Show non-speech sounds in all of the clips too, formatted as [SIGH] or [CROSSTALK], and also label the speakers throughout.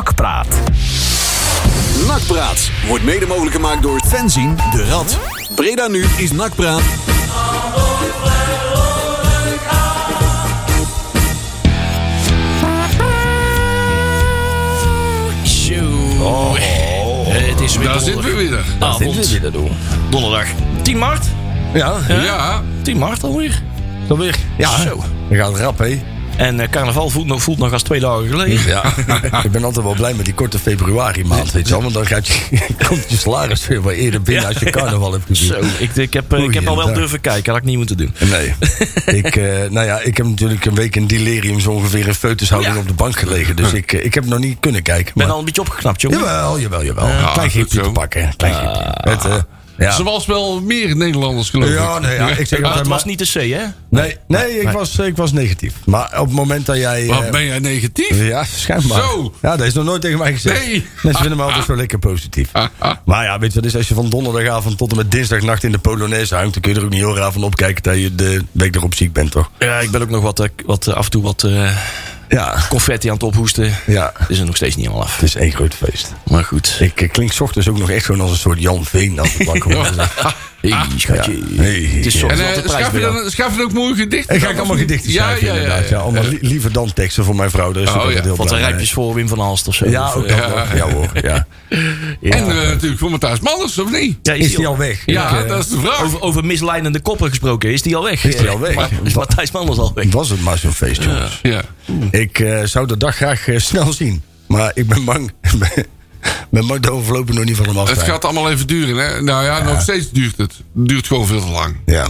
Speaker 1: Nakpraat.
Speaker 2: Nakpraat wordt mede mogelijk gemaakt door Fenzien de Rad. Breda nu is Nakpraat.
Speaker 3: Oh, het is weer
Speaker 4: Daar zitten we weer.
Speaker 3: Avond,
Speaker 1: dat doen.
Speaker 3: donderdag 10 maart.
Speaker 4: Ja, ja.
Speaker 3: 10 maart alweer.
Speaker 1: Dan weer.
Speaker 4: Ja,
Speaker 3: Zo.
Speaker 4: dat gaat rap, hè?
Speaker 3: En eh, carnaval voelt nog, voelt nog als twee dagen geleden.
Speaker 4: Ja. ik ben altijd wel blij met die korte februari maand, weet je wel. Want dan gaat je, [LAUGHS] komt je salaris weer wel eerder binnen als je carnaval hebt gezien.
Speaker 3: Zo, ik, ik heb, eh, ik
Speaker 4: Oei,
Speaker 3: heb al wel
Speaker 4: daar.
Speaker 3: durven kijken, had ik niet moeten doen.
Speaker 5: [LAUGHS]
Speaker 4: Nee. ik, eh, nou ja, ik heb natuurlijk een week in delirium zo ongeveer een feutushouding
Speaker 3: Ja.
Speaker 4: op de bank gelegen.
Speaker 5: Hm.
Speaker 4: Dus ik, eh, ik heb nog niet kunnen kijken.
Speaker 3: Ik ben
Speaker 4: maar-
Speaker 3: al een beetje opgeknapt, jongen.
Speaker 4: Jawel, jawel, jawel.
Speaker 5: Ja,
Speaker 4: klein
Speaker 5: goed
Speaker 4: griepje
Speaker 5: zo.
Speaker 4: te pakken. Klein griepje. Het, eh, ja.
Speaker 5: Zoals wel meer Nederlanders geloof ik.
Speaker 4: Ja, nee, ja, ik zeg
Speaker 3: maar
Speaker 4: altijd
Speaker 3: het was
Speaker 4: maar...
Speaker 3: niet de C, hè?
Speaker 4: Nee, nee, ik was, eh, ik was negatief. Maar op het moment dat jij... eh,
Speaker 5: Wat ben jij negatief?
Speaker 4: Ja, schijnbaar.
Speaker 5: Zo.
Speaker 4: Ja, dat is nog nooit tegen mij gezegd.
Speaker 5: Nee.
Speaker 4: Mensen vinden me altijd zo lekker positief.
Speaker 5: [LAUGHS] Ah, ah.
Speaker 4: Maar ja, weet je wat is? Als je van donderdagavond tot en met dinsdagnacht in de Polonaise hangt... dan kun je er ook niet heel raar van opkijken dat je de week erop ziek bent, toch?
Speaker 3: Ja, ik ben ook nog wat, eh, wat eh, af en toe wat eh,
Speaker 4: Ja,
Speaker 3: confetti aan het ophoesten.
Speaker 4: ja.
Speaker 3: Het is er nog steeds niet helemaal af.
Speaker 4: Het is één groot feest.
Speaker 3: Maar goed.
Speaker 4: Ik eh, klink 's ochtends ook nog echt gewoon als een soort Jan Veen. Als ik wakker word.
Speaker 3: Hey, schatje.
Speaker 4: Hey.
Speaker 3: Het is soms
Speaker 5: En
Speaker 3: altijd
Speaker 5: eh schaf, je
Speaker 3: prijswinnaar.
Speaker 5: dan, schaf je dan ook mooie gedichten?
Speaker 4: Ik ga ik allemaal gedichten
Speaker 5: Ja,
Speaker 4: schrijven,
Speaker 5: ja, ja,
Speaker 4: inderdaad. Ja,
Speaker 5: ja.
Speaker 4: allemaal li- liever dan teksten voor mijn vrouw. dus Daar is ze
Speaker 5: Oh,
Speaker 4: altijd
Speaker 5: ja.
Speaker 4: heel
Speaker 3: Wat
Speaker 4: blij mee.
Speaker 3: rijmpjes voor Wim van Alst of zo.
Speaker 4: Ja,
Speaker 3: Of,
Speaker 4: ook
Speaker 3: eh,
Speaker 4: dat nog. Ja hoor, ja.
Speaker 5: En eh, natuurlijk voor Matthijs Manders, of niet?
Speaker 3: ja,
Speaker 4: Is die al weg?
Speaker 5: Ja,
Speaker 4: Ik, eh,
Speaker 5: dat is de vraag.
Speaker 3: Over, over misleidende koppen gesproken, is die al weg?
Speaker 4: Is die al weg?
Speaker 3: Maar- Is Matthijs Manders al weg?
Speaker 4: Was het maar zo'n feest, jongens.
Speaker 5: Ja.
Speaker 4: Ik eh, zou de dag graag eh, snel zien. Maar ik ben bang. [LAUGHS] ben bang dat we voorlopig nog niet van hem af
Speaker 5: Het
Speaker 4: zijn.
Speaker 5: gaat allemaal even duren, hè? Nou ja, nog steeds duurt het. Duurt gewoon veel te lang.
Speaker 4: Ja.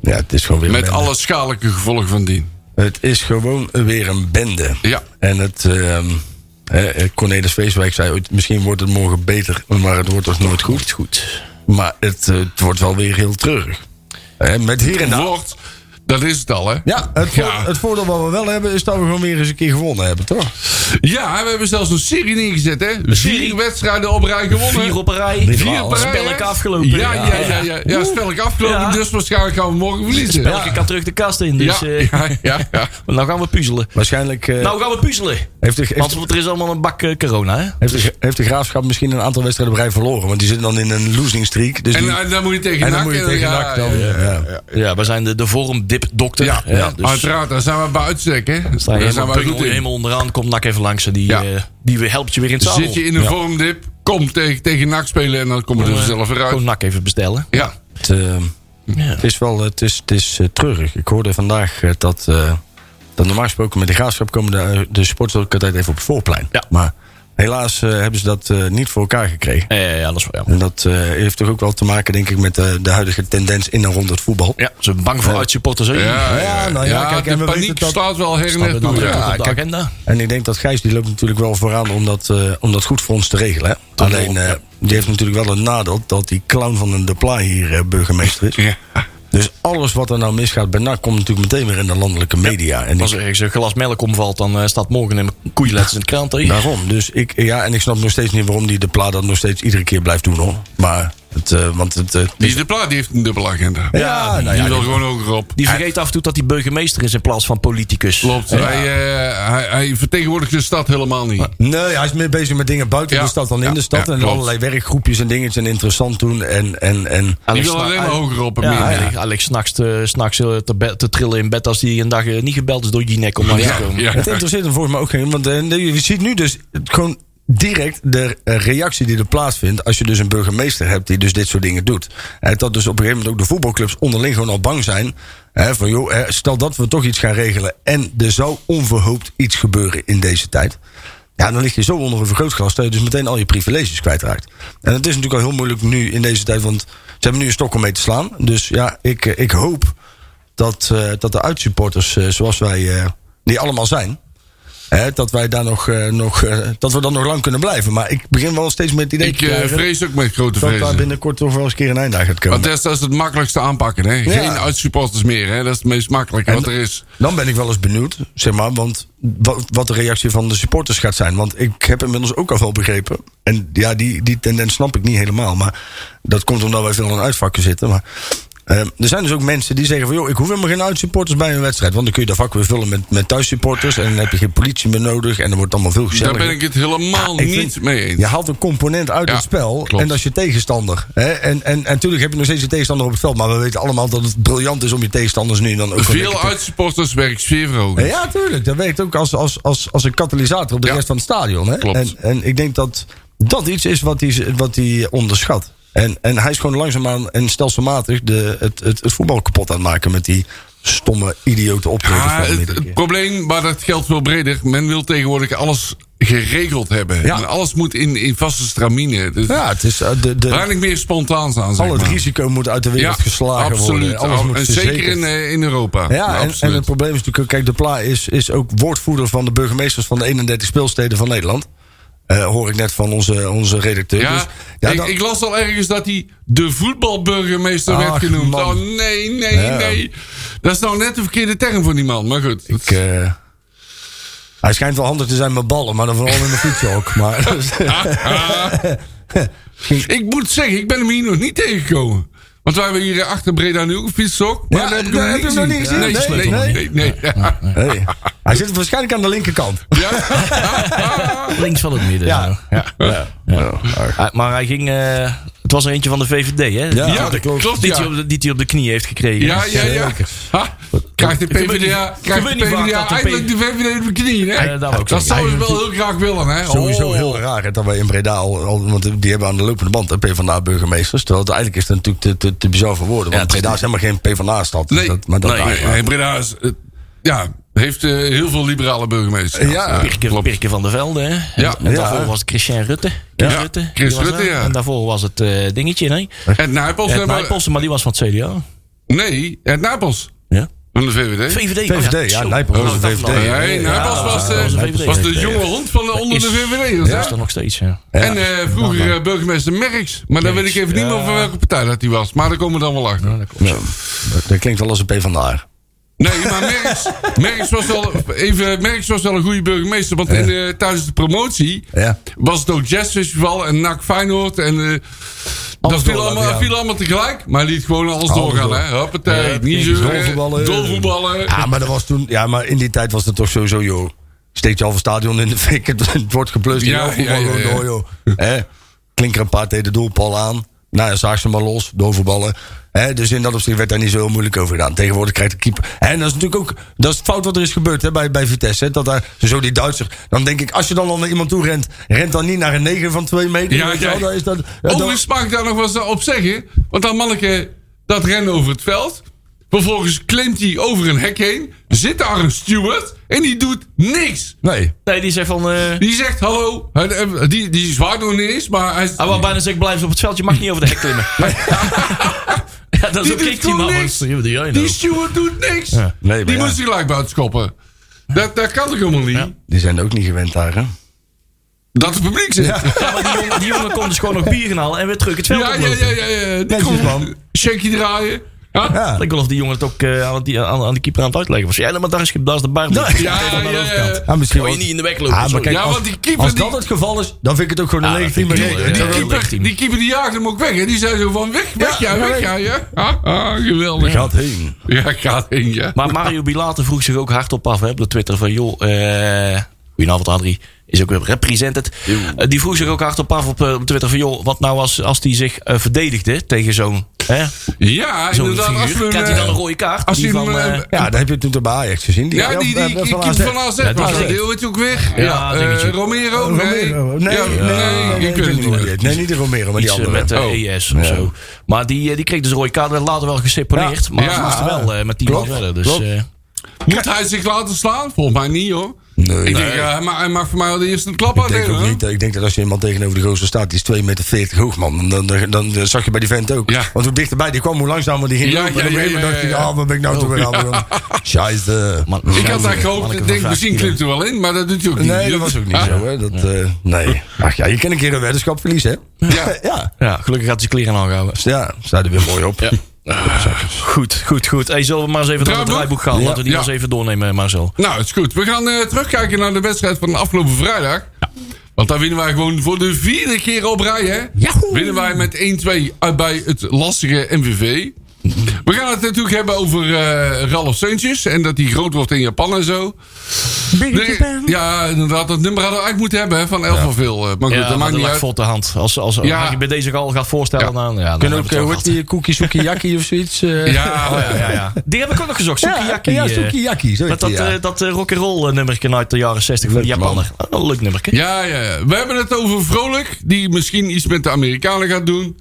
Speaker 4: ja, het is gewoon weer
Speaker 5: Met
Speaker 4: een bende.
Speaker 5: alle schadelijke gevolgen van dien.
Speaker 4: Het is gewoon weer een bende.
Speaker 5: Ja.
Speaker 4: En het... ehm eh, eh, Cornelis Vreeswijk zei ooit... Misschien wordt het morgen beter, maar het wordt toch nooit goed. goed. Maar het, eh, het wordt wel weer heel treurig. Eh, met hier en daar...
Speaker 5: Wordt, dat is het al, hè?
Speaker 4: Ja, het, vo-
Speaker 5: Ja.
Speaker 4: het voordeel wat we wel hebben... is dat we gewoon weer eens een keer gewonnen hebben, toch?
Speaker 5: Ja, we hebben zelfs een serie neergezet, hè?
Speaker 3: serie.
Speaker 5: Vier wedstrijden op rij gewonnen.
Speaker 3: Vier op een rij.
Speaker 5: Vier op een rij, hè?
Speaker 3: Spelletje afgelopen.
Speaker 5: Ja, ja, ja. ja, ja. spelletje afgelopen.
Speaker 3: Ja.
Speaker 5: Dus waarschijnlijk gaan we morgen verliezen.
Speaker 3: Spelletje kan terug de kast in, dus
Speaker 5: Ja,
Speaker 3: eh,
Speaker 5: ja, ja, ja.
Speaker 3: [LAUGHS] nou gaan we puzzelen.
Speaker 4: Waarschijnlijk... eh,
Speaker 3: Nou gaan we puzzelen.
Speaker 4: heeft, de, heeft,
Speaker 3: Want er is allemaal een bak eh, corona, hè?
Speaker 4: heeft, de, heeft de graafschap misschien een aantal wedstrijden op rij verloren? Want die zitten dan in een losing streak. Dus
Speaker 5: En,
Speaker 4: die-
Speaker 5: eh, dan moet je tegen
Speaker 4: En dan
Speaker 5: NAC,
Speaker 4: moet je
Speaker 5: eh,
Speaker 4: tegen
Speaker 5: ja,
Speaker 4: NAC dan.
Speaker 5: ja, ja.
Speaker 4: ja.
Speaker 3: Ja, wij zijn de, de vormdipdokter.
Speaker 5: Ja,
Speaker 3: ja, dus
Speaker 5: uiteraard. Daar zijn we bij uitstek, hè? Daar
Speaker 3: sta je
Speaker 5: zijn
Speaker 3: helemaal,
Speaker 5: wij
Speaker 3: bungel-
Speaker 5: goed in.
Speaker 3: helemaal onderaan. Komt Nak even langs. en Die,
Speaker 5: Ja.
Speaker 3: eh, die weer helpt je weer in het zadel.
Speaker 5: Zit je in een
Speaker 3: Ja.
Speaker 5: vormdip, kom tegen, tegen NAC spelen en dan kom je er
Speaker 3: eh,
Speaker 5: zelf weer uit.
Speaker 3: Gewoon Nak even bestellen.
Speaker 5: Ja.
Speaker 4: Het, eh,
Speaker 3: Ja.
Speaker 4: het is wel het is, het is, eh, treurig. Ik hoorde vandaag eh, dat, eh, dat normaal gesproken met de graafschap komen de, eh, de sporters ook altijd even op het voorplein.
Speaker 3: Ja.
Speaker 4: Maar helaas eh, hebben ze dat eh, niet voor elkaar
Speaker 3: Ja,
Speaker 4: gekregen.
Speaker 3: ja, ja, dat is wel jammer.
Speaker 4: En dat eh, heeft toch ook wel te maken, denk ik, met eh, de huidige tendens in en rond het voetbal.
Speaker 3: Ja, ze zijn bang voor uitsupporters. hè?
Speaker 5: Ja,
Speaker 4: ja, nou ja, kijk, en
Speaker 5: de
Speaker 4: we
Speaker 5: paniek
Speaker 4: weten dat-
Speaker 5: staat wel her en
Speaker 3: Staat
Speaker 5: her
Speaker 3: het dan
Speaker 5: toe.
Speaker 3: terug
Speaker 5: Ja.
Speaker 3: op de
Speaker 4: kijk.
Speaker 3: agenda?
Speaker 4: En ik denk dat Gijs, die loopt natuurlijk wel vooraan om dat, eh, om dat goed voor ons te regelen. Hè? Alleen, eh, die heeft natuurlijk wel een nadeel dat die clown van een De Pla hier eh, burgemeester is.
Speaker 5: Ja.
Speaker 4: Dus alles wat er nou misgaat bij NAC komt natuurlijk meteen weer in de landelijke media. en ik-
Speaker 3: Als er ergens een glas melk omvalt, dan eh, staat morgen een koeienletters in de krant. hè?
Speaker 4: Daarom. Dus ik, ja, en ik snap nog steeds niet waarom die de plaat dat nog steeds iedere keer blijft doen hoor. Maar het, eh, want het. eh,
Speaker 5: Die is de plaat, die heeft een dubbele agenda.
Speaker 4: ja, nou
Speaker 5: die
Speaker 4: ja,
Speaker 5: wil
Speaker 4: die-
Speaker 5: gewoon ook erop.
Speaker 3: Die vergeet af en toe dat hij burgemeester is in plaats van politicus.
Speaker 5: Klopt. Hij, eh, hij, hij vertegenwoordigt de stad helemaal niet.
Speaker 4: Nee, hij is meer bezig met dingen buiten
Speaker 5: Ja,
Speaker 4: de stad dan in
Speaker 5: ja,
Speaker 4: de stad.
Speaker 5: ja,
Speaker 4: en
Speaker 5: klopt.
Speaker 4: allerlei werkgroepjes en dingetjes en interessant doen. En, en, en
Speaker 5: Die
Speaker 3: Alex
Speaker 5: wil alleen maar hoger op en
Speaker 3: Ja,
Speaker 5: meer.
Speaker 3: Hij, ligt- hij ligt s'nachts te, s'nachts, eh, te, be- te trillen in bed als hij een dag eh, niet gebeld is door Jinek om naar hier
Speaker 5: Ja,
Speaker 3: te komen.
Speaker 5: ja.
Speaker 4: het interesseert hem volgens mij ook geen. Want eh, je ziet nu dus het gewoon direct de eh, reactie die er plaatsvindt. Als je dus een burgemeester hebt die dus dit soort dingen doet. En dat dus op een gegeven moment ook de voetbalclubs onderling gewoon al bang zijn. Hè, van joh, eh, stel dat we toch iets gaan regelen. En er zou onverhoopt iets gebeuren in deze tijd. Ja, dan lig je zo onder een vergrootglas dat je dus meteen al je privileges kwijtraakt. En het is natuurlijk al heel moeilijk nu in deze tijd, want ze hebben nu een stok om mee te slaan. Dus ja, ik, eh, ik hoop dat, eh, dat de uitsupporters eh, zoals wij eh, die allemaal zijn, hè, dat wij daar nog, eh, nog eh, dat we dan nog lang kunnen blijven. Maar ik begin wel steeds met het idee
Speaker 5: Ik
Speaker 4: te
Speaker 5: eh,
Speaker 4: krijgen
Speaker 5: vrees ook met grote
Speaker 4: dat daar
Speaker 5: vrezen.
Speaker 4: binnenkort toch wel eens een keer een eind aan gaat komen.
Speaker 5: Want dat is, dat is het makkelijkste aanpakken. Hè? Geen uitsupporters meer. Hè? Dat is het meest makkelijke wat er is.
Speaker 4: Dan ben ik wel eens benieuwd, zeg maar, want wat, wat de reactie van de supporters gaat zijn. Want ik heb inmiddels ook al wel begrepen. En ja, die, die tendens snap ik niet helemaal. Maar dat komt omdat wij veel aan uitvakken zitten. Maar Eh, er zijn dus ook mensen die zeggen van... joh, ik hoef helemaal geen uitsupporters bij een wedstrijd. Want dan kun je dat vak weer vullen met, met thuissupporters... en dan heb je geen politie meer nodig en dan wordt het allemaal veel
Speaker 5: Daar
Speaker 4: gezelliger.
Speaker 5: ben ik het helemaal
Speaker 4: Ik
Speaker 5: niet
Speaker 4: vind,
Speaker 5: mee eens.
Speaker 4: Je haalt een component uit
Speaker 5: Ja,
Speaker 4: het spel
Speaker 5: klopt.
Speaker 4: en dat is je tegenstander. Hè? En, en, en natuurlijk heb je nog steeds je tegenstander op het veld, maar we weten allemaal dat het briljant is om je tegenstanders nu en dan ook wel
Speaker 5: Veel
Speaker 4: lekker te-
Speaker 5: uitsupporters werkt sfeerverhogend.
Speaker 4: Ja, tuurlijk. Dat werkt ook als, als, als, als een katalysator op de
Speaker 5: Ja.
Speaker 4: rest van het stadion. Hè?
Speaker 5: Klopt.
Speaker 4: En, en ik denk dat dat iets is wat hij wat die onderschat. En, en hij is gewoon langzaamaan en stelselmatig de, het, het, het voetbal kapot aan het maken met die stomme, idiote optredens.
Speaker 5: Ja,
Speaker 4: van hem
Speaker 5: Ah, het,
Speaker 4: iedere
Speaker 5: het
Speaker 4: keer.
Speaker 5: probleem, maar dat geldt veel breder. Men wil tegenwoordig alles geregeld hebben.
Speaker 4: Ja.
Speaker 5: En alles moet in, in vaste stramine. Dus
Speaker 4: ja, het is eh, de, de,
Speaker 5: Weinig meer spontaan aan, zeg
Speaker 4: al het
Speaker 5: maar.
Speaker 4: risico moet uit de wereld geslagen
Speaker 5: absoluut.
Speaker 4: worden. Alles moet
Speaker 5: en zeker
Speaker 4: verzekerd
Speaker 5: in, eh, in Europa.
Speaker 4: Ja, en, en
Speaker 5: absoluut.
Speaker 4: het probleem is natuurlijk ook... Kijk, De Pla is, is ook woordvoerder van de burgemeesters... van de 31 speelsteden van Nederland. Eh, hoor ik net van onze, onze redacteur.
Speaker 5: ja,
Speaker 4: dus, ja,
Speaker 5: ik,
Speaker 4: dat-
Speaker 5: ik las al ergens dat hij de voetbalburgemeester
Speaker 4: Ach,
Speaker 5: werd genoemd.
Speaker 4: man.
Speaker 5: Oh nee, nee,
Speaker 4: Ja.
Speaker 5: nee. Dat is nou net de verkeerde term voor die man. Maar goed.
Speaker 4: ik, eh, hij schijnt wel handig te zijn met ballen... maar dan vooral in de fietsje ook. Maar, [LAUGHS] dus,
Speaker 5: Ik moet zeggen, ik ben hem hier nog niet tegengekomen. Want wij hebben hier eh, achter Breda nu gefietst ook. Maar
Speaker 4: Ja,
Speaker 5: daar heb ik
Speaker 4: daar
Speaker 5: hem
Speaker 4: heb
Speaker 5: niet
Speaker 4: je hem
Speaker 5: gezien.
Speaker 4: nog niet gezien?
Speaker 5: Nee,
Speaker 4: Nee,
Speaker 5: nee,
Speaker 4: nee,
Speaker 5: nee. nee. Ja.
Speaker 4: Hey, hij zit waarschijnlijk aan de linkerkant.
Speaker 3: Links van het midden.
Speaker 4: Ja.
Speaker 3: zo. Ja. Ah, Maar hij ging. eh, het was er eentje van de VVD, hè?
Speaker 4: Ja,
Speaker 5: Ja,
Speaker 4: dat klopt.
Speaker 5: klopt.
Speaker 3: Die,
Speaker 5: ja.
Speaker 3: hij op de, die hij op de knie heeft gekregen.
Speaker 5: Ja, ja, ja. Ha, krijgt de
Speaker 3: gebeurt niet-
Speaker 5: PvdA, krijgt de
Speaker 3: gebeurt niet vaak
Speaker 5: PvdA
Speaker 3: dat de
Speaker 5: eindelijk de VVD op de knieën, hè?
Speaker 3: Eh, dat ook
Speaker 5: dat
Speaker 3: zeker.
Speaker 5: zou ik wel heel graag willen, hè?
Speaker 4: Sowieso
Speaker 5: Oh.
Speaker 4: heel raar hè, dat wij in Breda al, al- Want die hebben aan de lopende band hè, PvdA burgemeesters. Terwijl het eigenlijk is dat natuurlijk te, te, te bizar voor woorden. Want
Speaker 3: het is
Speaker 4: Breda is helemaal geen PvdA-stad.
Speaker 5: Nee,
Speaker 4: dat, maar dat
Speaker 5: nee,
Speaker 4: eigenlijk-
Speaker 5: nee, Breda is, eh, ja, heeft eh, heel veel liberale burgemeesters.
Speaker 4: Ja.
Speaker 3: Pirke,
Speaker 5: klopt.
Speaker 3: Pirke van der Velde, hè?
Speaker 5: Ja.
Speaker 3: En, en
Speaker 4: Ja.
Speaker 3: daarvoor was het Christian Rutte.
Speaker 5: Ja.
Speaker 3: Chris
Speaker 5: Ja,
Speaker 3: Rutte. die
Speaker 5: Chris
Speaker 3: was
Speaker 5: Rutte,
Speaker 3: er.
Speaker 5: ja. eh,
Speaker 3: En daarvoor was het eh, dingetje, nee?
Speaker 5: Het Nijpels
Speaker 3: Het
Speaker 5: hebben-
Speaker 3: Nijpels, maar die was van het CDA.
Speaker 5: Nee, het Napels.
Speaker 3: Ja.
Speaker 5: Van de VVD.
Speaker 3: VVD.
Speaker 4: VVD,
Speaker 3: oh
Speaker 4: ja,
Speaker 3: zo.
Speaker 4: Nijpels was
Speaker 3: Oh,
Speaker 4: de
Speaker 3: dat
Speaker 4: VVD.
Speaker 3: wel.
Speaker 5: Nee,
Speaker 4: Ja,
Speaker 5: nee,
Speaker 4: ja,
Speaker 5: Nijpels was,
Speaker 3: dat was
Speaker 5: de,
Speaker 3: een VVD.
Speaker 5: was de jonge hond van de, onder de
Speaker 3: Is-
Speaker 5: VVD.
Speaker 3: Dat is er nog steeds, ja.
Speaker 5: En eh, vroeger eh, burgemeester Merks. Maar dan weet ik even niet meer van welke partij dat hij was. Maar daar komen we dan wel achter.
Speaker 4: Ja, dat- dat klinkt wel als een PvdA.
Speaker 5: Nee, maar
Speaker 4: [LAUGHS]
Speaker 5: Merks, Merks, was wel, even, Merks was wel een goede burgemeester. Want in de, tijdens de promotie
Speaker 4: Ja.
Speaker 5: was het ook jazzfestival en NAC Feyenoord. En, eh, dat viel
Speaker 4: doorlaten,
Speaker 5: allemaal,
Speaker 4: ja.
Speaker 5: viel allemaal tegelijk. Maar hij liet gewoon alles doorgaan.
Speaker 4: door.
Speaker 5: Hè. Hoppatee,
Speaker 4: Ja,
Speaker 5: niet
Speaker 4: precies.
Speaker 5: zeuren,
Speaker 4: Doorvoetballen.
Speaker 5: doorvoetballen.
Speaker 4: Ja, maar dat was toen. Ja, maar in die tijd was het toch sowieso, joh. Steek je halve stadion in de fik. [LAUGHS] Het, het wordt geblust.
Speaker 5: Ja,
Speaker 4: Ja, ja,
Speaker 5: ja, ja, ja.
Speaker 4: Door, joh. Hè? Klinker een paar tegen de doelpal aan. Nou ja, zaag ze maar los. Doorvoetballen. Hè? Dus in dat opzicht werd daar niet zo heel moeilijk over gedaan. Tegenwoordig krijgt de keeper. Hè? En dat is natuurlijk ook. Dat is het fout wat er is gebeurd hè? Bij, bij Vitesse. Hè? Dat daar zo die Duitser. Dan denk ik, als je dan al naar iemand toe rent. Rent dan niet naar een 9 van 2 meter.
Speaker 5: Ja,
Speaker 4: weet je
Speaker 5: ja.
Speaker 4: wel, dan is dat, dat-
Speaker 5: Overigens mag ik Oh, daar nog wel eens op zeggen. Want dat manneke, dat rennen over het veld. Vervolgens klimt hij over een hek heen. Zit daar een steward. En die doet niks.
Speaker 4: Nee.
Speaker 3: Nee, die zei van... eh
Speaker 5: Die zegt hallo. Hij- eh, Die, die zwaart nog niet eens. Maar hij,
Speaker 3: hij Ah, wou bijna zeggen, blijf eens op het veld. Je mag niet over de hek
Speaker 5: [LAUGHS]
Speaker 3: klimmen. [LAUGHS] ja, dat is
Speaker 5: Die
Speaker 3: ook ik
Speaker 5: doet
Speaker 3: die
Speaker 5: gewoon
Speaker 3: man.
Speaker 5: niks.
Speaker 3: Ja, die- ja,
Speaker 5: die
Speaker 3: nou.
Speaker 5: steward doet niks.
Speaker 4: nee, maar
Speaker 5: die
Speaker 4: ja.
Speaker 5: moest hij gelijk buiten schoppen. Dat, dat kan toch helemaal niet?
Speaker 4: Die zijn ook niet gewend daar. Hè?
Speaker 5: Dat het publiek zit. Ja,
Speaker 3: Ja, maar die jongen, die jongen kon dus gewoon nog bier gaan halen en weer terug het veld
Speaker 5: ja, ja.
Speaker 3: oplopen.
Speaker 5: ja, ja. Die
Speaker 4: Netjes,
Speaker 5: kon-
Speaker 4: man.
Speaker 5: Shaky draaien. Ja. Ja.
Speaker 4: Ja.
Speaker 3: Ik wil of die jongen het ook eh, aan, die, aan, aan de keeper aan het uitleggen was. Ja, nee, maar daar is, daar is de bar. Ja,
Speaker 5: [LAUGHS] Ja, ja,
Speaker 4: Ja, misschien
Speaker 3: Wil je
Speaker 4: wel-
Speaker 3: niet in de weg lopen?
Speaker 4: Ah, maar
Speaker 3: sorry.
Speaker 4: kijk,
Speaker 5: Ja,
Speaker 4: als-
Speaker 5: want die keeper
Speaker 4: Als
Speaker 5: die-
Speaker 4: dat het geval is, dan vind ik het ook gewoon een
Speaker 3: Ah, dat
Speaker 4: legitieme
Speaker 3: vind ik
Speaker 4: reden.
Speaker 3: wel,
Speaker 5: Die
Speaker 3: ja.
Speaker 5: keeper,
Speaker 3: legitiem.
Speaker 5: die keeper die jaagde hem ook weg. Hè. Die zei zo van weg, weg
Speaker 4: Ja,
Speaker 5: jij,
Speaker 4: ja,
Speaker 5: weg
Speaker 4: weg.
Speaker 5: jij. Ja. Ah, ah, geweldig.
Speaker 4: Gaat heen.
Speaker 5: Ja, gaat in, ja.
Speaker 3: Maar Mario Bilater vroeg zich ook hardop af hè, op de Twitter van... joh, eh goedenavond Adrie, is ook weer represented. Eh, die vroeg zich ook hardop af op, eh, op Twitter van... joh, wat nou als, als die zich eh, verdedigde tegen zo'n hè,
Speaker 5: Ja,
Speaker 3: zo'n
Speaker 5: inderdaad. Als we,
Speaker 3: figuur?
Speaker 5: een,
Speaker 3: Krijgt hij dan een
Speaker 5: eh,
Speaker 3: rode kaart?
Speaker 5: als
Speaker 3: die
Speaker 5: hij hem,
Speaker 3: van,
Speaker 5: eh,
Speaker 3: eh,
Speaker 4: Ja, daar heb je het toen bij Ajax gezien.
Speaker 5: ja, die, die,
Speaker 4: eh,
Speaker 5: die keeper
Speaker 4: AZ.
Speaker 5: van AZ.
Speaker 3: Ja,
Speaker 5: was
Speaker 3: AZ.
Speaker 5: dat heel weet ook weg.
Speaker 3: Ja,
Speaker 5: Ja, eh,
Speaker 3: dingetje.
Speaker 5: Romero? Nee.
Speaker 4: Romero. Nee,
Speaker 5: Ja,
Speaker 4: nee, nee, nee,
Speaker 5: ik
Speaker 4: ik
Speaker 5: weet
Speaker 4: weet
Speaker 5: het
Speaker 4: niet hoe die
Speaker 5: niet.
Speaker 4: heet. Nee, niet de Romero, maar die
Speaker 3: Iets eh,
Speaker 4: andere.
Speaker 3: met de
Speaker 5: Oh.
Speaker 3: ES of zo. Maar die, eh, die kreeg dus een rode kaart. en Later wel geseponeerd.
Speaker 4: Ja.
Speaker 3: Maar
Speaker 5: Ja.
Speaker 3: ze moesten wel eh, met die man
Speaker 4: Klopt.
Speaker 3: verder. Dus,
Speaker 4: Klopt.
Speaker 3: eh,
Speaker 5: Moet hij zich laten slaan? Volgens mij niet, hoor.
Speaker 4: Nee.
Speaker 5: Ik
Speaker 4: Nee.
Speaker 5: denk, eh, hij ma- hij mag voor mij wel de eerste klap
Speaker 4: ik denk
Speaker 5: uitdelen.
Speaker 4: ook
Speaker 5: hoor.
Speaker 4: niet. eh, Ik denk dat als je iemand tegenover de gozer staat, die is 2,40 meter hoog, man. Dan, dan, dan, dan zag je bij die vent ook.
Speaker 5: Ja.
Speaker 4: Want hoe dichterbij die kwam, hoe langzamer die ging.
Speaker 5: Ja,
Speaker 4: lopen.
Speaker 5: ja,
Speaker 4: en op een
Speaker 5: ja,
Speaker 4: gegeven moment
Speaker 5: ja,
Speaker 4: dacht ik,
Speaker 5: ja, ja.
Speaker 4: ah, wat ben ik nou toch weer aan het doen?
Speaker 5: [LAUGHS]
Speaker 4: Scheisse.
Speaker 3: man,
Speaker 5: Ik had
Speaker 3: ja,
Speaker 5: daar gehoopt.
Speaker 3: manneke
Speaker 5: Ik
Speaker 3: van
Speaker 5: denk,
Speaker 3: 15
Speaker 5: misschien klimt er wel in, maar dat doet hij ook niet.
Speaker 4: Nee, dat was ook niet
Speaker 5: Ah,
Speaker 4: zo, hè. Dat, eh, nee. Ach ja, je kan een keer een weddenschap verliezen, hè.
Speaker 5: Ja.
Speaker 4: [LAUGHS] ja.
Speaker 3: Ja, gelukkig had hij zijn kleren aangehouden.
Speaker 4: Ja, staat er weer mooi op.
Speaker 3: Goed, goed, goed. Hey, zullen we maar eens even door het
Speaker 5: Draaiboek?
Speaker 3: draaiboek gaan?
Speaker 4: Ja.
Speaker 3: Laten we die
Speaker 5: Ja.
Speaker 3: eens even doornemen, Marcel.
Speaker 5: Nou, het is goed. We gaan eh, terugkijken naar de wedstrijd van afgelopen vrijdag. Want daar winnen wij gewoon voor de vierde keer op rij, hè? Winnen wij met 1-2 uit bij het lastige MVV. We gaan het natuurlijk hebben over eh Ralf Seuntjes. En dat hij groot wordt in Japan en zo. Nee, ja, inderdaad. Dat nummer hadden we eigenlijk moeten hebben hè, van Elfaville. Eh, Maar goed,
Speaker 3: Ja,
Speaker 5: dat
Speaker 3: maar
Speaker 5: maakt
Speaker 3: dat
Speaker 5: niet
Speaker 3: ligt
Speaker 5: uit.
Speaker 3: vol te hand. Als, als, als
Speaker 5: Ja.
Speaker 3: je bij deze al gaat voorstellen,
Speaker 5: Ja.
Speaker 3: dan, ja, dan
Speaker 4: Kunnen
Speaker 3: hebben
Speaker 4: ook,
Speaker 3: we
Speaker 4: eh,
Speaker 3: het wel
Speaker 4: hoe heet
Speaker 3: gehad.
Speaker 4: die, Cookie [LAUGHS] Sukiyaki of zoiets? eh?
Speaker 5: Ja,
Speaker 3: Ja, ja, ja. Die heb ik ook nog gezocht. Sukiyaki.
Speaker 4: Ja,
Speaker 3: eh,
Speaker 4: Sukiyaki. zo heet
Speaker 3: Met dat,
Speaker 4: die, ja.
Speaker 3: eh, dat eh, rock'n'roll eh, nummertje uit de jaren 60 van de
Speaker 4: Leuk,
Speaker 3: Japaner. Oh, Een leuk nummertje.
Speaker 5: Ja, ja, ja. We hebben het over Vrolijk, die misschien iets met de Amerikanen gaat doen.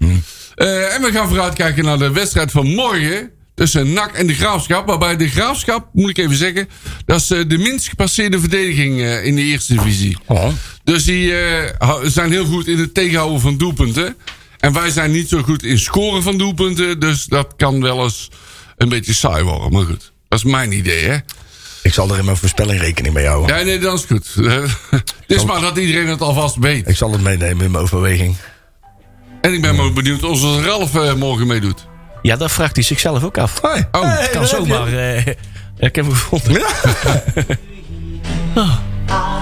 Speaker 5: Eh, en we gaan vooruitkijken naar de wedstrijd van morgen. Tussen NAC en de Graafschap. Waarbij de Graafschap, moet ik even zeggen, dat is eh, de minst gepasseerde verdediging eh, in de eerste divisie.
Speaker 4: Oh.
Speaker 5: Dus die eh, hou- zijn heel goed in het tegenhouden van doelpunten. En wij zijn niet zo goed in scoren van doelpunten. Dus dat kan wel eens een beetje saai worden. Maar goed, dat is mijn idee, hè?
Speaker 4: Ik zal er in mijn voorspelling rekening mee houden.
Speaker 5: Ja, nee, dat is goed. [LAUGHS] het is maar dat iedereen het alvast weet.
Speaker 4: Ik zal het meenemen in mijn overweging.
Speaker 5: En ik ben ook benieuwd of ze Ralf eh, morgen meedoet.
Speaker 3: Ja, dat vraagt hij zichzelf ook af.
Speaker 4: Hoi.
Speaker 5: Oh,
Speaker 4: Hey,
Speaker 3: kan
Speaker 4: dat heb je.
Speaker 3: zomaar. eh, ik heb hem gevonden.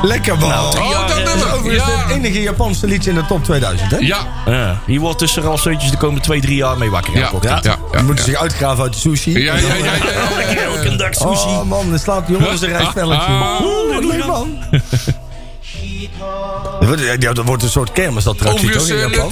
Speaker 4: Lekker man.
Speaker 5: Oh,
Speaker 3: ja,
Speaker 5: dat
Speaker 3: eh,
Speaker 5: nummer!
Speaker 4: Overigens
Speaker 5: ja.
Speaker 4: het enige Japanse liedje in de top 2000, hè?
Speaker 5: ja,
Speaker 3: Ja, hier wordt tussen Ralf Zeuntjes de komende twee, drie jaar mee wakker.
Speaker 5: ja, ja, ja,
Speaker 4: Dan moeten ze
Speaker 5: ja.
Speaker 4: zich uitgraven uit de sushi.
Speaker 5: Ja, ja, ja, ja, ja, ja.
Speaker 3: Elke dag sushi.
Speaker 4: Oh man, dan slaat die jongens een rijspelletje.
Speaker 5: Ah.
Speaker 4: Oeh, wat leuk [LAUGHS] man. Dat wordt- ja, Dat wordt een soort kermisattractie toch
Speaker 5: Overigens
Speaker 4: in
Speaker 5: eh,
Speaker 4: Japan?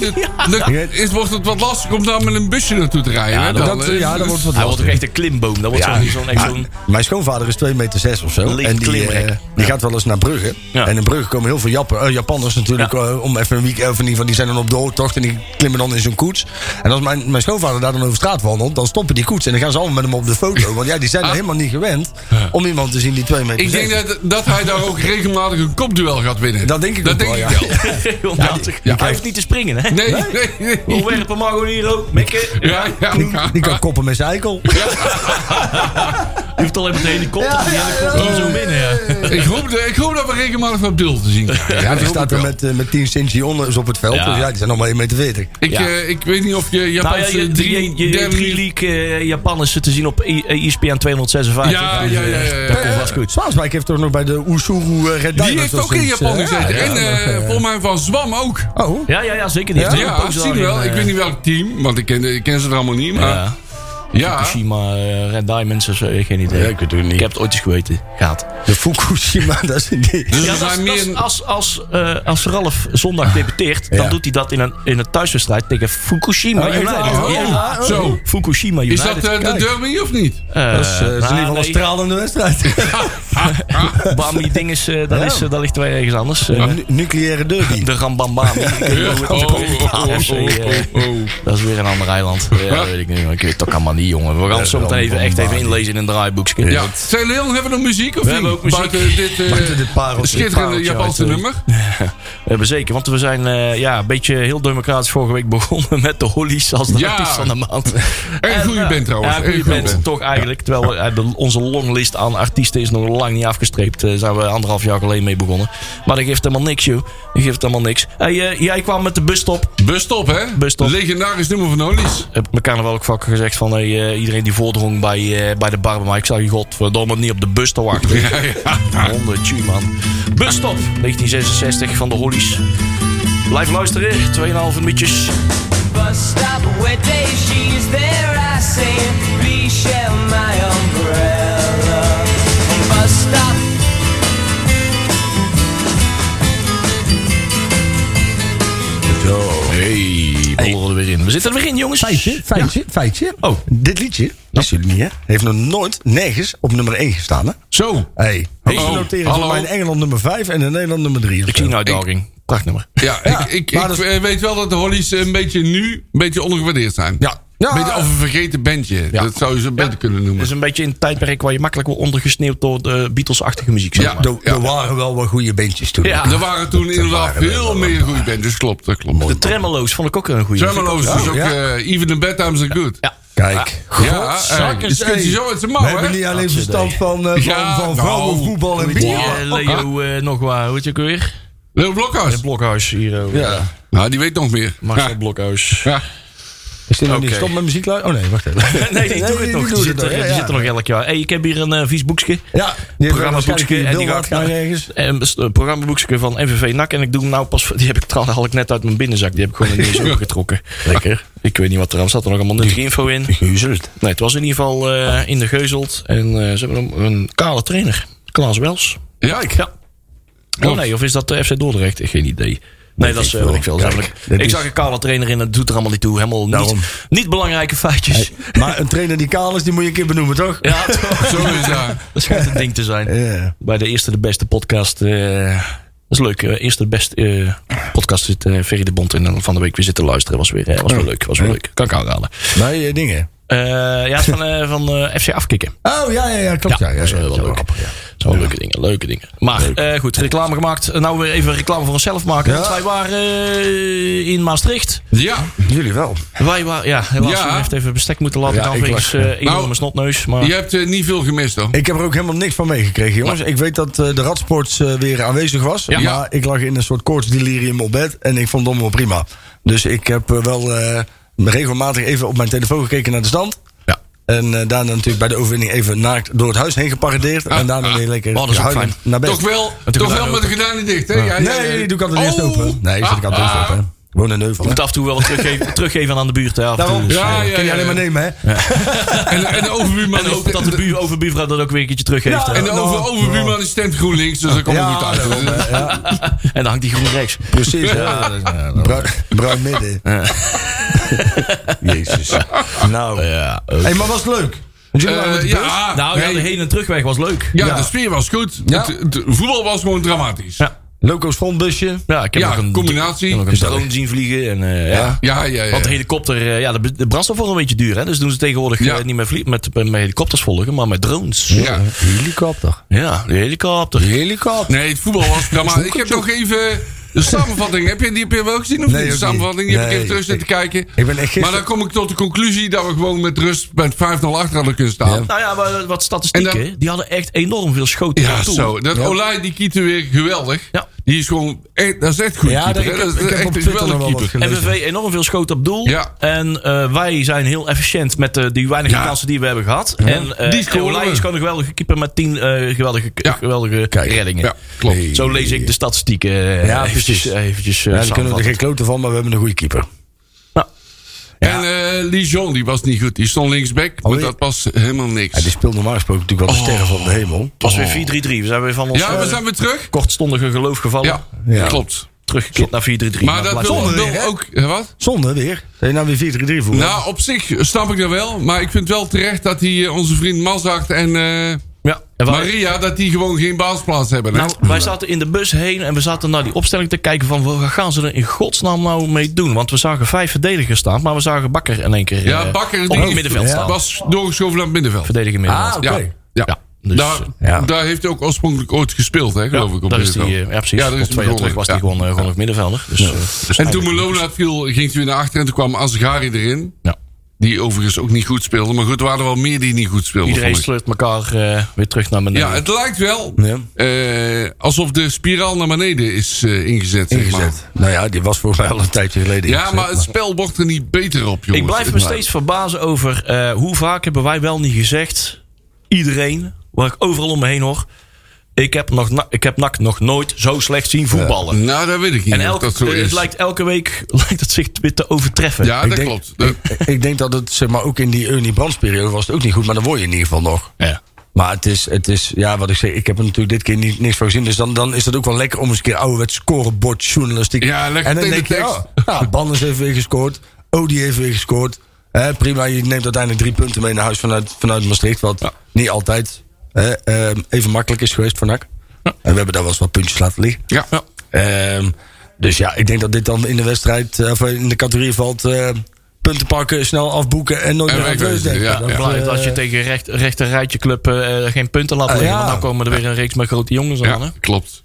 Speaker 5: lukt het- lukt- is- wordt het wat lastig om daar met een busje naartoe te rijden.
Speaker 3: Ja,
Speaker 5: hè,
Speaker 3: dat-
Speaker 5: dan,
Speaker 4: dat-
Speaker 5: eh,
Speaker 4: ja, dat
Speaker 5: dus-
Speaker 4: wordt wat
Speaker 3: Hij wordt ook echt
Speaker 4: lastig.
Speaker 3: een klimboom. Dat wordt
Speaker 4: Ja,
Speaker 3: zo'n zo'n echt zo'n-
Speaker 4: maar mijn schoonvader is 2,6 meter zes of zo.
Speaker 3: Licht
Speaker 4: En die,
Speaker 3: klimrek.
Speaker 4: eh, die gaat wel eens naar Brugge.
Speaker 3: Ja.
Speaker 4: En in Brugge komen heel veel Jappen, eh, Japanners natuurlijk.
Speaker 3: Ja.
Speaker 4: eh, om even een weekend, of in ieder geval, die zijn dan op de hoogtocht. En die klimmen dan in zo'n koets. En als mijn, mijn schoonvader daar dan over straat wandelt. dan stoppen die koets. En dan gaan ze allemaal met hem op de foto. Want ja, die zijn er helemaal niet gewend. om iemand te zien die 2
Speaker 5: Ah.
Speaker 4: meter
Speaker 5: dus Ik
Speaker 4: zes
Speaker 5: denk
Speaker 4: is.
Speaker 5: dat, dat hij daar ook regelmatig een kopduel gaat winnen.
Speaker 4: Dat denk ik
Speaker 5: dat
Speaker 4: ook
Speaker 5: denk
Speaker 4: wel,
Speaker 5: ik
Speaker 4: ja.
Speaker 5: wel.
Speaker 3: [LAUGHS] heel matig. Hij hoeft niet te springen, hè?
Speaker 5: Nee, nee, nee.
Speaker 3: Onderwerpen Margot Niro. Mikke.
Speaker 5: Ja, ja, ja.
Speaker 4: [LAUGHS] Oh. Die kan koppen met zijn eikel.
Speaker 3: Je hoeft alleen met de helikopter. Die helikopter om zo binnen, ja.
Speaker 5: Ik, hoop, dat- ik hoop dat we regelmatig wat beeld te zien krijgen.
Speaker 4: Ja,
Speaker 5: Dat
Speaker 4: die
Speaker 5: hoop ik
Speaker 4: staat er
Speaker 5: wel.
Speaker 4: met, eh, met 10 centimeters onder op het veld.
Speaker 3: Ja.
Speaker 4: Dus ja, die zijn allemaal 1,40 meter.
Speaker 5: Ik,
Speaker 3: Ja.
Speaker 5: eh, ik weet niet of je
Speaker 3: Nou ja,
Speaker 5: Japanse
Speaker 3: je drie, je,
Speaker 5: derde
Speaker 3: drie league eh, Japanners te zien op I- eh, ESPN 256.
Speaker 5: Ja,
Speaker 3: Dus,
Speaker 5: ja,
Speaker 3: eh,
Speaker 5: ja, ja, ja.
Speaker 3: Dat komt vast goed.
Speaker 4: Zwaanswijk heeft toch nog bij de Usuru eh, Red Diamonds.
Speaker 5: Die heeft
Speaker 4: of
Speaker 5: ook in
Speaker 4: zoiets,
Speaker 5: Japan
Speaker 4: eh,
Speaker 5: gezeten.
Speaker 4: ja,
Speaker 5: en
Speaker 4: ja,
Speaker 5: eh,
Speaker 4: ja.
Speaker 5: volgens mij van Zwam ook.
Speaker 4: Oh,
Speaker 3: Ja, ja, ja, zeker. Die
Speaker 4: Ja?
Speaker 3: heeft ook een
Speaker 5: Ja,
Speaker 3: poos
Speaker 5: zie je
Speaker 3: daarin,
Speaker 5: wel.
Speaker 3: eh,
Speaker 5: Ik weet niet welk team, want ik ken, ik ken ze er allemaal niet. Maar
Speaker 3: Ja.
Speaker 5: ja,
Speaker 3: Fukushima, eh, Red Diamonds of zo, ik geen idee.
Speaker 4: Ja, ik weet het ook niet.
Speaker 3: Ik heb het ooit eens geweten. Gaat.
Speaker 4: de Fukushima, dat is die.
Speaker 5: dus
Speaker 3: Ja,
Speaker 5: er
Speaker 3: dat is-
Speaker 5: zijn
Speaker 3: dat is-
Speaker 5: meer... Ah,
Speaker 3: als, als, eh, als Ralf zondag debuteert, dan
Speaker 4: Ja.
Speaker 3: doet hij dat in een, in een thuiswedstrijd tegen Fukushima
Speaker 4: Oh, echt
Speaker 3: United.
Speaker 4: waar?
Speaker 5: Oh,
Speaker 3: Ja.
Speaker 4: oh.
Speaker 5: Zo.
Speaker 3: Fukushima United.
Speaker 5: Is dat eh, de
Speaker 4: Kijk.
Speaker 5: derby of
Speaker 3: [LAUGHS]
Speaker 5: niet?
Speaker 3: Eh,
Speaker 4: Dat is, eh, is in ieder
Speaker 3: nou,
Speaker 4: geval een
Speaker 3: nee.
Speaker 4: stralende wedstrijd.
Speaker 3: [LAUGHS] Bami ding is, eh, dat,
Speaker 4: Ja.
Speaker 3: is eh, dat ligt weer ergens anders. Eh,
Speaker 4: Nu- Nucleaire derby.
Speaker 3: De Rambambami. Ik weet niet hoe het
Speaker 5: Oh,
Speaker 3: ook weer
Speaker 5: oh, oh,
Speaker 3: is. AFC, eh,
Speaker 5: oh, oh.
Speaker 3: Dat is weer een ander eiland. Ja, dat weet ik niet. maar Ik weet het ook allemaal niet, jongen. We gaan het zo meteen even, echt even inlezen in een draaiboekje.
Speaker 5: Ja. Zijn Leon, hebben we nog muziek
Speaker 3: We
Speaker 5: of niet?
Speaker 3: hebben ook muziek.
Speaker 5: Buiten dit, eh,
Speaker 4: Buiten dit pareltje,
Speaker 5: schitterende
Speaker 4: pareltje
Speaker 5: Japanse
Speaker 4: uit, eh,
Speaker 5: nummer.
Speaker 3: We hebben zeker, want we zijn eh, ja, een beetje heel democratisch vorige week [LAUGHS] begonnen met de Hollies als de
Speaker 5: Ja.
Speaker 3: artiest van de maand.
Speaker 5: En [LAUGHS] een goede
Speaker 3: eh,
Speaker 5: band trouwens.
Speaker 3: Ja,
Speaker 5: En een
Speaker 3: goede
Speaker 5: goede
Speaker 3: band
Speaker 5: band.
Speaker 3: toch eigenlijk. Terwijl we, eh, de- onze longlist aan artiesten is nog lang niet afgestreept. Daar zijn we anderhalf jaar geleden mee begonnen. Maar dat geeft helemaal niks, joh. Dat geeft helemaal niks. Hey, eh, jij kwam met de busstop.
Speaker 5: Busstop, hè?
Speaker 3: Busstop.
Speaker 5: Legendarisch nummer van Hollies.
Speaker 3: Heb ik elkaar wel ook vaak gezegd van hey, eh, iedereen die voordrong bij, eh, bij de bar. bij mij, ik zou je godverdomme niet op de bus te
Speaker 5: [LAUGHS]
Speaker 3: wachten.
Speaker 5: Ja, ja.
Speaker 3: Honden, tjie, man. Busstop 1966 van de Hollies. Blijf luisteren, 2,5 minuutjes.
Speaker 1: bus stop wet day she's there I say please share my umbrella bus stop
Speaker 3: Hey, bollen er weer in. We zitten er weer in, jongens.
Speaker 4: Feitje, feitje, feitje.
Speaker 3: Oh.
Speaker 4: Dit liedje, wisten jullie niet hè? Heeft nog nooit, nergens, op nummer 1 gestaan hè?
Speaker 5: Zo.
Speaker 4: Hey,
Speaker 5: Hallo,
Speaker 4: ze noteren
Speaker 5: hallo.
Speaker 4: voor mij in Engeland nummer 5 en in Nederland nummer 3.
Speaker 3: Ik zie nou- een uitdaging. Prachtnummer.
Speaker 5: Ja,
Speaker 4: Ja,
Speaker 5: ik, ik,
Speaker 4: maar
Speaker 5: ik
Speaker 4: dat-
Speaker 5: eh, weet wel dat de Hollies een beetje nu een beetje ondergewaardeerd zijn.
Speaker 4: Ja. Ja.
Speaker 5: Beetje of een vergeten bandje. Dat zou je zo beter kunnen
Speaker 3: Dat
Speaker 5: noemen.
Speaker 3: is een beetje een tijdperk waar je makkelijk wordt ondergesneeuwd door de Beatles-achtige muziek. Zeg
Speaker 5: Ja,
Speaker 3: maar.
Speaker 5: dat-
Speaker 4: Er er waren wel wat goede bandjes toen.
Speaker 3: Ja.
Speaker 5: er waren toen inderdaad
Speaker 4: waren
Speaker 5: veel meer goede bands. Dus klopt, dat klopt.
Speaker 3: De tremolo's vond ik ook een goede.
Speaker 5: Tremolo's is ook
Speaker 4: ja.
Speaker 5: eh, Even the Bad Times Are Good.
Speaker 3: Ja.
Speaker 4: Kijk.
Speaker 5: Ja, eh, dus kunt je zo uit zijn
Speaker 4: We
Speaker 5: mouw,
Speaker 4: hebben niet
Speaker 5: hè?
Speaker 4: alleen
Speaker 3: Dat is het
Speaker 4: verstand van, eh, van,
Speaker 5: Ja,
Speaker 4: van
Speaker 5: nou.
Speaker 4: vrouwen, voetbal en
Speaker 3: Die,
Speaker 4: bier.
Speaker 3: eh, Leo eh, nog waar, hoe heet je ook weer?
Speaker 5: Leo Blokhuis.
Speaker 3: Blokhuis hier. eh,
Speaker 4: Ja.
Speaker 5: Nou, die weet nog meer.
Speaker 3: Marcel Blokhuis.
Speaker 5: Ja.
Speaker 4: Is dit nog niet
Speaker 3: Oké.
Speaker 4: stop met muziek lu- Oh nee, wacht even.
Speaker 3: [LAUGHS] Nee, die doet
Speaker 4: die
Speaker 3: het nog.
Speaker 4: doet
Speaker 3: Die
Speaker 4: het
Speaker 3: zit er-
Speaker 4: nog, ja,
Speaker 3: die
Speaker 4: ja.
Speaker 3: zit er nog elk jaar. Hey, ik heb hier een eh, vies boekje.
Speaker 4: Ja,
Speaker 3: Programmaboekje. En die gaat
Speaker 4: nou ergens.
Speaker 3: Ehm, st- een programmaboekje van MVV NAC. En ik doe hem nou pas... Die heb ik trouwens haal ik net uit mijn binnenzak. Die heb ik gewoon in
Speaker 4: [LAUGHS]
Speaker 3: deze getrokken. Lekker. Ik weet niet wat er aan zat. Er nog allemaal nuttige info in.
Speaker 4: Geuzeld.
Speaker 3: Nee, het was in ieder geval eh, in de geuzeld. En eh, ze hebben een, een kale trainer. Klaas Wels.
Speaker 5: Ja, ik.
Speaker 3: Ja. Oh
Speaker 5: Klopt.
Speaker 3: nee, of is dat de FC Dordrecht? Geen idee. Nee, dat is eh,
Speaker 4: veel.
Speaker 3: weet ik veel.
Speaker 4: Kijk,
Speaker 3: Namelijk,
Speaker 4: dat
Speaker 3: ik
Speaker 4: is-
Speaker 3: zag een kale trainer in, dat doet er allemaal niet toe. Helemaal
Speaker 4: Daarom.
Speaker 3: niet, niet belangrijke feitjes.
Speaker 4: Maar een trainer die kaal is, die moet je een keer benoemen, toch?
Speaker 3: Ja, toch.
Speaker 5: Zo is dat.
Speaker 3: dat schijnt
Speaker 4: [LAUGHS]
Speaker 3: een ding te zijn.
Speaker 4: Ja.
Speaker 3: Bij de Eerste de Beste podcast. eh, dat is leuk. eh, Eerste de Beste eh, podcast zit eh Ferry de Bond in. En van de week weer zitten luisteren. Was weer, eh, was weer leuk. Was weer leuk. Kan ik aanraden.
Speaker 4: Bij eh, dingen.
Speaker 3: Eh, ja, het is van, eh, van eh, FC Afkikken.
Speaker 4: Oh, ja, ja, ja, klopt. Ja, ja,
Speaker 3: dat is wel
Speaker 4: ja,
Speaker 3: leuk.
Speaker 4: grappig, ja.
Speaker 3: Dat zijn wel leuke dingen, leuke dingen. Maar eh, goed, reclame gemaakt. Nou weer even reclame voor onszelf maken.
Speaker 4: Ja.
Speaker 3: Want wij waren eh, in Maastricht.
Speaker 5: Ja,
Speaker 4: Jullie wel.
Speaker 3: Wij waren, ja, helaas
Speaker 5: Ja.
Speaker 3: Jeroen heeft even bestek moeten laten.
Speaker 4: Ja,
Speaker 3: Ja,
Speaker 4: ik
Speaker 3: wegens
Speaker 4: lag-
Speaker 3: eh enorme
Speaker 5: Nou,
Speaker 3: snotneus. Maar
Speaker 5: je hebt eh, niet veel gemist hoor.
Speaker 4: Ik heb er ook helemaal niks van meegekregen, jongens. Ik weet dat eh, de Radsports eh, weer aanwezig was.
Speaker 5: Ja.
Speaker 4: Maar ik lag in een soort koortsdelirium op bed. En ik vond het allemaal prima. Dus ik heb eh, wel eh, regelmatig even op mijn telefoon gekeken naar de stand.
Speaker 3: ja.
Speaker 4: En eh, daarna natuurlijk bij de overwinning even naakt door het huis heen geparadeerd. en daarna weer lekker
Speaker 3: Oh, dat is ook
Speaker 4: huilend
Speaker 3: fijn.
Speaker 4: naar bed.
Speaker 5: Toch wel,
Speaker 3: de
Speaker 5: toch
Speaker 3: gordijn
Speaker 5: wel met de gedaan dicht, hè? Ja, ja, ja.
Speaker 4: Nee, doe ik altijd eerst
Speaker 5: Oh.
Speaker 4: open. Nee, zet ik altijd
Speaker 5: Ah,
Speaker 4: eerst
Speaker 5: ah.
Speaker 4: open. hè. Gewoon een neuvel. hè.
Speaker 3: moet af en toe wel wat teruggeven, teruggeven aan de buurt. Hè, af en toe.
Speaker 4: Daarom
Speaker 3: Dus,
Speaker 5: Ja,
Speaker 3: eh,
Speaker 5: ja,
Speaker 4: kan je
Speaker 5: ja,
Speaker 4: alleen
Speaker 5: ja.
Speaker 4: maar nemen, hè?
Speaker 5: En, en de
Speaker 4: [LAUGHS]
Speaker 5: overbuurman
Speaker 3: En hoop
Speaker 5: ook.
Speaker 3: dat de buur, overbuurvrouw dat ook weer een keertje teruggeeft.
Speaker 4: Ja,
Speaker 3: hè.
Speaker 5: En
Speaker 4: [LAUGHS]
Speaker 5: de over, overbuurman die stemt GroenLinks, dus dat komt
Speaker 4: Ja,
Speaker 5: goed uit.
Speaker 4: daarom, hè. Ja,
Speaker 3: [LAUGHS] en dan hangt die groen rechts.
Speaker 4: precies. Ja. Bruin, bruin midden. Jezus. Nou.
Speaker 3: Ja,
Speaker 4: Hey, maar was het leuk? Want jullie waren met
Speaker 5: Eh,
Speaker 4: de bus?
Speaker 5: ja,
Speaker 3: nou ja,
Speaker 5: nee.
Speaker 3: de heen- en terugweg was leuk.
Speaker 5: ja, dus- de sfeer was goed.
Speaker 4: Ja.
Speaker 5: Het, het voetbal was gewoon dramatisch. Ja,
Speaker 3: Ja,
Speaker 4: Loco's frontbusje.
Speaker 3: ja ik heb
Speaker 5: Ja,
Speaker 3: ook een,
Speaker 5: combinatie.
Speaker 3: Ik heb ook een
Speaker 4: Gezellig.
Speaker 3: drone zien vliegen. En, eh, ja.
Speaker 5: ja, ja.
Speaker 3: Want de helikopter, eh, ja, de, be- de brandstof wordt een beetje duur. Hè? Dus doen ze tegenwoordig
Speaker 5: Ja.
Speaker 3: eh, niet meer vlie- met, met helikopters volgen, maar met drones. Ja,
Speaker 5: Ja.
Speaker 4: Helikopter.
Speaker 3: de helikopter.
Speaker 4: Helikopter.
Speaker 5: Nee, het voetbal
Speaker 4: [LAUGHS]
Speaker 5: was dramatisch. Ik heb nog even de samenvatting. Heb je die heb je wel gezien? Of
Speaker 4: Nee,
Speaker 5: niet?
Speaker 4: ook
Speaker 5: De
Speaker 4: niet.
Speaker 5: samenvatting. Die heb ik
Speaker 4: Nee,
Speaker 5: even terug zitten kijken.
Speaker 4: Ik ben echt
Speaker 5: Maar dan
Speaker 4: gisteren...
Speaker 5: kom ik tot de conclusie dat we gewoon met rust met 5-0 achter hadden kunnen staan.
Speaker 3: Nou ja, maar wat
Speaker 5: En
Speaker 3: statistieken.
Speaker 5: dan-
Speaker 3: Die hadden echt enorm veel schoten.
Speaker 5: Ja,
Speaker 3: naartoe.
Speaker 5: zo. Dat Olij, die keeper weer geweldig.
Speaker 3: Ja.
Speaker 5: Die is gewoon... Echt, dat is echt goed
Speaker 4: Ja,
Speaker 5: keeper.
Speaker 4: dat-
Speaker 5: hè.
Speaker 4: ik heb-
Speaker 5: dat is
Speaker 4: ik heb
Speaker 5: echt
Speaker 4: op
Speaker 5: een
Speaker 4: Twitter
Speaker 5: geweldig
Speaker 4: nog wel wat
Speaker 5: keeper.
Speaker 4: gelezen.
Speaker 3: MVV enorm veel schoten op doel.
Speaker 5: Ja.
Speaker 3: En eh, wij zijn heel efficiënt met eh, die weinige
Speaker 5: Ja.
Speaker 3: kansen die we hebben gehad. En eh
Speaker 5: Die scoren
Speaker 3: Olij
Speaker 5: we.
Speaker 3: is gewoon een geweldige keeper met tien eh, geweldige,
Speaker 5: Ja.
Speaker 3: geweldige reddingen.
Speaker 5: Ja, klopt.
Speaker 3: Zo lees ik de statistieken. eh,
Speaker 4: Ja,
Speaker 3: eventjes,
Speaker 4: precies.
Speaker 3: eventjes, eh,
Speaker 4: Ja, daar kunnen we er geen
Speaker 3: samenvatten.
Speaker 4: kloten van, maar we hebben een goede keeper.
Speaker 3: Nou,
Speaker 5: En eh Lijon, die was niet goed. Die stond linksback,
Speaker 4: Oh,
Speaker 5: maar
Speaker 4: nee.
Speaker 5: dat was helemaal
Speaker 4: Ja,
Speaker 5: niks.
Speaker 4: die speelt normaal gesproken natuurlijk wel de sterren van de hemel.
Speaker 3: het was weer 4-3-3. We zijn weer van ons
Speaker 5: Oh. Ja, we
Speaker 3: eh,
Speaker 5: zijn weer terug.
Speaker 3: kortstondige geloof gevallen.
Speaker 5: Ja,
Speaker 4: Ja.
Speaker 5: klopt.
Speaker 3: Teruggeklikt naar 4-3-3.
Speaker 5: Maar dat
Speaker 3: blijft
Speaker 5: wil,
Speaker 3: wel-
Speaker 5: wil ook... eh, Wat?
Speaker 4: Zonde weer. Dat je nou weer 4-3-3 voelt.
Speaker 5: Nou, op zich snap ik dat wel. Maar ik vind wel terecht dat die, eh, onze vriend Mazart en eh,
Speaker 3: Ja, en wij-
Speaker 5: Maria... dat die gewoon geen baasplaats hebben. hè.
Speaker 3: Nou, wij zaten in de bus heen en we zaten naar die opstelling te kijken van wat gaan ze er in godsnaam nou mee doen? Want we zagen vijf verdedigers staan, maar we zagen Bakker in één keer
Speaker 5: ja,
Speaker 3: eh,
Speaker 5: Bakker
Speaker 3: op het
Speaker 5: die
Speaker 3: middenveld
Speaker 5: is-
Speaker 3: staan.
Speaker 5: was doorgeschoven naar het middenveld.
Speaker 3: Verdediger middenveld.
Speaker 4: Ah, oké.
Speaker 5: Ja, ja.
Speaker 3: Ja, dus,
Speaker 5: daar,
Speaker 4: ja.
Speaker 5: daar heeft hij ook oorspronkelijk ooit gespeeld, hè, geloof ik. Op
Speaker 3: daar is die,
Speaker 5: middenveld.
Speaker 3: eh, ja, precies.
Speaker 5: Ja, daar is
Speaker 3: Op
Speaker 5: die
Speaker 3: twee jaar terug
Speaker 5: begonnen,
Speaker 3: was hij
Speaker 5: ja.
Speaker 3: gewoon, eh, gewoon nog middenvelder. Dus, eh, dus
Speaker 5: En toen
Speaker 3: eigenlijk-
Speaker 5: Melona viel, ging hij weer naar achter en toen kwam Azegari erin.
Speaker 3: Ja.
Speaker 5: Die overigens ook niet goed speelde. Maar goed, er waren wel meer die niet goed speelden.
Speaker 3: Iedereen
Speaker 5: vond ik.
Speaker 3: sleurt elkaar eh, weer terug naar beneden.
Speaker 5: Ja, het lijkt wel
Speaker 4: Ja.
Speaker 5: eh, alsof de spiraal naar beneden is eh, ingezet. zeg maar.
Speaker 4: Ingezet. Nou ja, die was volgens mij al een tijdje geleden
Speaker 5: Ja,
Speaker 4: ingezet,
Speaker 5: maar het spel wordt er niet beter op, jongens.
Speaker 3: Ik blijf me
Speaker 5: Maar-
Speaker 3: steeds verbazen over eh, hoe vaak hebben wij wel niet gezegd. Iedereen, waar ik overal om me heen hoor. Ik heb, nog, na- ik heb NAC nog nooit zo slecht zien voetballen.
Speaker 5: Nou, dat weet ik niet.
Speaker 3: En
Speaker 5: of
Speaker 3: elk,
Speaker 5: dat zo
Speaker 3: eh,
Speaker 5: is.
Speaker 3: het lijkt elke week [LAUGHS] lijkt het zich weer te overtreffen.
Speaker 5: ja,
Speaker 4: Ik
Speaker 5: dat
Speaker 4: denk-
Speaker 5: klopt. Eh, Dat-
Speaker 4: Ik denk dat het, zeg maar, ook in die Ernie Brandsperiode was het ook niet goed. Maar dan word je in ieder geval nog.
Speaker 3: Ja.
Speaker 4: Maar het is, het is, ja, wat ik zeg, ik heb er natuurlijk dit keer niet, niks van gezien. Dus dan, dan is het ook wel lekker om eens een keer ouderwets scorebord journalistiek.
Speaker 5: Ja, lekker
Speaker 4: en dan
Speaker 5: tegen
Speaker 4: denk
Speaker 5: de
Speaker 4: je,
Speaker 5: tekst.
Speaker 4: oh, nou, Banners heeft weer gescoord. Odi heeft weer gescoord. Hè, prima, je neemt uiteindelijk drie punten mee naar huis vanuit, vanuit Maastricht. Wat niet altijd hè, ehm, even makkelijk is geweest voor NAC. En we hebben daar wel eens wat puntjes laten liggen.
Speaker 5: ja. ja.
Speaker 4: Ehm, dus ja, ik denk dat dit dan in de wedstrijd, eh, of in de categorie valt... eh, punten pakken, snel afboeken en nooit
Speaker 5: En
Speaker 4: meer aan het
Speaker 5: wegwezen,
Speaker 4: leus denken.
Speaker 5: ja,
Speaker 4: Dat,
Speaker 5: ja.
Speaker 3: Belangrijk
Speaker 4: eh,
Speaker 3: dat je tegen recht, rechter rijtje club eh, geen punten laat
Speaker 4: Ah,
Speaker 3: liggen.
Speaker 4: ja.
Speaker 3: Want dan komen er weer een reeks met grote jongens aan. Hè?
Speaker 5: klopt.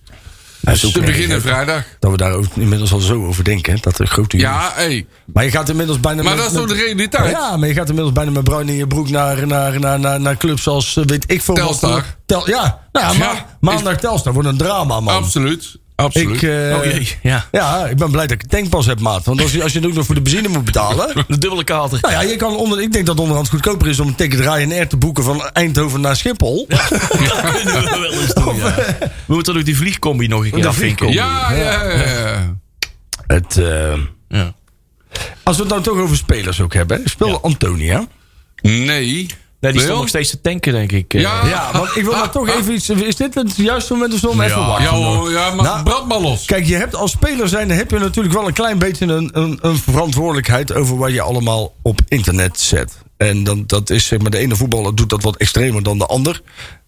Speaker 4: dat is ook
Speaker 5: Ze
Speaker 4: erg,
Speaker 5: beginnen
Speaker 4: hè.
Speaker 5: vrijdag.
Speaker 4: Dat we daar ook inmiddels al zo over denken. hè, Dat de grote jongens-
Speaker 5: Ja, hé.
Speaker 4: Maar je gaat inmiddels bijna.
Speaker 5: Maar
Speaker 4: met-
Speaker 5: dat is toch de
Speaker 4: met-
Speaker 5: realiteit?
Speaker 4: Ja, maar je gaat inmiddels bijna met bruin in je broek naar, naar, naar, naar, naar clubs als eh, weet ik veel. wat-
Speaker 5: Telstar.
Speaker 4: Tel, ja, nou ja, ma-
Speaker 5: Ja.
Speaker 4: maandag Telstar wordt een drama, man.
Speaker 5: Absoluut. Absoluut.
Speaker 4: Ik, eh,
Speaker 3: oh jee, ja.
Speaker 4: ja, ik ben blij dat ik een tankpas heb, maat. Want als je, als je het ook nog voor de benzine moet betalen...
Speaker 3: De dubbele kater. [LAUGHS]
Speaker 4: Nou ja, je kan onder, ik denk dat het onderhand goedkoper is om een ticket Ryanair te boeken van Eindhoven naar Schiphol.
Speaker 3: Dat kunnen we wel eens doen, ja. eh, We moeten ook die vliegcombi nog een keer
Speaker 4: De
Speaker 3: afvinken.
Speaker 5: ja, ja, ja, ja.
Speaker 4: Het, eh,
Speaker 3: Ja.
Speaker 4: als we het dan toch over spelers ook hebben. hè. Speelde Antonia.
Speaker 5: Nee.
Speaker 3: Nee, die stond
Speaker 5: Wil?
Speaker 3: nog steeds te tanken, denk ik. eh.
Speaker 5: Ja.
Speaker 4: Ja, Ah. want ik wil daar toch even iets... Is dit het juiste moment of zo om even wachten?
Speaker 5: Ja, hoor, ja maar
Speaker 4: Ah, Nou,
Speaker 5: brand maar los.
Speaker 4: Kijk, je hebt als speler zijn heb je natuurlijk wel een klein beetje een, een, een verantwoordelijkheid over wat je allemaal op internet zet. En dan, dat is zeg maar de ene voetballer doet dat wat extremer dan de ander.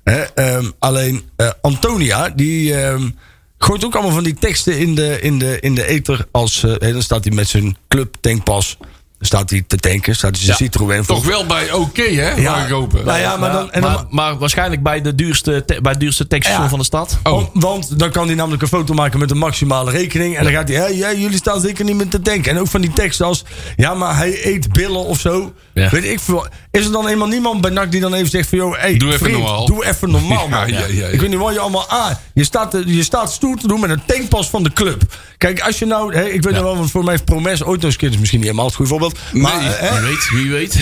Speaker 4: Hè, ehm, alleen eh, Antonia, die ehm, gooit ook allemaal van die teksten in de, in de, in de ether. Als, eh, hè, dan staat hij met zijn club tankpas. Staat hij te tanken, staat hij zijn Citroën. voor-
Speaker 5: Toch wel bij oké, hè? Ja. ik hopen.
Speaker 4: Nou ja, maar dan, en dan,
Speaker 3: maar, maar waarschijnlijk bij, de duurste, te- bij het duurste tankstation
Speaker 4: Ja.
Speaker 3: van de stad.
Speaker 5: Oh.
Speaker 4: Want, want dan kan hij namelijk een foto maken met een maximale rekening. En dan gaat hij, hé, jij, jullie staan zeker niet meer te denken. En ook van die tekst als, ja, maar hij eet billen of zo.
Speaker 3: Ja.
Speaker 4: Weet ik veel. Is er dan eenmaal niemand bij NAC die dan even zegt van, joh, hey,
Speaker 5: Doe even
Speaker 4: vriend,
Speaker 5: normaal.
Speaker 4: Doe even normaal,
Speaker 5: Ja,
Speaker 4: man.
Speaker 5: ja, ja, ja.
Speaker 4: Ik weet niet wat je allemaal aan. je, staat, te- je staat stoer te doen met een tankpas van de club. Kijk, als je nou, hè, ik weet nog wel, want voor mij heeft Promes ooit nog eens een keer, dat is misschien niet helemaal het goede voorbeeld. Maar, eh,
Speaker 5: Nee.
Speaker 4: hè,
Speaker 3: Wie weet, wie weet.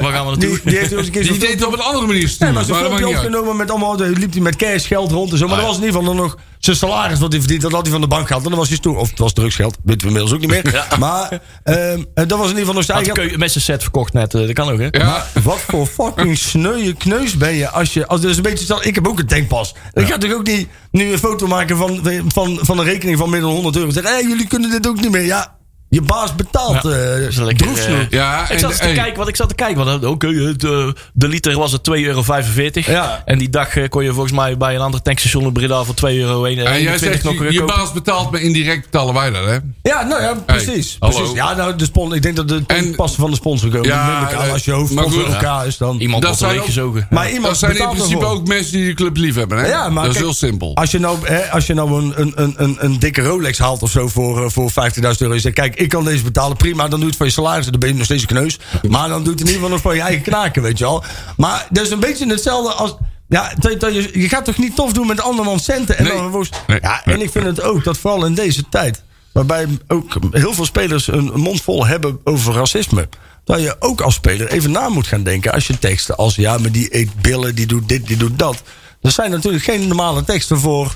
Speaker 3: Waar gaan we naartoe?
Speaker 4: Eh, die, die heeft nog eens een keer
Speaker 5: Die
Speaker 4: zo'n
Speaker 5: deed het op een andere manier
Speaker 4: Nee,
Speaker 5: sturen.
Speaker 4: maar ze
Speaker 5: maar dat maakt
Speaker 4: filmpje
Speaker 5: niet uit.
Speaker 4: opgenomen met allemaal... de- liep hij met cash geld rond en zo. Maar
Speaker 3: Ah,
Speaker 4: dat
Speaker 3: ja.
Speaker 4: was in ieder geval dan nog zijn salaris wat hij verdient. Dat had hij van de bank gehad. En dan was hij stoer. Of het was drugsgeld. Weten we inmiddels ook niet meer. Maar ehm, eh, dat was in ieder geval nog zijn
Speaker 3: [LAUGHS] Had
Speaker 4: eigen...
Speaker 3: de met zijn set verkocht net. eh, Dat kan ook, hè?
Speaker 5: Ja.
Speaker 4: Wat voor fucking sneuwe kneus ben je als je... Als, dat is een beetje, stel, ik heb ook een tankpas. Ik ga toch ook niet nu een foto maken van, van, van een rekening van meer dan 100 euro. Zeggen, hé, jullie kunnen dit ook niet meer. Ja, je baas betaalt.
Speaker 3: Ja,
Speaker 4: eh,
Speaker 3: Dat is lekker,
Speaker 4: droefsnoer.
Speaker 3: eh,
Speaker 5: Ja,
Speaker 3: ik
Speaker 5: en-
Speaker 3: zat eens te
Speaker 5: hey.
Speaker 3: kijken, want ik zat te kijken. want, eh, Oké, het, eh, de liter was het 2,45 euro.
Speaker 4: Ja.
Speaker 3: En die dag eh, kon je volgens mij bij een ander tankstation in Breda voor 2,21 euro
Speaker 5: En jij zegt,
Speaker 3: nog
Speaker 5: je,
Speaker 3: weer
Speaker 5: je
Speaker 3: kopen.
Speaker 5: baas betaalt, maar indirect betalen wij dat, hè?
Speaker 4: Ja, nou ja, precies.
Speaker 5: hallo.
Speaker 4: precies. Ja, nou, de spon, ik denk dat de
Speaker 5: En-
Speaker 4: pas van de sponsor komen.
Speaker 5: Ja,
Speaker 4: Ja,
Speaker 5: eh,
Speaker 4: als je
Speaker 5: maar
Speaker 4: hoofdsponsor
Speaker 5: goed,
Speaker 4: elkaar is dan...
Speaker 3: Iemand
Speaker 5: dat
Speaker 3: wordt er
Speaker 5: zijn ook-
Speaker 3: gezogen.
Speaker 4: Maar iemand
Speaker 5: Dat zijn in
Speaker 4: betaalt
Speaker 5: principe
Speaker 4: ervoor.
Speaker 5: ook mensen die de club lief hebben, hè?
Speaker 4: Ja, maar
Speaker 5: dat is
Speaker 4: kijk,
Speaker 5: heel simpel.
Speaker 4: Als je nou, hè, als je nou een, een, een, een, een dikke Rolex haalt of zo voor, eh, voor 15.000 euro. Je zegt, kijk, ik kan deze betalen, prima. Dan doe je het van je salaris. Dan ben je nog steeds een kneus. Maar dan doet het in ieder geval nog van je eigen knaken, weet je wel. Maar dat is een beetje hetzelfde als... Ja, dat- dat je, je gaat toch niet tof doen met andermans centen? En,
Speaker 5: Nee.
Speaker 4: dan vervolgens-
Speaker 5: Nee.
Speaker 4: ja, en ik vind het ook, dat vooral in deze tijd... waarbij ook heel veel spelers een mond vol hebben over racisme... dat je ook als speler even na moet gaan denken... als je teksten als, ja, maar die eet billen, die doet dit, die doet dat... dat zijn natuurlijk geen normale teksten voor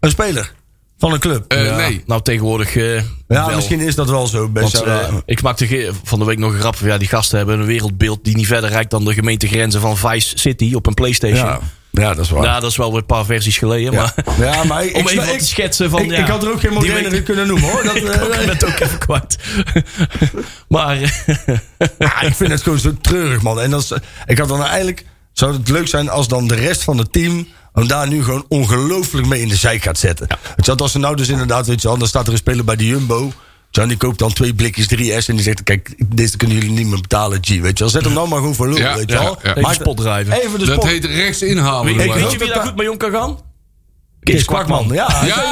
Speaker 4: een speler van een club.
Speaker 5: Eh,
Speaker 3: Ja,
Speaker 5: nee.
Speaker 3: Nou, tegenwoordig. eh,
Speaker 4: ja,
Speaker 3: wel.
Speaker 4: misschien is dat wel zo. Best
Speaker 3: Want, eh, ik maakte ge- van de week nog een grap van ja, die gasten hebben een wereldbeeld die niet verder reikt dan de gemeentegrenzen van Vice City op een PlayStation.
Speaker 4: ja.
Speaker 3: Ja,
Speaker 4: ja, dat is waar.
Speaker 3: dat is wel weer een paar versies geleden.
Speaker 4: Ja.
Speaker 3: Maar
Speaker 4: Ja, maar
Speaker 3: [LAUGHS]
Speaker 4: ik-
Speaker 3: om
Speaker 4: ik-
Speaker 3: even wat
Speaker 4: ik-
Speaker 3: te schetsen van.
Speaker 4: ik,
Speaker 3: ja,
Speaker 4: ik had er ook geen
Speaker 3: die
Speaker 4: modellen
Speaker 3: weet-
Speaker 4: in kunnen
Speaker 3: [LAUGHS]
Speaker 4: noemen, hoor. Dat, eh,
Speaker 3: ik ben het ook even kwijt. [LAUGHS] maar eh,
Speaker 4: Ah, ik vind het gewoon zo treurig, man. En dat is, ik had dan eigenlijk. Zou het leuk zijn als dan de rest van het team. hem daar nu gewoon ongelooflijk mee in de zijk gaat zetten. Het zat als ze nou dus inderdaad, weet je wel, dan staat er een speler bij de Jumbo. Zo, en die koopt dan twee blikjes 3S en die zegt: Kijk, deze kunnen jullie niet meer betalen, G. Weet je wel, zet hem nou maar gewoon voor lul,
Speaker 5: Ja,
Speaker 4: weet je
Speaker 5: ja,
Speaker 4: wel.
Speaker 5: ja.
Speaker 3: [LAUGHS] even
Speaker 4: Maakt-
Speaker 3: spot drijven.
Speaker 4: Even de
Speaker 5: Dat
Speaker 4: spot.
Speaker 5: heet rechts inhalen.
Speaker 3: weet,
Speaker 5: hoor.
Speaker 3: weet je wie
Speaker 4: dat-
Speaker 3: daar goed mee om kan gaan?
Speaker 4: Kees Kwakman. Ja,
Speaker 5: Ja, ja,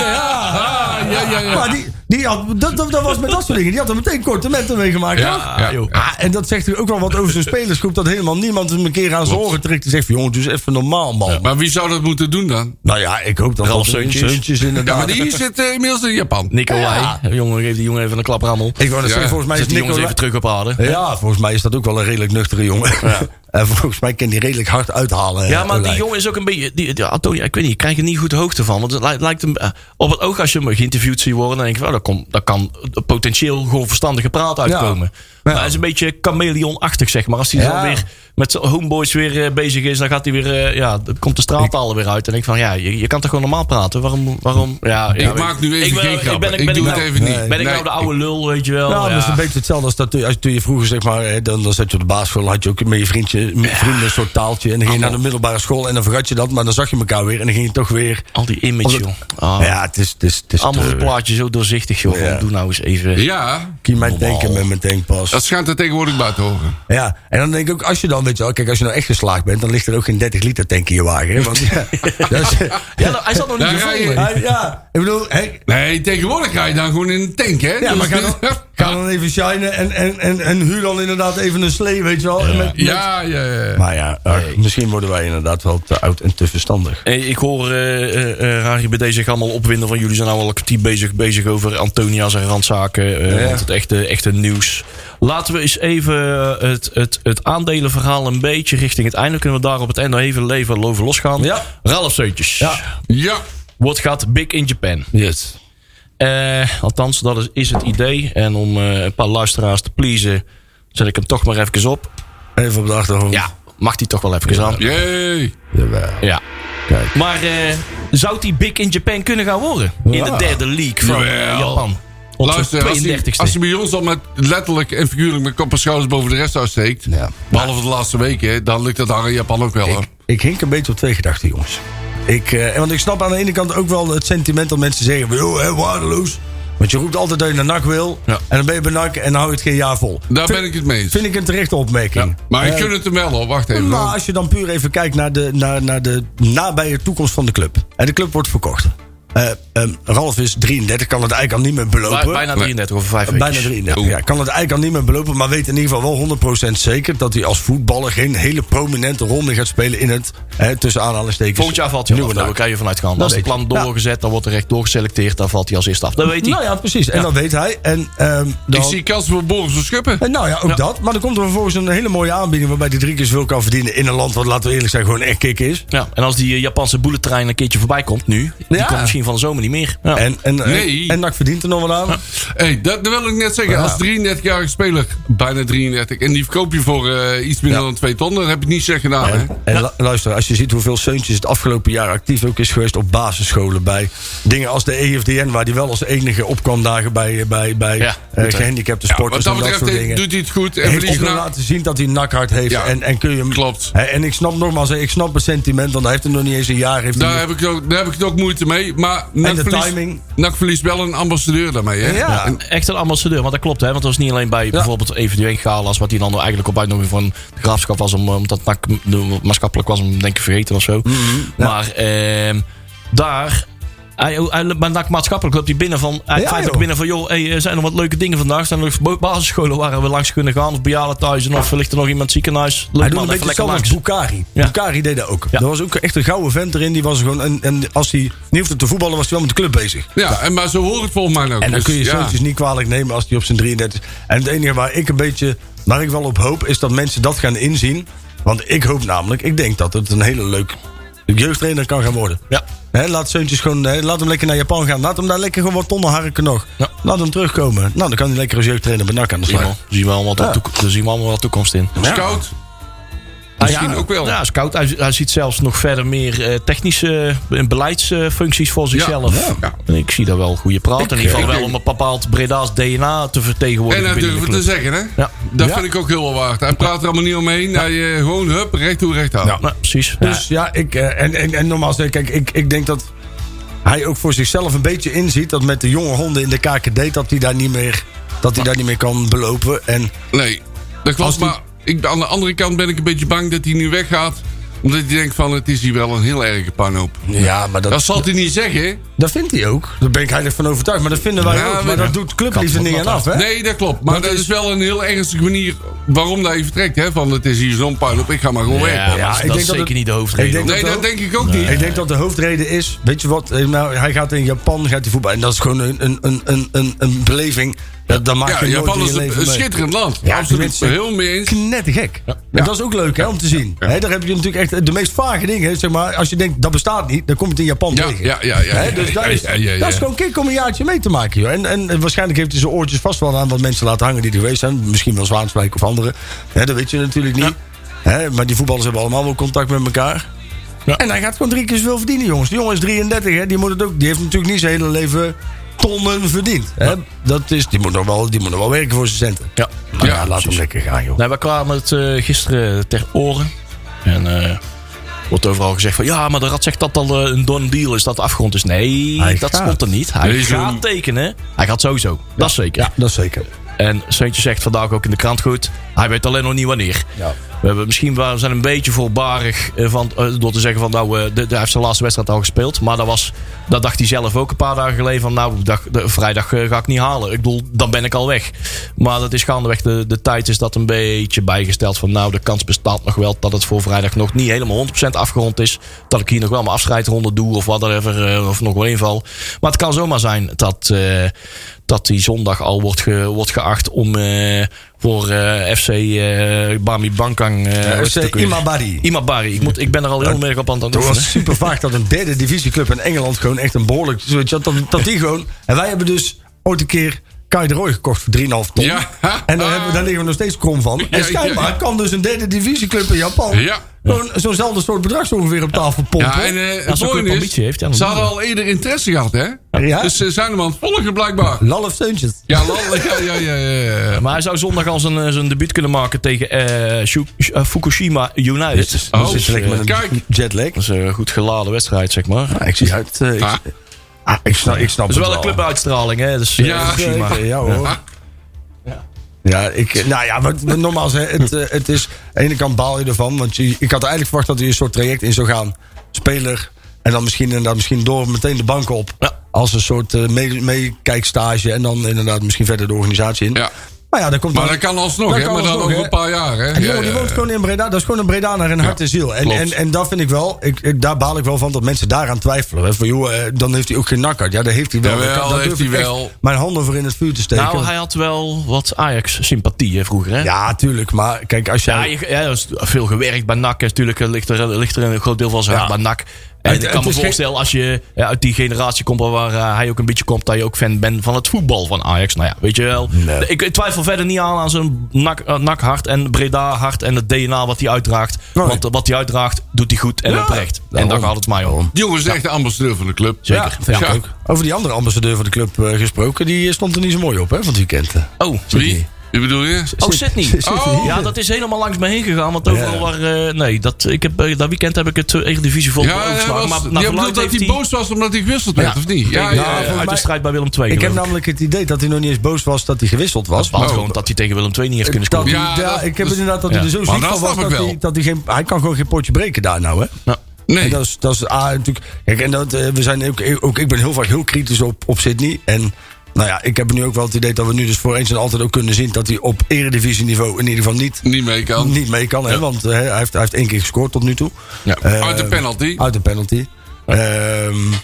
Speaker 5: ja, ja, ja.
Speaker 4: Maar die, die had, dat, dat, dat was met dat soort dingen. Die had er meteen korte metten mee gemaakt.
Speaker 5: Ja,
Speaker 4: toch?
Speaker 5: ja, joh.
Speaker 4: Ah, en dat zegt natuurlijk ook wel wat over zijn spelersgroep. Dat helemaal niemand hem een keer aan zijn oren trekt. En zegt van, jongens, doe eens even normaal, man.
Speaker 5: Maar wie zou dat moeten doen dan?
Speaker 4: Nou ja, ik hoop dat
Speaker 3: Ralf
Speaker 4: dat
Speaker 3: Seuntjes.
Speaker 4: Seuntjes
Speaker 5: Ja, maar
Speaker 4: inderdaad.
Speaker 5: die zit eh, inmiddels in Japan.
Speaker 3: Nicolai.
Speaker 4: Ja.
Speaker 3: Jongen, geef die jongen even een klaprammel.
Speaker 4: Ik wou net
Speaker 5: Ja.
Speaker 4: zeggen, volgens mij is
Speaker 3: Zet die jongens
Speaker 4: Nicola-
Speaker 3: even terug op aarde.
Speaker 4: Ja, volgens mij is dat ook wel een redelijk nuchtere jongen. [LAUGHS] en volgens mij kan die redelijk hard uithalen.
Speaker 3: Ja,
Speaker 4: eh,
Speaker 3: maar die
Speaker 4: Olij.
Speaker 3: jongen is ook een beetje. Die, die- Antonia, ik weet niet, ik krijg er niet goed hoogte van. Want het lijkt, lijkt hem. eh, Op het oog, als je hem geïnterviewd ziet worden, dan denk ik, wel, dat, komt, dat kan potentieel gewoon verstandige praat uitkomen. Maar hij is een beetje chameleonachtig, zeg maar. Als hij
Speaker 4: Ja.
Speaker 3: dan weer met zijn homeboys weer eh, bezig is, dan gaat hij weer. eh, ja, dan komt de straaltaal er weer uit. En ik van, ja, je, je kan toch gewoon normaal praten? Waarom? waarom ja,
Speaker 5: Ik maak nu even
Speaker 3: ben-
Speaker 5: geen grap. Ik,
Speaker 3: ben- ben
Speaker 5: doe
Speaker 3: nou-
Speaker 5: het even niet.
Speaker 3: Ben ik
Speaker 5: Nee,
Speaker 3: nou de oude lul, weet je wel?
Speaker 4: Nou, dat is
Speaker 3: Ja.
Speaker 4: een beetje hetzelfde als dat, toen- als toen je vroeger, zeg maar, hè, dan, dan zat je op de basisschool, had je ook met je vriendje, met vrienden een soort taaltje. En dan ging je naar de middelbare school en dan vergat je dat, maar dan zag je elkaar weer en dan ging je toch weer.
Speaker 3: Al die image,
Speaker 4: Omdat-
Speaker 3: joh. Ah,
Speaker 4: Ja, het is. Het is, het is
Speaker 3: Allemaal
Speaker 4: te-
Speaker 3: het plaatje zo doorzichtig, joh.
Speaker 4: Ja.
Speaker 3: Doe nou eens even.
Speaker 5: Ja,
Speaker 4: Kie mij denken met mijn
Speaker 5: dat
Speaker 4: tankpas.
Speaker 5: schijnt er tegenwoordig bij te horen.
Speaker 4: Ja, en dan denk ik ook, als je dan, weet je wel, kijk, als je nou echt geslaagd bent, dan ligt er ook geen 30 liter tank in je wagen. Hè? Want, ja, [LAUGHS] dat is,
Speaker 3: Ja, nou, hij zat nog niet
Speaker 5: Daar
Speaker 3: gevonden.
Speaker 5: ga je-
Speaker 4: ja, ik bedoel, hè,
Speaker 5: Nee, tegenwoordig ga je dan gewoon in een tank, hè? [LAUGHS]
Speaker 4: Ja, maar
Speaker 5: Dus-
Speaker 4: ga dan, ga ga dan even shinen en, en, en, en huur dan inderdaad even een slee, weet je wel. En met-
Speaker 5: Ja, ja, ja.
Speaker 4: Maar ja, ach, misschien worden wij inderdaad wel te oud en te verstandig.
Speaker 3: Eh, Ik hoor eh eh, eh, Rari BD zich allemaal opwinden van jullie zijn nou al een kwartier bezig, bezig over Antonia's en randzaken. eh, want het echte, echte nieuws. Laten we eens even eh, het, het, het aandelenverhaal een beetje richting het einde. Kunnen we daar op het einde even leven loven losgaan.
Speaker 4: Ja.
Speaker 3: Ralf Zeuntjes.
Speaker 5: Ja.
Speaker 3: What gaat big in Japan?
Speaker 4: Yes.
Speaker 3: Eh, althans, dat is, is het idee. En om eh, een paar luisteraars te pleasen, zet ik hem toch maar even op.
Speaker 4: Even op de achtergrond.
Speaker 3: Ja, mag die toch wel even aan.
Speaker 5: Jee.
Speaker 4: Jawel.
Speaker 3: Ja.
Speaker 4: Kijk.
Speaker 3: Maar eh, zou die big in Japan kunnen gaan worden? In de derde league van eh,
Speaker 5: Jawel.
Speaker 3: Japan. Op
Speaker 5: Luister, als hij,
Speaker 3: 32
Speaker 5: als
Speaker 3: e
Speaker 5: hij bij ons al met letterlijk en figuurlijk met kop en schouders boven de rest uitsteekt.
Speaker 4: Ja.
Speaker 5: Behalve de laatste weken, dan lukt dat daar in Japan ook wel. hoor.
Speaker 4: Oh. Ik hink een beetje op twee gedachten, jongens. Ik, eh, want ik snap aan de ene kant ook wel het sentiment dat mensen zeggen... van, joh, hè, waardeloos. Want je roept altijd dat je naar NAC wil.
Speaker 5: Ja.
Speaker 4: En dan ben je bij NAC en dan hou je het geen jaar vol.
Speaker 5: Daar
Speaker 4: Vind-
Speaker 5: ben ik het mee eens.
Speaker 4: Vind ik een terechte opmerking.
Speaker 5: Ja. Maar ik
Speaker 4: Eh,
Speaker 5: gun het hem wel hoor, wacht even.
Speaker 4: maar
Speaker 5: hoor.
Speaker 4: als je dan puur even kijkt naar de, naar, naar de nabije toekomst van de club. En de club wordt verkocht. Eh, ehm, Ralf is 33, kan het eigenlijk al niet meer belopen.
Speaker 3: Bijna 33 of 5
Speaker 4: Bijna 33. Ja, kan het eigenlijk al niet meer belopen. Maar weet in ieder geval wel 100% zeker dat hij als voetballer geen hele prominente rol meer gaat spelen in het. Hè, tussen aanhalingstekens.
Speaker 3: Volgend jaar valt hij al af.
Speaker 4: nieuwe
Speaker 3: Daar
Speaker 4: NAC.
Speaker 3: kan je vanuit gaan.
Speaker 4: Dat
Speaker 3: Als het
Speaker 4: weet
Speaker 3: plan
Speaker 4: ik.
Speaker 3: doorgezet, dan wordt er recht doorgeselecteerd. Dan valt hij als eerste af. Dat weet hij.
Speaker 4: Nou ja, precies. En dat weet hij. En, ehm, dan,
Speaker 5: Ik zie kansen voor Boris van Schuppen.
Speaker 4: en nou ja, ook dat. Maar dan komt er vervolgens een hele mooie aanbieding waarbij hij drie keer zoveel kan verdienen in een land wat, laten we eerlijk zijn, gewoon echt kick is.
Speaker 3: Ja, en als die eh, Japanse bullettrein een keertje voorbij komt nu, die
Speaker 4: Ja.
Speaker 3: komt misschien van de zomer niet meer. Ja.
Speaker 4: En, en,
Speaker 5: Nee.
Speaker 4: en, en NAC verdient er nog wat aan.
Speaker 5: Hey, dat, dat wil ik net zeggen. Als 33-jarige speler, bijna 33, en die verkoop je voor eh, iets minder dan 2 ton, dan heb je het niet slecht gedaan. Hè?
Speaker 4: En lu- luister, als je ziet hoeveel Seuntjes het afgelopen jaar actief ook is geweest op basisscholen. Bij dingen als de E EFDN, waar hij wel als enige op kwam dagen bij, bij, bij
Speaker 3: Ja,
Speaker 4: eh,
Speaker 3: goed, hè.
Speaker 4: gehandicapte
Speaker 5: Wat
Speaker 4: sporters
Speaker 5: dat
Speaker 4: en dat
Speaker 5: betreft
Speaker 4: soort
Speaker 5: eh,
Speaker 4: dingen.
Speaker 5: doet hij het goed. En
Speaker 4: Heeft ook
Speaker 5: verliest
Speaker 4: wel
Speaker 5: na-
Speaker 4: laten zien dat hij een nakhard heeft.
Speaker 5: Ja,
Speaker 4: en, en kun je hem,
Speaker 5: klopt.
Speaker 4: Hè, En ik snap nogmaals, hè, ik snap het sentiment, want hij heeft er nog niet eens een jaar. Heeft
Speaker 5: Daar
Speaker 4: hij-
Speaker 5: heb, ik ook, daar heb ik het ook moeite mee. Maar NAC
Speaker 4: de
Speaker 5: verliest-
Speaker 4: timing.
Speaker 5: NAC verliest wel een ambassadeur daarmee. Hè?
Speaker 4: Ja.
Speaker 3: En Echt een ambassadeur, want dat klopt. Hè? Want dat was niet alleen bij bijvoorbeeld eventueel Galas... wat hij dan eigenlijk op uitnodiging van de graafschap was... Om, eh, omdat NAC de- maatschappelijk was om denk ik vergeten of
Speaker 4: Mhm.
Speaker 3: zo. Maar ehm, daar... Hij, hij, maar NAC maatschappelijk loopt hij binnen van... Hij
Speaker 4: Ja,
Speaker 3: feitelijk
Speaker 4: joh.
Speaker 3: binnen van... joh, hey, er zijn er wat leuke dingen vandaag? Zijn er nog bo- basisscholen waar we langs kunnen gaan? Of bejaarden thuis? En of ligt er nog iemand ziekenhuis? Loop
Speaker 4: Hij doet
Speaker 3: man
Speaker 4: een
Speaker 3: even
Speaker 4: beetje
Speaker 3: lekker
Speaker 4: hetzelfde als
Speaker 3: langs.
Speaker 4: Bukari.
Speaker 3: Ja.
Speaker 4: Bukari deed dat ook.
Speaker 3: Ja.
Speaker 4: Er was ook echt een gouden vent erin. Die was gewoon, en, en als hij niet hoefde te voetballen, was hij wel met de club bezig.
Speaker 5: Ja, en maar zo hoort het volgens mij ook.
Speaker 4: En dan
Speaker 5: Dus,
Speaker 4: kun je
Speaker 5: ja.
Speaker 4: Seuntjes niet kwalijk nemen als hij op zijn 33 En het enige waar ik een beetje, waar ik wel op hoop, is dat mensen dat gaan inzien. Want ik hoop namelijk, ik denk dat het een hele leuk jeugdtrainer kan gaan worden.
Speaker 3: Ja.
Speaker 4: Hè, laat Seuntjes gewoon, hè, laat hem lekker naar Japan gaan. Laat hem daar lekker gewoon wat tonnen harken nog.
Speaker 3: Ja.
Speaker 4: Laat hem terugkomen. Nou, dan kan hij lekker als jeugdtrainer bij NAC aan de
Speaker 3: Zien
Speaker 4: slag.
Speaker 3: we, al- zien we allemaal de
Speaker 4: Ja.
Speaker 3: toekomst- daar zien we allemaal wel toekomst in.
Speaker 5: Scout. Misschien
Speaker 4: Ah,
Speaker 3: ja,
Speaker 5: ook wel.
Speaker 3: Ja, scout. Hij, hij ziet zelfs nog verder meer eh, technische en beleidsfuncties voor zichzelf.
Speaker 5: ja.
Speaker 3: En Ik zie daar wel goede praat. in ieder geval
Speaker 5: ik
Speaker 3: wel om
Speaker 5: denk-
Speaker 3: een bepaald Breda's DNA te
Speaker 5: En
Speaker 3: vertegenwoordigen
Speaker 5: hij
Speaker 3: binnen de
Speaker 5: durft het te
Speaker 3: club.
Speaker 5: zeggen, hè?
Speaker 3: Ja.
Speaker 5: Dat
Speaker 4: Ja.
Speaker 5: vind ik ook heel wel waard. Hij praat er allemaal niet omheen. Hij eh, gewoon, hup, recht toe, recht aan.
Speaker 3: Nou, precies.
Speaker 4: Dus ja, ik, eh, en, en, en nogmaals, eh, kijk, ik, ik denk dat hij ook voor zichzelf een beetje inziet dat met de jonge honden in de KKD dat hij daar niet meer, dat hij daar niet meer kan belopen. En
Speaker 5: Nee, dat klopt.
Speaker 4: Als die-
Speaker 5: Maar ik, aan de andere kant ben ik een beetje bang dat hij nu weggaat. Omdat hij denkt van, het is hier wel een heel erge panhoop.
Speaker 4: ja, maar
Speaker 5: Dat zal hij niet zeggen.
Speaker 4: Dat vindt hij ook. Daar ben ik heilig van overtuigd. Maar dat vinden wij
Speaker 5: Ja,
Speaker 4: ook. Maar
Speaker 5: weet
Speaker 4: dat
Speaker 5: ik.
Speaker 4: doet clubliefde niet aan af, hè?
Speaker 5: Nee, dat klopt. Maar
Speaker 4: Dat
Speaker 5: dat,
Speaker 4: is-
Speaker 5: is wel een heel ernstige manier waarom dat je vertrekt. Hè? Van, het is hier zo'n puinhoop, ik ga maar gewoon weg.
Speaker 3: ja,
Speaker 5: man.
Speaker 3: maar dat is zeker niet de hoofdreden.
Speaker 4: Ik denk
Speaker 5: Nee,
Speaker 4: dat,
Speaker 5: dat
Speaker 4: de ho-
Speaker 5: denk ik ook
Speaker 4: ik
Speaker 5: niet.
Speaker 4: denk dat de hoofdreden is, weet je wat, eh, nou, hij gaat in Japan, gaat hij voetbal. En dat is gewoon een, een, een, een, een, een beleving. Dat, dat maak
Speaker 5: Ja,
Speaker 4: je nooit
Speaker 5: Japan
Speaker 4: in
Speaker 5: is
Speaker 4: je
Speaker 5: een,
Speaker 4: leven
Speaker 5: een
Speaker 4: mee.
Speaker 5: schitterend land.
Speaker 4: Ja,
Speaker 5: Absoluut.
Speaker 4: mensen-
Speaker 5: Heel mee eens.
Speaker 4: Knettergek. En dat is ook leuk hè, om te zien. Hè, daar heb je natuurlijk echt de meest vage dingen. hè, Zeg maar, als je denkt, dat bestaat niet, dan komt het in Japan
Speaker 5: Ja,
Speaker 4: tegen.
Speaker 5: ja, ja, ja,
Speaker 4: Hè,
Speaker 5: ja,
Speaker 4: dus
Speaker 5: ja,
Speaker 4: daar
Speaker 5: ja,
Speaker 4: is,
Speaker 5: ja, ja,
Speaker 4: dat is
Speaker 5: ja.
Speaker 4: gewoon kick om een jaartje mee te maken. Joh. En, en, eh, waarschijnlijk heeft hij zijn oortjes vast wel aan wat mensen laten hangen die er geweest zijn. Misschien wel Zwaanswijk of anderen. Hè, dat weet je natuurlijk niet. Hè, maar die voetballers hebben allemaal wel contact met elkaar. En hij gaat gewoon drie keer zoveel verdienen, jongens. Die jongen is 33, hè, die, moet het ook, die heeft natuurlijk niet zijn hele leven tonnen verdiend. Hè. Dat is, die, moet nog wel, die moet nog wel werken voor zijn centen.
Speaker 3: Ja.
Speaker 4: Nou
Speaker 5: Ja,
Speaker 4: ja, laat hem lekker gaan, joh.
Speaker 3: Nee, we kwamen het eh, gisteren ter oren. En eh, wordt overal gezegd van... Ja, maar de rat zegt dat al eh, een done deal is, dat de afgrond is. Nee,
Speaker 4: Hij
Speaker 3: dat
Speaker 4: gaat.
Speaker 3: stond er niet. Hij
Speaker 5: Nee,
Speaker 3: gaat
Speaker 5: zo'n-
Speaker 3: tekenen. Hij gaat sowieso. Dat is zeker.
Speaker 4: Ja, dat is zeker.
Speaker 3: En Seuntje zegt vandaag ook in de krant goed. Hij weet alleen nog niet wanneer.
Speaker 4: Ja.
Speaker 3: We hebben misschien wel- we zijn een beetje voorbarig eh, van, eh, door te zeggen van nou, eh, de, de, hij heeft zijn laatste wedstrijd al gespeeld. Maar dat, was, dat dacht hij zelf ook een paar dagen geleden van nou, dag, de, vrijdag eh, ga ik niet halen. Ik bedoel, dan ben ik al weg. Maar dat is gaandeweg de, de tijd is dat een beetje bijgesteld van nou, de kans bestaat nog wel dat het voor vrijdag nog niet helemaal 100% afgerond is. Dat ik hier nog wel mijn afscheidronde doe of whatever, eh, of nog wel inval. Maar het kan zomaar zijn dat, eh, dat die zondag al wordt, ge- wordt geacht om eh, voor eh, FC eh Bami Bankang... eh, hoe is het ook weer?
Speaker 4: Imabari.
Speaker 3: Imabari. Ik, moet, ik ben er al heel merk op aan het
Speaker 4: Het
Speaker 3: oefenen.
Speaker 4: was super vaak dat een derde divisieclub in Engeland gewoon echt een behoorlijk. Weet je, dat, dat die gewoon. En wij hebben dus ooit een keer Kai de Roy gekocht voor 3,5 ton.
Speaker 5: Ja.
Speaker 4: En daar, hebben, we- daar liggen we nog steeds krom van.
Speaker 5: Ja,
Speaker 4: En schijnbaar
Speaker 5: ja, ja.
Speaker 4: kan dus een derde divisieclub in Japan.
Speaker 5: Ja.
Speaker 4: Gewoon zo'nzelfde soort bedrag zo ongeveer op tafel pompen.
Speaker 5: Ja, en eh,
Speaker 3: Als
Speaker 5: het
Speaker 3: ze ook
Speaker 5: mooie
Speaker 3: een
Speaker 5: is,
Speaker 3: ambitie heeft, ja, dan
Speaker 5: ze
Speaker 3: doen
Speaker 5: hadden
Speaker 3: we.
Speaker 5: al eerder interesse gehad, hè?
Speaker 4: Ja.
Speaker 5: Dus ze zijn hem aan het volgen, blijkbaar.
Speaker 4: Lal of Steuntjes.
Speaker 5: Ja, lol, ja, ja, ja, ja. ja.
Speaker 3: Maar hij zou zondag al zijn, eh, zijn debuut kunnen maken tegen eh, Shu- Sh- eh, Fukushima United.
Speaker 4: Dan
Speaker 5: Oh,
Speaker 4: zit
Speaker 3: dus-
Speaker 4: je lekker met een
Speaker 5: kijk.
Speaker 4: jetlag.
Speaker 3: Dat is een eh, goed geladen wedstrijd, zeg maar.
Speaker 4: Ah, ik zie uit. eh, ik,
Speaker 5: Ah,
Speaker 4: ah, ik snap, ik snap
Speaker 3: Dat is wel een
Speaker 4: het
Speaker 3: clubuitstraling, hè? Dus, eh,
Speaker 5: Ja.
Speaker 3: Fukushima.
Speaker 4: Ja, ja, hoor.
Speaker 5: Ah.
Speaker 4: Ja, ik, nou ja, wat, wat normaal is, hè, het, eh, het is... Aan de ene kant baal je ervan, want je, ik had eigenlijk verwacht dat hij een soort traject in zou gaan. Speler, en dan misschien, inderdaad, misschien door meteen de bank op.
Speaker 3: Ja.
Speaker 4: Als een soort eh, mee- meekijkstage en dan inderdaad misschien verder de organisatie in.
Speaker 5: Ja.
Speaker 4: Maar ja, dat komt
Speaker 5: maar
Speaker 4: dan-
Speaker 5: dat kan alsnog,
Speaker 4: dat
Speaker 5: hè?
Speaker 4: kan
Speaker 5: Maar dan
Speaker 4: alsnog,
Speaker 5: over
Speaker 4: hè.
Speaker 5: een paar jaar, hè?
Speaker 4: En die
Speaker 5: Ja,
Speaker 4: jongen die
Speaker 5: ja,
Speaker 4: woont
Speaker 5: ja.
Speaker 4: gewoon in Breda. Dat is gewoon een Breda naar een hart en ziel. En,
Speaker 5: klopt.
Speaker 4: en, en dat vind ik wel, ik, ik- daar baal ik wel van dat mensen daaraan twijfelen. Hè. Van, joh, eh, dan heeft hij ook geen nakker. Ja, dat heeft hij wel.
Speaker 5: Jawel,
Speaker 4: Dat kan- dat
Speaker 5: heeft
Speaker 4: durf
Speaker 5: hij
Speaker 4: ik echt
Speaker 5: wel.
Speaker 4: Mijn handen voor in het vuur te steken.
Speaker 3: Nou, hij had wel wat Ajax-sympathieën vroeger, hè?
Speaker 4: Ja, tuurlijk. Maar kijk, als jij...
Speaker 3: Ja, je- ja, er is veel gewerkt bij NAC. Natuurlijk eh, ligt er, ligt er een groot deel van zijn hart bij NAC. En
Speaker 4: Het-
Speaker 3: ik
Speaker 4: het
Speaker 3: kan me
Speaker 4: is geen-
Speaker 3: voorstellen, als je ja, uit die generatie komt waar eh, hij ook een beetje komt, dat je ook fan bent van het voetbal van Ajax. Nou ja, weet je wel. Ik, ik twijfel verder niet aan aan zijn NAC, eh, NAC hart en Breda hart en het DNA wat hij uitdraagt.
Speaker 4: Nee.
Speaker 3: Want eh, wat hij uitdraagt, doet hij goed en oprecht. En daar gaat het mij om.
Speaker 5: Die jongen is echt de ambassadeur van de club.
Speaker 3: Zeker.
Speaker 5: Ja.
Speaker 3: Ja,
Speaker 5: Ja.
Speaker 3: ook.
Speaker 4: Ah, Over die andere ambassadeur van de club eh, gesproken, die eh, stond er niet zo mooi op hè, van het weekend.
Speaker 3: Oh,
Speaker 5: Wie? Wie bedoel je?
Speaker 3: Oh,
Speaker 4: [LAUGHS]
Speaker 3: Sydney.
Speaker 4: Sydney.
Speaker 5: Oh.
Speaker 3: Ja, dat is helemaal langs me heen gegaan. Want overal
Speaker 4: Ja.
Speaker 3: waar... eh, nee, dat, ik heb, eh, dat weekend heb ik het eh, Eredivisie vol
Speaker 5: Ja, hij
Speaker 3: overgeslagen.
Speaker 5: was,
Speaker 3: Maar naar
Speaker 5: je
Speaker 3: verluidt
Speaker 5: bedoelt dat
Speaker 3: heeft
Speaker 5: hij boos was omdat hij gewisseld werd, of niet? Ja,
Speaker 4: Nou,
Speaker 5: ja, ja.
Speaker 4: volgens
Speaker 3: uit de
Speaker 4: mij-
Speaker 3: strijd bij Willem II.
Speaker 4: Ik heb
Speaker 3: geloof
Speaker 4: namelijk het idee dat hij nog niet eens boos was dat hij gewisseld was.
Speaker 3: Het was
Speaker 4: Maar-
Speaker 3: gewoon dat hij tegen Willem II niet heeft kunnen
Speaker 4: dat
Speaker 3: scoren.
Speaker 4: hij-
Speaker 5: Ja,
Speaker 4: ja,
Speaker 5: dat-
Speaker 4: ik heb
Speaker 5: dus-
Speaker 4: inderdaad dat hij
Speaker 3: ja.
Speaker 4: er zo
Speaker 5: Maar
Speaker 4: ziek
Speaker 5: dat
Speaker 4: van was
Speaker 5: snap ik
Speaker 4: dat,
Speaker 5: wel.
Speaker 4: hij, dat hij geen... Hij kan gewoon geen potje breken daar nou, hè?
Speaker 5: Nee.
Speaker 4: En dat is, dat is ah, natuurlijk. Kijk, en dat, eh, we zijn ook, ook, ik ben heel vaak heel kritisch op, op Sydney. En nou ja, ik heb nu ook wel het idee dat we nu dus voor eens en altijd ook kunnen zien dat hij op eredivisieniveau in ieder geval niet,
Speaker 5: Niet mee kan.
Speaker 4: niet mee kan. Hè, want eh, hij, heeft, hij heeft één keer gescoord tot nu toe.
Speaker 5: Ja.
Speaker 4: Eh,
Speaker 5: Uit de penalty.
Speaker 4: Uit de penalty. Ehm,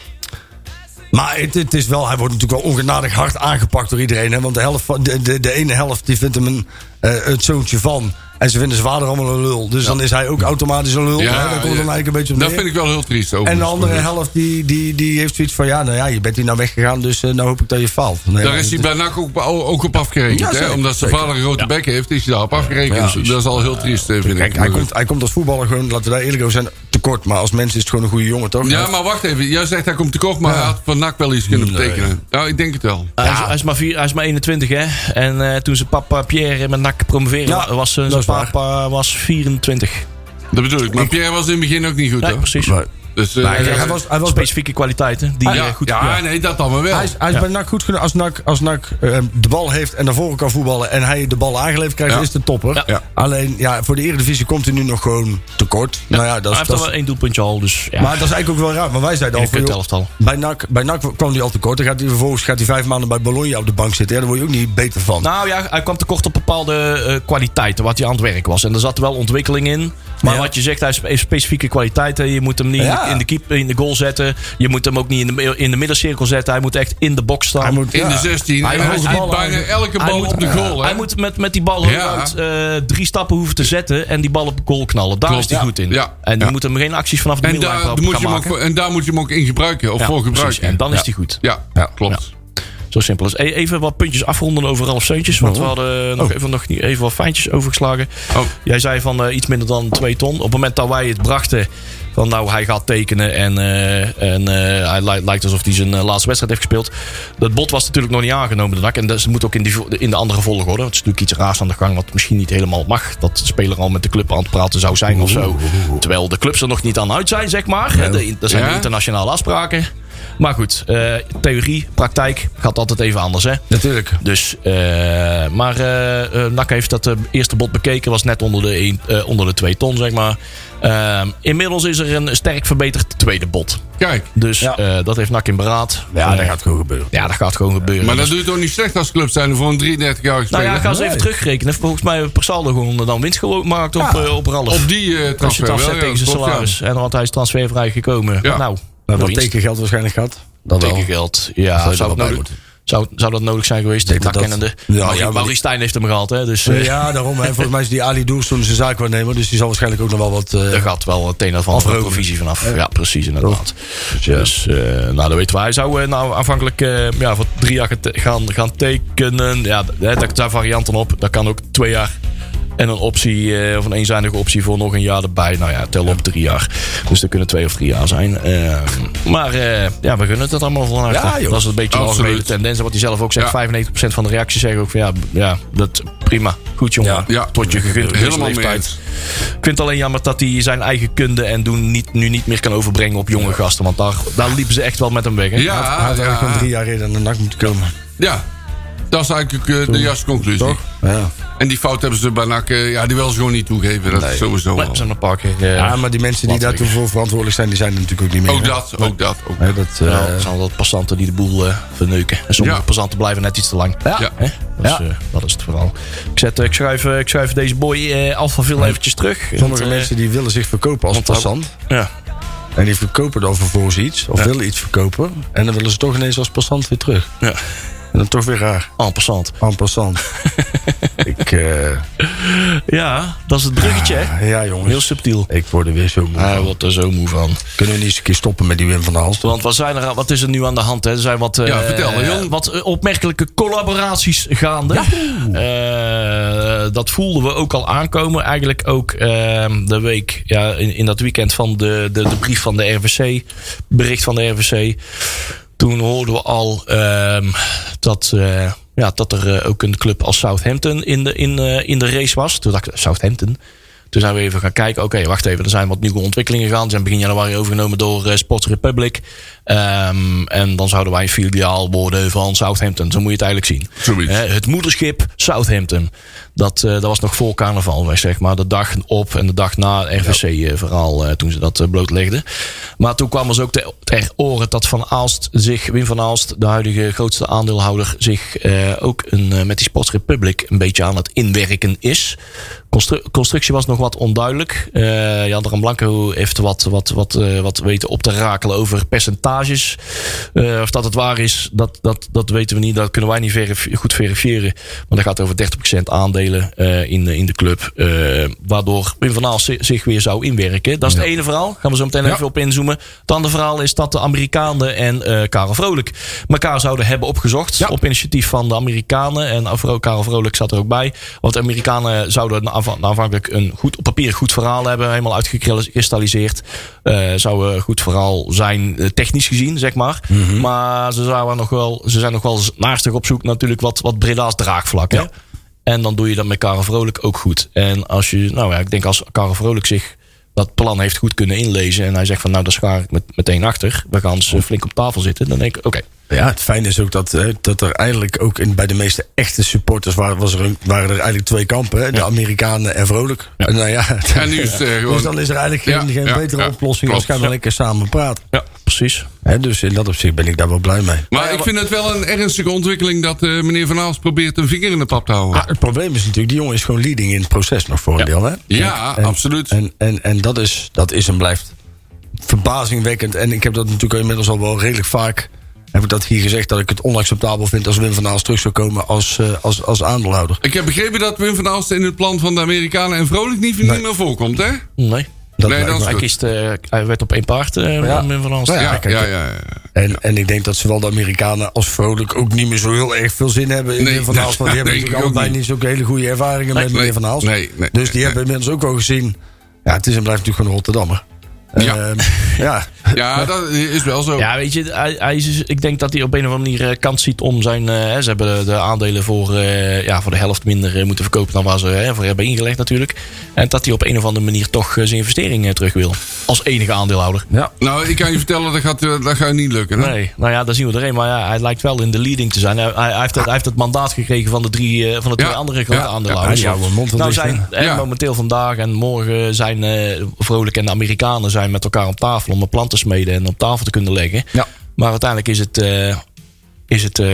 Speaker 4: maar het, het is wel, hij wordt natuurlijk wel ongenadig hard aangepakt door iedereen. Hè? Want de, helft van, de, de, de ene helft die vindt hem een, eh, het zoontje van. En ze vinden zijn vader allemaal een lul. Dus dan is hij ook automatisch een lul. hè? Daar komt het dan eigenlijk een beetje op
Speaker 5: dat
Speaker 4: neer.
Speaker 5: vind ik wel heel triest.
Speaker 4: En
Speaker 5: overigens.
Speaker 4: de andere helft die, die, die heeft zoiets van: ja, nou ja, je bent hier nou weggegaan, dus eh, nou hoop ik dat je faalt. Nee,
Speaker 5: Daar
Speaker 4: maar
Speaker 5: is hij
Speaker 4: het-
Speaker 5: bij NAC ook, ook op afgerekend.
Speaker 4: Ja,
Speaker 5: hè?
Speaker 4: zeker,
Speaker 5: Omdat zijn
Speaker 4: zeker.
Speaker 5: vader een grote bek heeft, is hij daarop afgerekend. dat is al heel triest, eh, vind
Speaker 4: Kijk,
Speaker 5: ik.
Speaker 4: hij komt, hij komt als voetballer gewoon, laten we daar eerlijk over zijn, tekort. Maar als mens is het gewoon een goede jongen, toch?
Speaker 5: Ja, maar wacht even. Jij zegt hij komt tekort, maar hij had van NAC wel iets kunnen betekenen. Nou, ik denk het wel.
Speaker 3: Hij, is, hij, is maar vier, hij is maar 21, hè? En eh, toen zijn papa Pierre met NAC promoveerde,
Speaker 4: Ja,
Speaker 3: was, eh,
Speaker 4: dat
Speaker 3: zijn
Speaker 4: is waar.
Speaker 3: papa was 24.
Speaker 5: Dat bedoel ik. Maar Pierre was in het begin ook niet goed,
Speaker 3: Nee,
Speaker 5: hoor.
Speaker 3: precies.
Speaker 4: Maar-
Speaker 5: Dus, eh,
Speaker 4: Kijk, hij was, hij was bij, Ah,
Speaker 3: Specifieke kwaliteiten die
Speaker 5: ja,
Speaker 3: eh, goed...
Speaker 5: ja, nee, dat allemaal wel.
Speaker 4: hij is, hij is bij NAC goed genoeg. Als NAC, als NAC eh, de bal heeft en naar voren kan voetballen en hij de bal aangeleverd krijgt,
Speaker 5: Ja.
Speaker 4: is de topper.
Speaker 3: Ja.
Speaker 5: Ja.
Speaker 4: Alleen ja, voor de Eredivisie komt hij nu nog gewoon tekort. Nou ja, dat
Speaker 3: hij
Speaker 4: is,
Speaker 3: heeft
Speaker 4: dat
Speaker 3: al
Speaker 4: is-
Speaker 3: wel één doelpuntje al, dus ja.
Speaker 4: maar dat is eigenlijk ook wel raar. Maar wij zeiden
Speaker 3: In
Speaker 4: al
Speaker 3: een
Speaker 4: van,
Speaker 3: kutelftal.
Speaker 4: joh, bij NAC, bij NAC kwam hij al tekort. Dan gaat hij vervolgens gaat hij vijf maanden bij Bologna op de bank zitten. Ja, daar word je ook niet beter van.
Speaker 3: Nou ja, hij kwam tekort op bepaalde eh, kwaliteiten wat hij aan het werk was. En er zat wel ontwikkeling in. Maar
Speaker 4: Ja.
Speaker 3: wat je zegt, hij heeft spe- heeft specifieke kwaliteiten. Je moet hem niet
Speaker 4: Ja.
Speaker 3: in, de keep, in de goal zetten. Je moet hem ook niet in de, in de middencirkel zetten. Hij moet echt in de box staan.
Speaker 4: hij moet,
Speaker 5: in
Speaker 4: ja.
Speaker 5: de 16.
Speaker 3: Hij
Speaker 5: en hij
Speaker 3: moet-
Speaker 5: schiet
Speaker 3: hij-
Speaker 5: bijna elke
Speaker 3: Hij
Speaker 5: bal
Speaker 3: moet-
Speaker 5: op de goal, hè?
Speaker 3: Hij moet met, met die bal
Speaker 5: Ja.
Speaker 3: uit drie stappen hoeven te zetten. En die bal op goal knallen. Daar
Speaker 5: Klopt,
Speaker 3: is hij
Speaker 5: ja.
Speaker 3: goed in.
Speaker 5: Ja.
Speaker 3: En je
Speaker 5: Ja.
Speaker 3: moet hem geen acties vanaf de
Speaker 5: en,
Speaker 3: middenlijn
Speaker 5: daar
Speaker 3: gaan
Speaker 5: moet je hem ook,
Speaker 3: maken.
Speaker 5: voor- en daar moet je hem ook in gebruiken, of
Speaker 3: Ja,
Speaker 5: voor
Speaker 3: precies.
Speaker 5: gebruiken.
Speaker 3: En dan is
Speaker 5: Ja.
Speaker 3: hij goed.
Speaker 5: Ja, klopt.
Speaker 3: Zo simpel is. E- Even wat puntjes afronden over Ralf Seuntjes. Want we hadden nog, even, nog niet, even wat fijntjes overgeslagen.
Speaker 5: Oh.
Speaker 3: Jij zei van eh, iets minder dan 2 ton. Op het moment dat wij het brachten. Van nou, hij gaat tekenen en, eh, en eh, hij li- lijkt alsof hij zijn eh, laatste wedstrijd heeft gespeeld. Dat bod was natuurlijk nog niet aangenomen. De en dat moet ook in, die, vo- in de andere volgorde. Het is natuurlijk iets raars aan de gang wat misschien niet helemaal mag. Dat de speler al met de club aan het praten zou zijn of zo. Terwijl de clubs er nog niet aan uit zijn, zeg maar. Hè, de in- Dat zijn
Speaker 5: Ja.
Speaker 3: de internationale afspraken. Maar goed, eh, theorie, praktijk gaat altijd even anders. Hè?
Speaker 4: Natuurlijk.
Speaker 3: Dus, eh, maar eh eh, NAC heeft dat eh, eerste bod bekeken. Was net onder de, één- eh, onder de 2 ton, zeg maar. Ehm, inmiddels is er een sterk verbeterd tweede bod.
Speaker 5: Kijk,
Speaker 3: Dus
Speaker 4: Ja.
Speaker 3: eh, dat heeft NAC in beraad.
Speaker 4: Ja,
Speaker 3: Eh,
Speaker 4: dat gaat gewoon gebeuren.
Speaker 3: ja, dat gaat gewoon gebeuren.
Speaker 5: maar dat
Speaker 3: Dus-
Speaker 5: doe je toch niet slecht als club zijn voor een 33-jarige
Speaker 3: nou
Speaker 5: speler?
Speaker 3: ja, gaan ze even
Speaker 4: Nee.
Speaker 3: terugrekenen. Volgens mij hebben we per saldo gewoon eh, dan winst gemaakt op,
Speaker 4: Ja.
Speaker 3: eh, op Ralf.
Speaker 5: Op die eh
Speaker 3: Als je
Speaker 5: transfer
Speaker 3: het afzet
Speaker 5: wel, ja,
Speaker 3: tegen
Speaker 5: dat
Speaker 3: zijn
Speaker 5: klopt, ja.
Speaker 3: salaris. En want hij is transfervrij gekomen.
Speaker 5: Ja.
Speaker 3: Nou,
Speaker 4: Maar wat
Speaker 3: winst.
Speaker 4: tekengeld waarschijnlijk gehad. Dat wel.
Speaker 3: tekengeld. Ja, zou,
Speaker 4: er wel
Speaker 3: het
Speaker 4: bij
Speaker 3: nodig,
Speaker 4: moeten.
Speaker 3: zou, zou dat nodig zijn geweest?
Speaker 4: Denk
Speaker 3: Dat
Speaker 4: dat dat-
Speaker 3: kennende.
Speaker 4: Ja,
Speaker 3: Ja,
Speaker 4: ja, maar
Speaker 3: Maurice
Speaker 4: die-
Speaker 3: Stijn heeft hem gehaald. Hè, dus eh,
Speaker 4: Ja, daarom. En volgens mij is die Ali Doers toen zijn zaakwaarnemer. Dus die zal waarschijnlijk ook nog wel wat... eh,
Speaker 3: Er gaat wel het een of andere
Speaker 4: Afroken.
Speaker 3: provisie vanaf. Ja, precies inderdaad. Dus, eh, nou, dat weten we. Hij zou eh, nou aanvankelijk eh, ja, voor drie jaar gete- gaan, gaan tekenen. Ja, d- hè, daar zijn varianten op. Dat kan ook twee jaar. En een optie, eh, of een eenzijdige optie voor nog een jaar erbij. Nou ja, tel op drie jaar. Dus dat kunnen twee of drie jaar zijn. Eh, maar eh, ja, we gunnen het allemaal van harte.
Speaker 4: Ja, joh.
Speaker 3: dat is een beetje een
Speaker 5: Absoluut.
Speaker 3: algemene tendens. En wat hij zelf ook zegt,
Speaker 5: Ja.
Speaker 3: 95% van de reacties zeggen ook van ja, b- ja dat prima. Goed jongen,
Speaker 4: Ja.
Speaker 5: Ja.
Speaker 3: tot je gegund bent,
Speaker 5: Helemaal mee
Speaker 3: leeftijd.
Speaker 5: eens.
Speaker 3: Ik vind het alleen jammer dat hij zijn eigen kunde en doen niet, nu niet meer kan overbrengen op jonge gasten. Want daar, daar liepen ze echt wel met hem weg. Hè?
Speaker 4: Hij had
Speaker 5: Ah, Ja,
Speaker 4: eigenlijk gewoon
Speaker 5: ja,
Speaker 4: drie jaar reden aan de nacht moeten komen.
Speaker 5: ja. Dat is eigenlijk eh, de juiste conclusie.
Speaker 4: Toch? Ja.
Speaker 5: En die fout hebben ze bij NAC, eh, ja, die wil ze gewoon niet toegeven. Dat is sowieso
Speaker 3: Nee,
Speaker 5: wel.
Speaker 3: we zijn een paar keer. eh,
Speaker 4: ja, maar die mensen die
Speaker 3: Laten we
Speaker 4: daartoe voor verantwoordelijk zijn, die zijn er natuurlijk ook niet meer.
Speaker 5: Ook
Speaker 4: hè?
Speaker 5: dat, ook dat. Ook.
Speaker 4: Hè, dat, eh,
Speaker 3: ja, het zijn altijd passanten die de boel eh, verneuken. En sommige
Speaker 5: Ja.
Speaker 3: passanten blijven net iets te lang.
Speaker 5: Ja.
Speaker 3: Hè? Dat,
Speaker 4: Ja.
Speaker 3: is, eh, dat is het vooral. Ik, zet, eh, ik, schuif, eh, ik schuif deze boy eh Alfa Vil eventjes terug. Want,
Speaker 4: Sommige
Speaker 3: eh,
Speaker 4: mensen die willen zich verkopen als passant.
Speaker 3: Ja.
Speaker 4: En die verkopen dan vervolgens iets. Of willen iets verkopen. En dan willen ze toch ineens als passant weer terug.
Speaker 3: ja,
Speaker 4: En dan toch weer raar.
Speaker 3: en Ah, passant.
Speaker 4: En passant. ik, eh,
Speaker 3: Ja, dat is het bruggetje, hè?
Speaker 4: ja
Speaker 3: Heel Ah,
Speaker 4: jongens.
Speaker 3: subtiel.
Speaker 4: Ik word er weer zo moe.
Speaker 3: Hij
Speaker 4: van.
Speaker 3: wordt er zo moe van.
Speaker 4: Kunnen we niet eens een keer stoppen met die Wim van der Hals?
Speaker 3: Want wat, zijn er, aan- wat is er nu aan de hand? Hè? Er zijn wat, eh,
Speaker 5: Ja, vertel,
Speaker 3: eh,
Speaker 5: Jan.
Speaker 3: wat eh, opmerkelijke collaboraties gaande. Eh, dat voelden we ook al aankomen. Eigenlijk ook ehm, de week, ja, in, in dat weekend van de, de, de brief van de RVC. Bericht van de RVC. Toen hoorden we al ehm, dat, eh, ja, dat er eh, ook een club als Southampton in de, in, eh, in de race was. Toen dacht ik, Southampton? Toen zijn we even gaan kijken. Oké, wacht even. Er zijn wat nieuwe ontwikkelingen gaan. Ze zijn begin januari overgenomen door eh, Sports Republic. Ehm, en dan zouden wij een filiaal worden van Southampton. Zo moet je het eigenlijk zien.
Speaker 5: Zoiets.
Speaker 3: Hè, het moederschip Southampton. Dat, eh, dat was nog voor carnaval, wij zeg maar. De dag op en de dag na het RVC-verhaal toen ze dat eh, blootlegden. Maar toen kwam ons ook ter, ter oren dat Van Aalst zich, Wim van Aalst, de huidige grootste aandeelhouder, zich eh, ook een, eh, met die Sports Republic een beetje aan het inwerken is. Constru- constructie was nog wat onduidelijk. Eh Jan Ram Blanco heeft wat, wat, wat, eh, wat weten op te rakelen over percentages. Eh, of dat het waar is, dat, dat, dat weten we niet. Dat kunnen wij niet verif- goed verifiëren. Maar dat gaat over 30% aandelen eh, in, de- in de club. Eh, waardoor Wim van Aals zi- zich weer zou inwerken. Dat is het ene verhaal. Gaan we zo meteen even op inzoomen. Het andere verhaal is dat de Amerikanen en eh, Karel Vrolijk elkaar zouden hebben opgezocht. Op initiatief van de Amerikanen. En Afro- Karel Vrolijk zat er ook bij. Want de Amerikanen zouden na- aanva- aanvankelijk een goed, op papier goed verhaal hebben. Helemaal uitgekristalliseerd. Eh, zou een goed verhaal zijn, eh, technisch gezien, zeg maar. Maar ze, zouden nog wel, ze zijn nog wel naastig op zoek natuurlijk wat, wat Breda's draagvlak. Hè? En dan doe je dat met Karel Vrolijk ook goed. En als je, nou ja, ik denk als Karel Vrolijk zich dat plan heeft goed kunnen inlezen. En hij zegt van nou, daar schaar ik met, meteen achter. We gaan eens eh, flink op tafel zitten. Dan denk ik, oké.
Speaker 4: Ja, het fijne is ook dat, hè, dat er eigenlijk ook in, bij de meeste echte supporters waren, was er, een- waren er eigenlijk twee kampen. Hè? De Amerikanen en Vrolijk. En Nou ja,
Speaker 5: En nu is het eh, gewoon...
Speaker 4: [LAUGHS] dus dan is er eigenlijk geen,
Speaker 5: Ja,
Speaker 4: geen
Speaker 5: ja,
Speaker 4: betere
Speaker 5: ja,
Speaker 4: oplossing
Speaker 5: klopt.
Speaker 4: als gaan we lekker samen praten.
Speaker 3: Ja, precies.
Speaker 4: Hè, dus in dat opzicht ben ik daar wel blij mee.
Speaker 5: Maar ik vind het wel een ernstige ontwikkeling dat eh, meneer Van Aals probeert een vinger in de pap te houden.
Speaker 4: Maar het probleem is natuurlijk, die jongen is gewoon leading in het proces nog voor een deel. Hè?
Speaker 5: ja,
Speaker 4: En-
Speaker 5: absoluut.
Speaker 4: En, en, en dat, is, dat is en blijft verbazingwekkend. En ik heb dat natuurlijk inmiddels al wel redelijk vaak... heb ik dat hier gezegd, dat ik het onacceptabel vind... als Wim van Aals terug zou komen als, eh, als, als aandeelhouder.
Speaker 5: ik heb begrepen dat Wim van Aalst in het plan van de Amerikanen en Vrolijk niet, niet meer voorkomt, hè?
Speaker 3: Nee.
Speaker 4: Dat
Speaker 5: Nee, dat
Speaker 4: lijkt me-
Speaker 5: is
Speaker 3: Hij,
Speaker 5: goed.
Speaker 3: kiest, eh, hij werd op één paard eh
Speaker 4: Ja.
Speaker 3: Wim van Aals.
Speaker 4: Nou
Speaker 5: Ja,
Speaker 4: kijk,
Speaker 5: ja, ja. ja.
Speaker 4: En, en ik denk dat zowel de Amerikanen als Vrolijk ook niet meer zo heel erg veel zin hebben
Speaker 5: [LAUGHS]
Speaker 4: in
Speaker 5: Nee,
Speaker 4: Wim van Haals. Want die
Speaker 5: dat
Speaker 4: hebben
Speaker 5: denk ik
Speaker 4: natuurlijk
Speaker 5: ook
Speaker 4: allebei
Speaker 5: niet.
Speaker 4: niet zo'n hele goede ervaringen met
Speaker 5: nee,
Speaker 4: meneer van Haals.
Speaker 5: nee, nee,
Speaker 4: dus die
Speaker 5: nee.
Speaker 4: hebben inmiddels ook wel gezien. Ja, het is en blijft natuurlijk gewoon een Rotterdammer.
Speaker 5: Ja.
Speaker 4: Ehm, ja.
Speaker 5: Ja, dat is wel zo.
Speaker 3: Ja, weet je, hij, hij is, dus- ik denk dat hij op een of andere manier eh, kans ziet om zijn... eh, hè, ze hebben de, de aandelen voor, eh, ja, voor de helft minder eh, moeten verkopen dan waar ze hè, voor hebben ingelegd natuurlijk. En dat hij op een of andere manier toch eh, zijn investering eh, terug wil. Als enige aandeelhouder.
Speaker 5: Nou, ik kan je vertellen, dat gaat, eh, dat gaat niet lukken. Hè?
Speaker 3: Nee, nou ja, daar zien we er een. Maar ja, hij lijkt wel in de leading te zijn. Hij, hij, hij heeft, het, hij heeft het mandaat gekregen van de, drie, eh, van de twee
Speaker 5: Ja,
Speaker 3: andere
Speaker 5: ja,
Speaker 3: grote
Speaker 5: ja,
Speaker 3: aandeelhouders.
Speaker 4: hij houdt wel mond, want
Speaker 3: nou
Speaker 4: die is-
Speaker 3: zijn eh,
Speaker 5: Ja.
Speaker 3: momenteel vandaag en morgen zijn eh, Vrolijk en de Amerikanen zijn met elkaar op tafel om een plan te smeden en op tafel te kunnen leggen.
Speaker 4: Ja.
Speaker 3: Maar uiteindelijk is het, eh, is het, eh,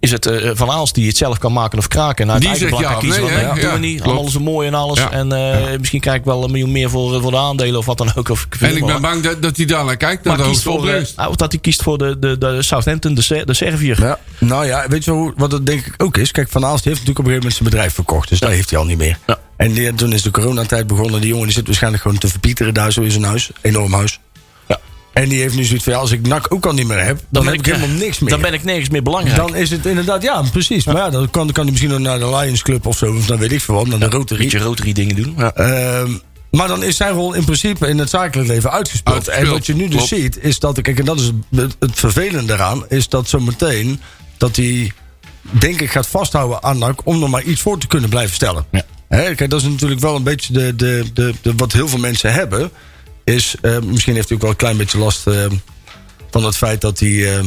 Speaker 3: is het eh, Van Aals die het zelf kan maken of kraken. En uit
Speaker 5: Die
Speaker 3: eigen
Speaker 5: zegt
Speaker 3: belang
Speaker 5: ja
Speaker 3: kan
Speaker 5: of
Speaker 3: kiezen.
Speaker 5: nee,
Speaker 3: van,
Speaker 5: hè?
Speaker 3: nee,
Speaker 5: Ja,
Speaker 3: doen we niet.
Speaker 5: klopt.
Speaker 3: Alles is mooi en alles.
Speaker 5: Ja.
Speaker 3: En eh, misschien krijg ik wel een miljoen meer voor, eh, voor de aandelen of wat dan ook. Of ik
Speaker 5: En
Speaker 3: vind
Speaker 5: ik
Speaker 3: maar
Speaker 5: ben bang dat, dat hij daar naar kijkt, naar de
Speaker 3: maar kiest
Speaker 5: hoogste
Speaker 3: voor, eh,
Speaker 5: opbrengst.
Speaker 3: nou, dat hij kiest voor de, de, de Southampton, de, Ser- de Serviër.
Speaker 4: Ja. Nou ja, weet je hoe, wat het denk ik ook is? Kijk, Van Aalst heeft natuurlijk op een gegeven moment zijn bedrijf verkocht. Dus dat heeft hij al niet meer.
Speaker 3: Ja.
Speaker 4: En die- toen is de coronatijd begonnen. Die jongen die zit waarschijnlijk gewoon te verpieteren daar zo in zijn huis. Enorm huis.
Speaker 3: Ja.
Speaker 4: En die heeft nu zoiets van, ja, als ik NAC ook al niet meer heb, dan,
Speaker 3: ben
Speaker 4: heb ik helemaal niks meer.
Speaker 3: Dan ben ik nergens meer belangrijk.
Speaker 4: Dan is het inderdaad, ja, precies. Maar ja, dan kan, kan hij misschien nog naar de Lions Club of zo. Of dan weet ik veel wat, naar de Rotary.
Speaker 3: Beetje rotary dingen doen. Ja.
Speaker 4: Ehm, maar dan is zijn rol in principe in het zakelijk leven uitgespeeld.
Speaker 5: Uitgespeeld,
Speaker 4: En wat je nu dus
Speaker 5: klopt.
Speaker 4: ziet, is dat... Kijk, en dat is het, het vervelende daaraan... is dat zometeen dat hij, denk ik, gaat vasthouden aan NAC... om er maar iets voor te kunnen blijven stellen.
Speaker 3: Ja.
Speaker 4: Hè, kijk, dat is natuurlijk wel een beetje de, de, de, de- wat heel veel mensen hebben... is, eh, misschien heeft hij ook wel een klein beetje last... eh, van het feit dat hij eh, nou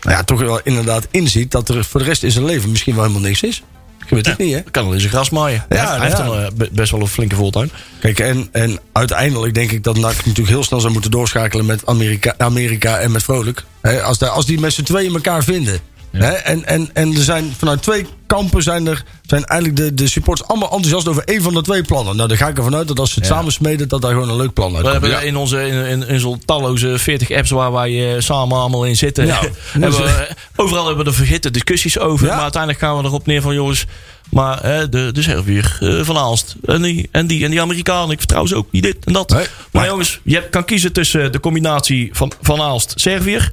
Speaker 4: ja, toch wel inderdaad inziet... dat er voor de rest in zijn leven misschien wel helemaal niks is. Ik weet het niet, hè?
Speaker 3: Kan wel eens een gras maaien.
Speaker 4: Ja,
Speaker 3: hij heeft- hij
Speaker 4: ja.
Speaker 3: heeft dan, eh, be- best wel een flinke voltuin.
Speaker 4: Kijk, en, en uiteindelijk denk ik dat NAC natuurlijk heel snel zou moeten doorschakelen met Amerika, Amerika en met Vrolijk. Hè, als, daar- als die met z'n tweeën elkaar vinden. Hè, en, en, en er zijn vanuit twee kampen zijn er zijn eigenlijk de, de supporters allemaal enthousiast over één van de twee plannen. Nou, dan ga ik ervan uit dat als ze het samen smeden, dat daar gewoon een leuk plan
Speaker 3: We
Speaker 4: uitkomt.
Speaker 3: hebben
Speaker 5: ja.
Speaker 3: in onze in, in, in zo'n talloze 40 apps waar wij eh, samen allemaal in zitten. [LAUGHS]
Speaker 4: Nou,
Speaker 3: hebben we, eh, overal hebben we er verhitte discussies over.
Speaker 4: Ja.
Speaker 3: Maar uiteindelijk gaan we erop neer van jongens. Maar eh, de, de Servier eh, van Aalst. En die, en die en die Amerikaan. Ik vertrouw ze ook niet dit en dat.
Speaker 4: Nee,
Speaker 3: maar,
Speaker 4: maar-
Speaker 3: jongens, je hebt- kan kiezen tussen eh, de combinatie van Van Aalst Servier.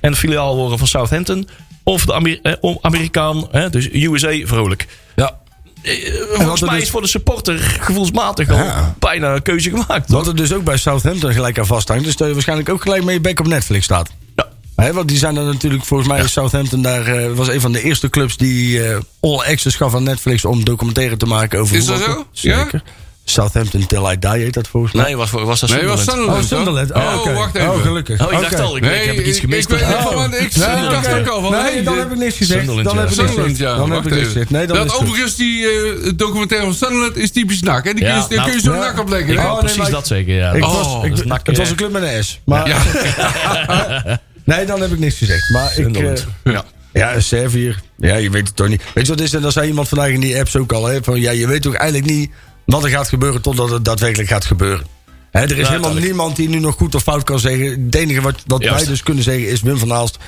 Speaker 3: En filiaal worden van Southampton. Of de Amer- eh, om- Amerikaan. eh, dus USA vrolijk.
Speaker 4: Ja.
Speaker 3: Eh, Volgens
Speaker 4: wat er
Speaker 3: mij
Speaker 4: dus-
Speaker 3: is voor de supporter gevoelsmatig al
Speaker 4: Ja.
Speaker 3: bijna een keuze gemaakt.
Speaker 4: Wat er dus ook bij Southampton gelijk aan vasthangt, is dat je waarschijnlijk ook gelijk mee je bek op Netflix staat.
Speaker 3: Ja.
Speaker 4: Hè, want die zijn er natuurlijk, volgens mij is Southampton daar eh, was een van de eerste clubs die eh, all access gaf aan Netflix om documentaire te maken over
Speaker 5: Is dat
Speaker 4: voetbal.
Speaker 5: zo? Ja?
Speaker 4: Zeker. Southampton Till I Die heet dat volgens mij.
Speaker 3: Nee, was, was dat
Speaker 5: Nee, was
Speaker 3: Sunderland.
Speaker 5: Sunderland.
Speaker 4: Oh, Sunderland.
Speaker 5: Oh,
Speaker 4: oké.
Speaker 5: wacht even.
Speaker 4: Oh, gelukkig.
Speaker 3: Oh, ik dacht
Speaker 4: Oké.
Speaker 3: al, ik,
Speaker 5: Nee,
Speaker 3: ik heb het iets
Speaker 5: ik-
Speaker 3: gemist.
Speaker 5: ik weet
Speaker 3: of-
Speaker 5: niet van- ik- ik dacht
Speaker 4: oké.
Speaker 5: ook al van,
Speaker 4: Nee,
Speaker 5: hey,
Speaker 4: dan
Speaker 5: dit-
Speaker 4: heb ik niks gezegd.
Speaker 3: Sunderland,
Speaker 4: Dan
Speaker 3: ja.
Speaker 4: heb ik niks
Speaker 5: Sunderland,
Speaker 4: gezegd.
Speaker 5: ja.
Speaker 4: Dan heb
Speaker 5: wacht
Speaker 4: ik niks
Speaker 5: even.
Speaker 4: gezegd. Nee, dan is
Speaker 5: dat
Speaker 4: het goed.
Speaker 5: overigens, die eh, documentaire van Sunderland is typisch nak. Hè? Die
Speaker 3: Ja,
Speaker 5: kun je, daar
Speaker 3: nou,
Speaker 5: kun je zo'n
Speaker 4: ja.
Speaker 5: nak op leggen.
Speaker 3: Ik
Speaker 5: hè?
Speaker 3: wou
Speaker 4: Oh, nee,
Speaker 3: precies
Speaker 4: maar ik-
Speaker 3: dat zeggen, ja.
Speaker 4: Ik
Speaker 3: Oh,
Speaker 4: was, ik-
Speaker 3: dat is nak,
Speaker 4: het
Speaker 3: eh,
Speaker 4: was een club met een S. Maar,
Speaker 5: Ja.
Speaker 4: Nee, dan heb ik niks gezegd. Maar ik,
Speaker 3: Sunderland.
Speaker 4: eh,
Speaker 5: Ja.
Speaker 4: Ja, Servier. Ja, je weet het toch niet. Weet je wat is? En dan zei iemand vandaag in die apps ook al. Hè, van, ja, je weet toch eigenlijk niet wat er gaat gebeuren totdat het daadwerkelijk gaat gebeuren. Hè, er is helemaal
Speaker 3: duidelijk.
Speaker 4: niemand die nu nog goed of fout kan zeggen. Het enige wat, wat wij
Speaker 3: Juist.
Speaker 4: dus kunnen zeggen is... Wim van Aalst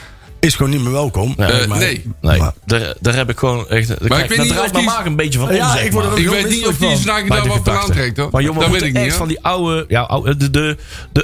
Speaker 4: is gewoon niet meer welkom.
Speaker 5: Eh, nee.
Speaker 3: Nee,
Speaker 4: Maar-
Speaker 3: daar, daar heb ik gewoon echt... daar
Speaker 5: weet
Speaker 3: krijg-
Speaker 5: niet
Speaker 3: daar
Speaker 5: of
Speaker 3: draait
Speaker 5: die-
Speaker 3: mijn maag een beetje van om,
Speaker 4: Ja,
Speaker 3: zeg
Speaker 4: ik word
Speaker 3: maar.
Speaker 4: er ook
Speaker 5: Ik
Speaker 4: heel
Speaker 5: weet niet of
Speaker 4: misselijk
Speaker 5: die
Speaker 4: van.
Speaker 3: Bij
Speaker 5: snack daar
Speaker 3: de
Speaker 5: wat van
Speaker 3: 80.
Speaker 5: aantrekt. hoor.
Speaker 3: Maar jongen,
Speaker 5: dat
Speaker 3: we
Speaker 5: weet
Speaker 3: moeten
Speaker 5: ik
Speaker 3: echt
Speaker 5: niet.
Speaker 3: van
Speaker 5: hoor.
Speaker 3: die oude... Ja, oude- de, de,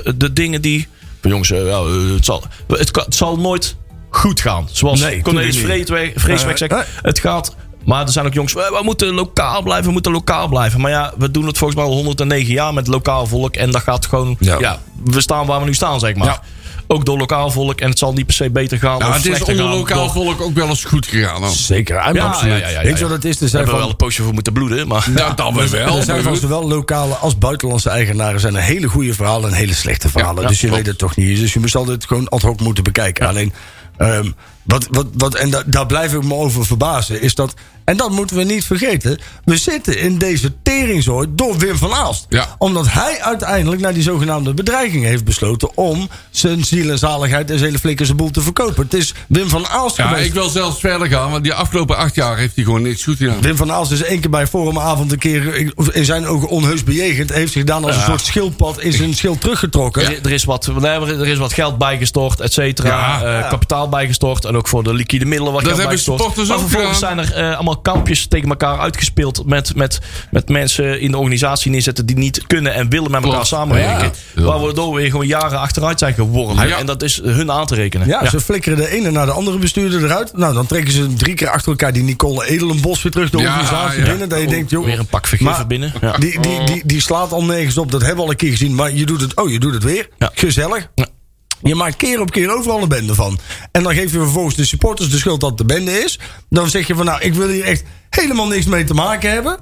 Speaker 3: de, de dingen die... Van jongens, eh, ja, eh, het, zal, het, kan- het zal nooit goed gaan. Zoals
Speaker 4: Nee,
Speaker 3: Cornelis
Speaker 4: tuurlijk niet.
Speaker 3: Vreeswijk Vreeswijk zegt.
Speaker 4: Eh, eh.
Speaker 3: Het gaat... Maar er zijn ook jongens, eh, we moeten lokaal blijven, we moeten lokaal blijven. Maar ja, we doen het volgens mij al 109 jaar met lokaal volk. En dat gaat gewoon, ja.
Speaker 4: Ja.
Speaker 3: we staan waar we nu staan, zeg maar.
Speaker 5: Ja.
Speaker 3: Ook door lokaal volk. En het zal niet per se beter gaan
Speaker 5: Nou,
Speaker 3: of
Speaker 5: het is
Speaker 3: slechter
Speaker 5: onder
Speaker 3: gaan
Speaker 5: lokaal
Speaker 3: door-
Speaker 5: volk ook wel eens goed gegaan. hoor.
Speaker 4: Zeker, I'm
Speaker 3: Ja,
Speaker 4: absoluut.
Speaker 3: ja, ja, ja, ja,
Speaker 4: Weet je
Speaker 3: ja.
Speaker 4: wat het is? Er
Speaker 3: Daar hebben
Speaker 4: zijn,
Speaker 3: we
Speaker 4: van,
Speaker 3: wel een poosje voor moeten bloeden, maar...
Speaker 5: Dat dan weer Dus wel.
Speaker 4: er zijn van
Speaker 5: maar goed.
Speaker 4: zowel lokale als buitenlandse eigenaren... zijn er hele goede verhalen en hele slechte verhalen.
Speaker 3: ja,
Speaker 4: dus je
Speaker 3: klopt.
Speaker 4: weet het toch niet. Dus je moet altijd gewoon ad hoc moeten bekijken. Alleen, ehm, wat, wat, wat, en da- daar blijf ik me over verbazen... is dat, en dat moeten we niet vergeten... we zitten in deze teringzooi door Wim van Aalst.
Speaker 5: Ja.
Speaker 4: Omdat hij uiteindelijk naar die zogenaamde bedreiging heeft besloten... om zijn ziel en zaligheid en zijn hele flikkerse boel te verkopen. Het is Wim van Aalst
Speaker 5: Ja,
Speaker 4: geweest.
Speaker 5: ik wil zelfs verder gaan, want die afgelopen acht jaar heeft hij gewoon niks goed gedaan.
Speaker 4: Wim van Aalst is één keer bij Forumavond een keer eh, in zijn ogen onheus bejegend. Heeft zich dan als een soort schildpad in zijn schild teruggetrokken.
Speaker 3: Er, er is wat, er is wat geld bijgestort, et cetera.
Speaker 5: Ja.
Speaker 3: eh, kapitaal bijgestort. En en ook voor de liquide middelen wat
Speaker 5: Dat
Speaker 3: je aan
Speaker 5: hebben
Speaker 3: bijstort.
Speaker 5: supporters
Speaker 3: Maar
Speaker 5: ook
Speaker 3: vervolgens
Speaker 5: gedaan.
Speaker 3: zijn er eh, allemaal kampjes tegen elkaar uitgespeeld met, met, met mensen in de organisatie neerzetten die niet kunnen en willen met elkaar
Speaker 5: Klopt.
Speaker 3: samenwerken.
Speaker 5: Ja.
Speaker 3: Waardoor we gewoon jaren achteruit zijn geworpen.
Speaker 5: Ja.
Speaker 3: En dat is hun aan te rekenen.
Speaker 4: Ja, ze flikkeren de ene naar de andere bestuurder eruit. Nou, dan trekken ze drie keer achter elkaar die Nicole Edelenbos weer terug de
Speaker 5: Ja,
Speaker 4: organisatie
Speaker 5: ja.
Speaker 4: binnen. Dat je denkt, joh,
Speaker 3: Weer een pak vergeven
Speaker 4: Maar-
Speaker 3: binnen. Ja.
Speaker 4: die, die, die, die slaat al nergens op. Dat hebben we al een keer gezien. Maar je doet het, oh, je doet het weer.
Speaker 3: Ja.
Speaker 4: Gezellig.
Speaker 3: Ja.
Speaker 4: Je maakt keer op keer overal een bende van. En dan geef je vervolgens de supporters de schuld dat het de bende is. Dan zeg je van, nou, ik wil hier echt helemaal niks mee te maken hebben.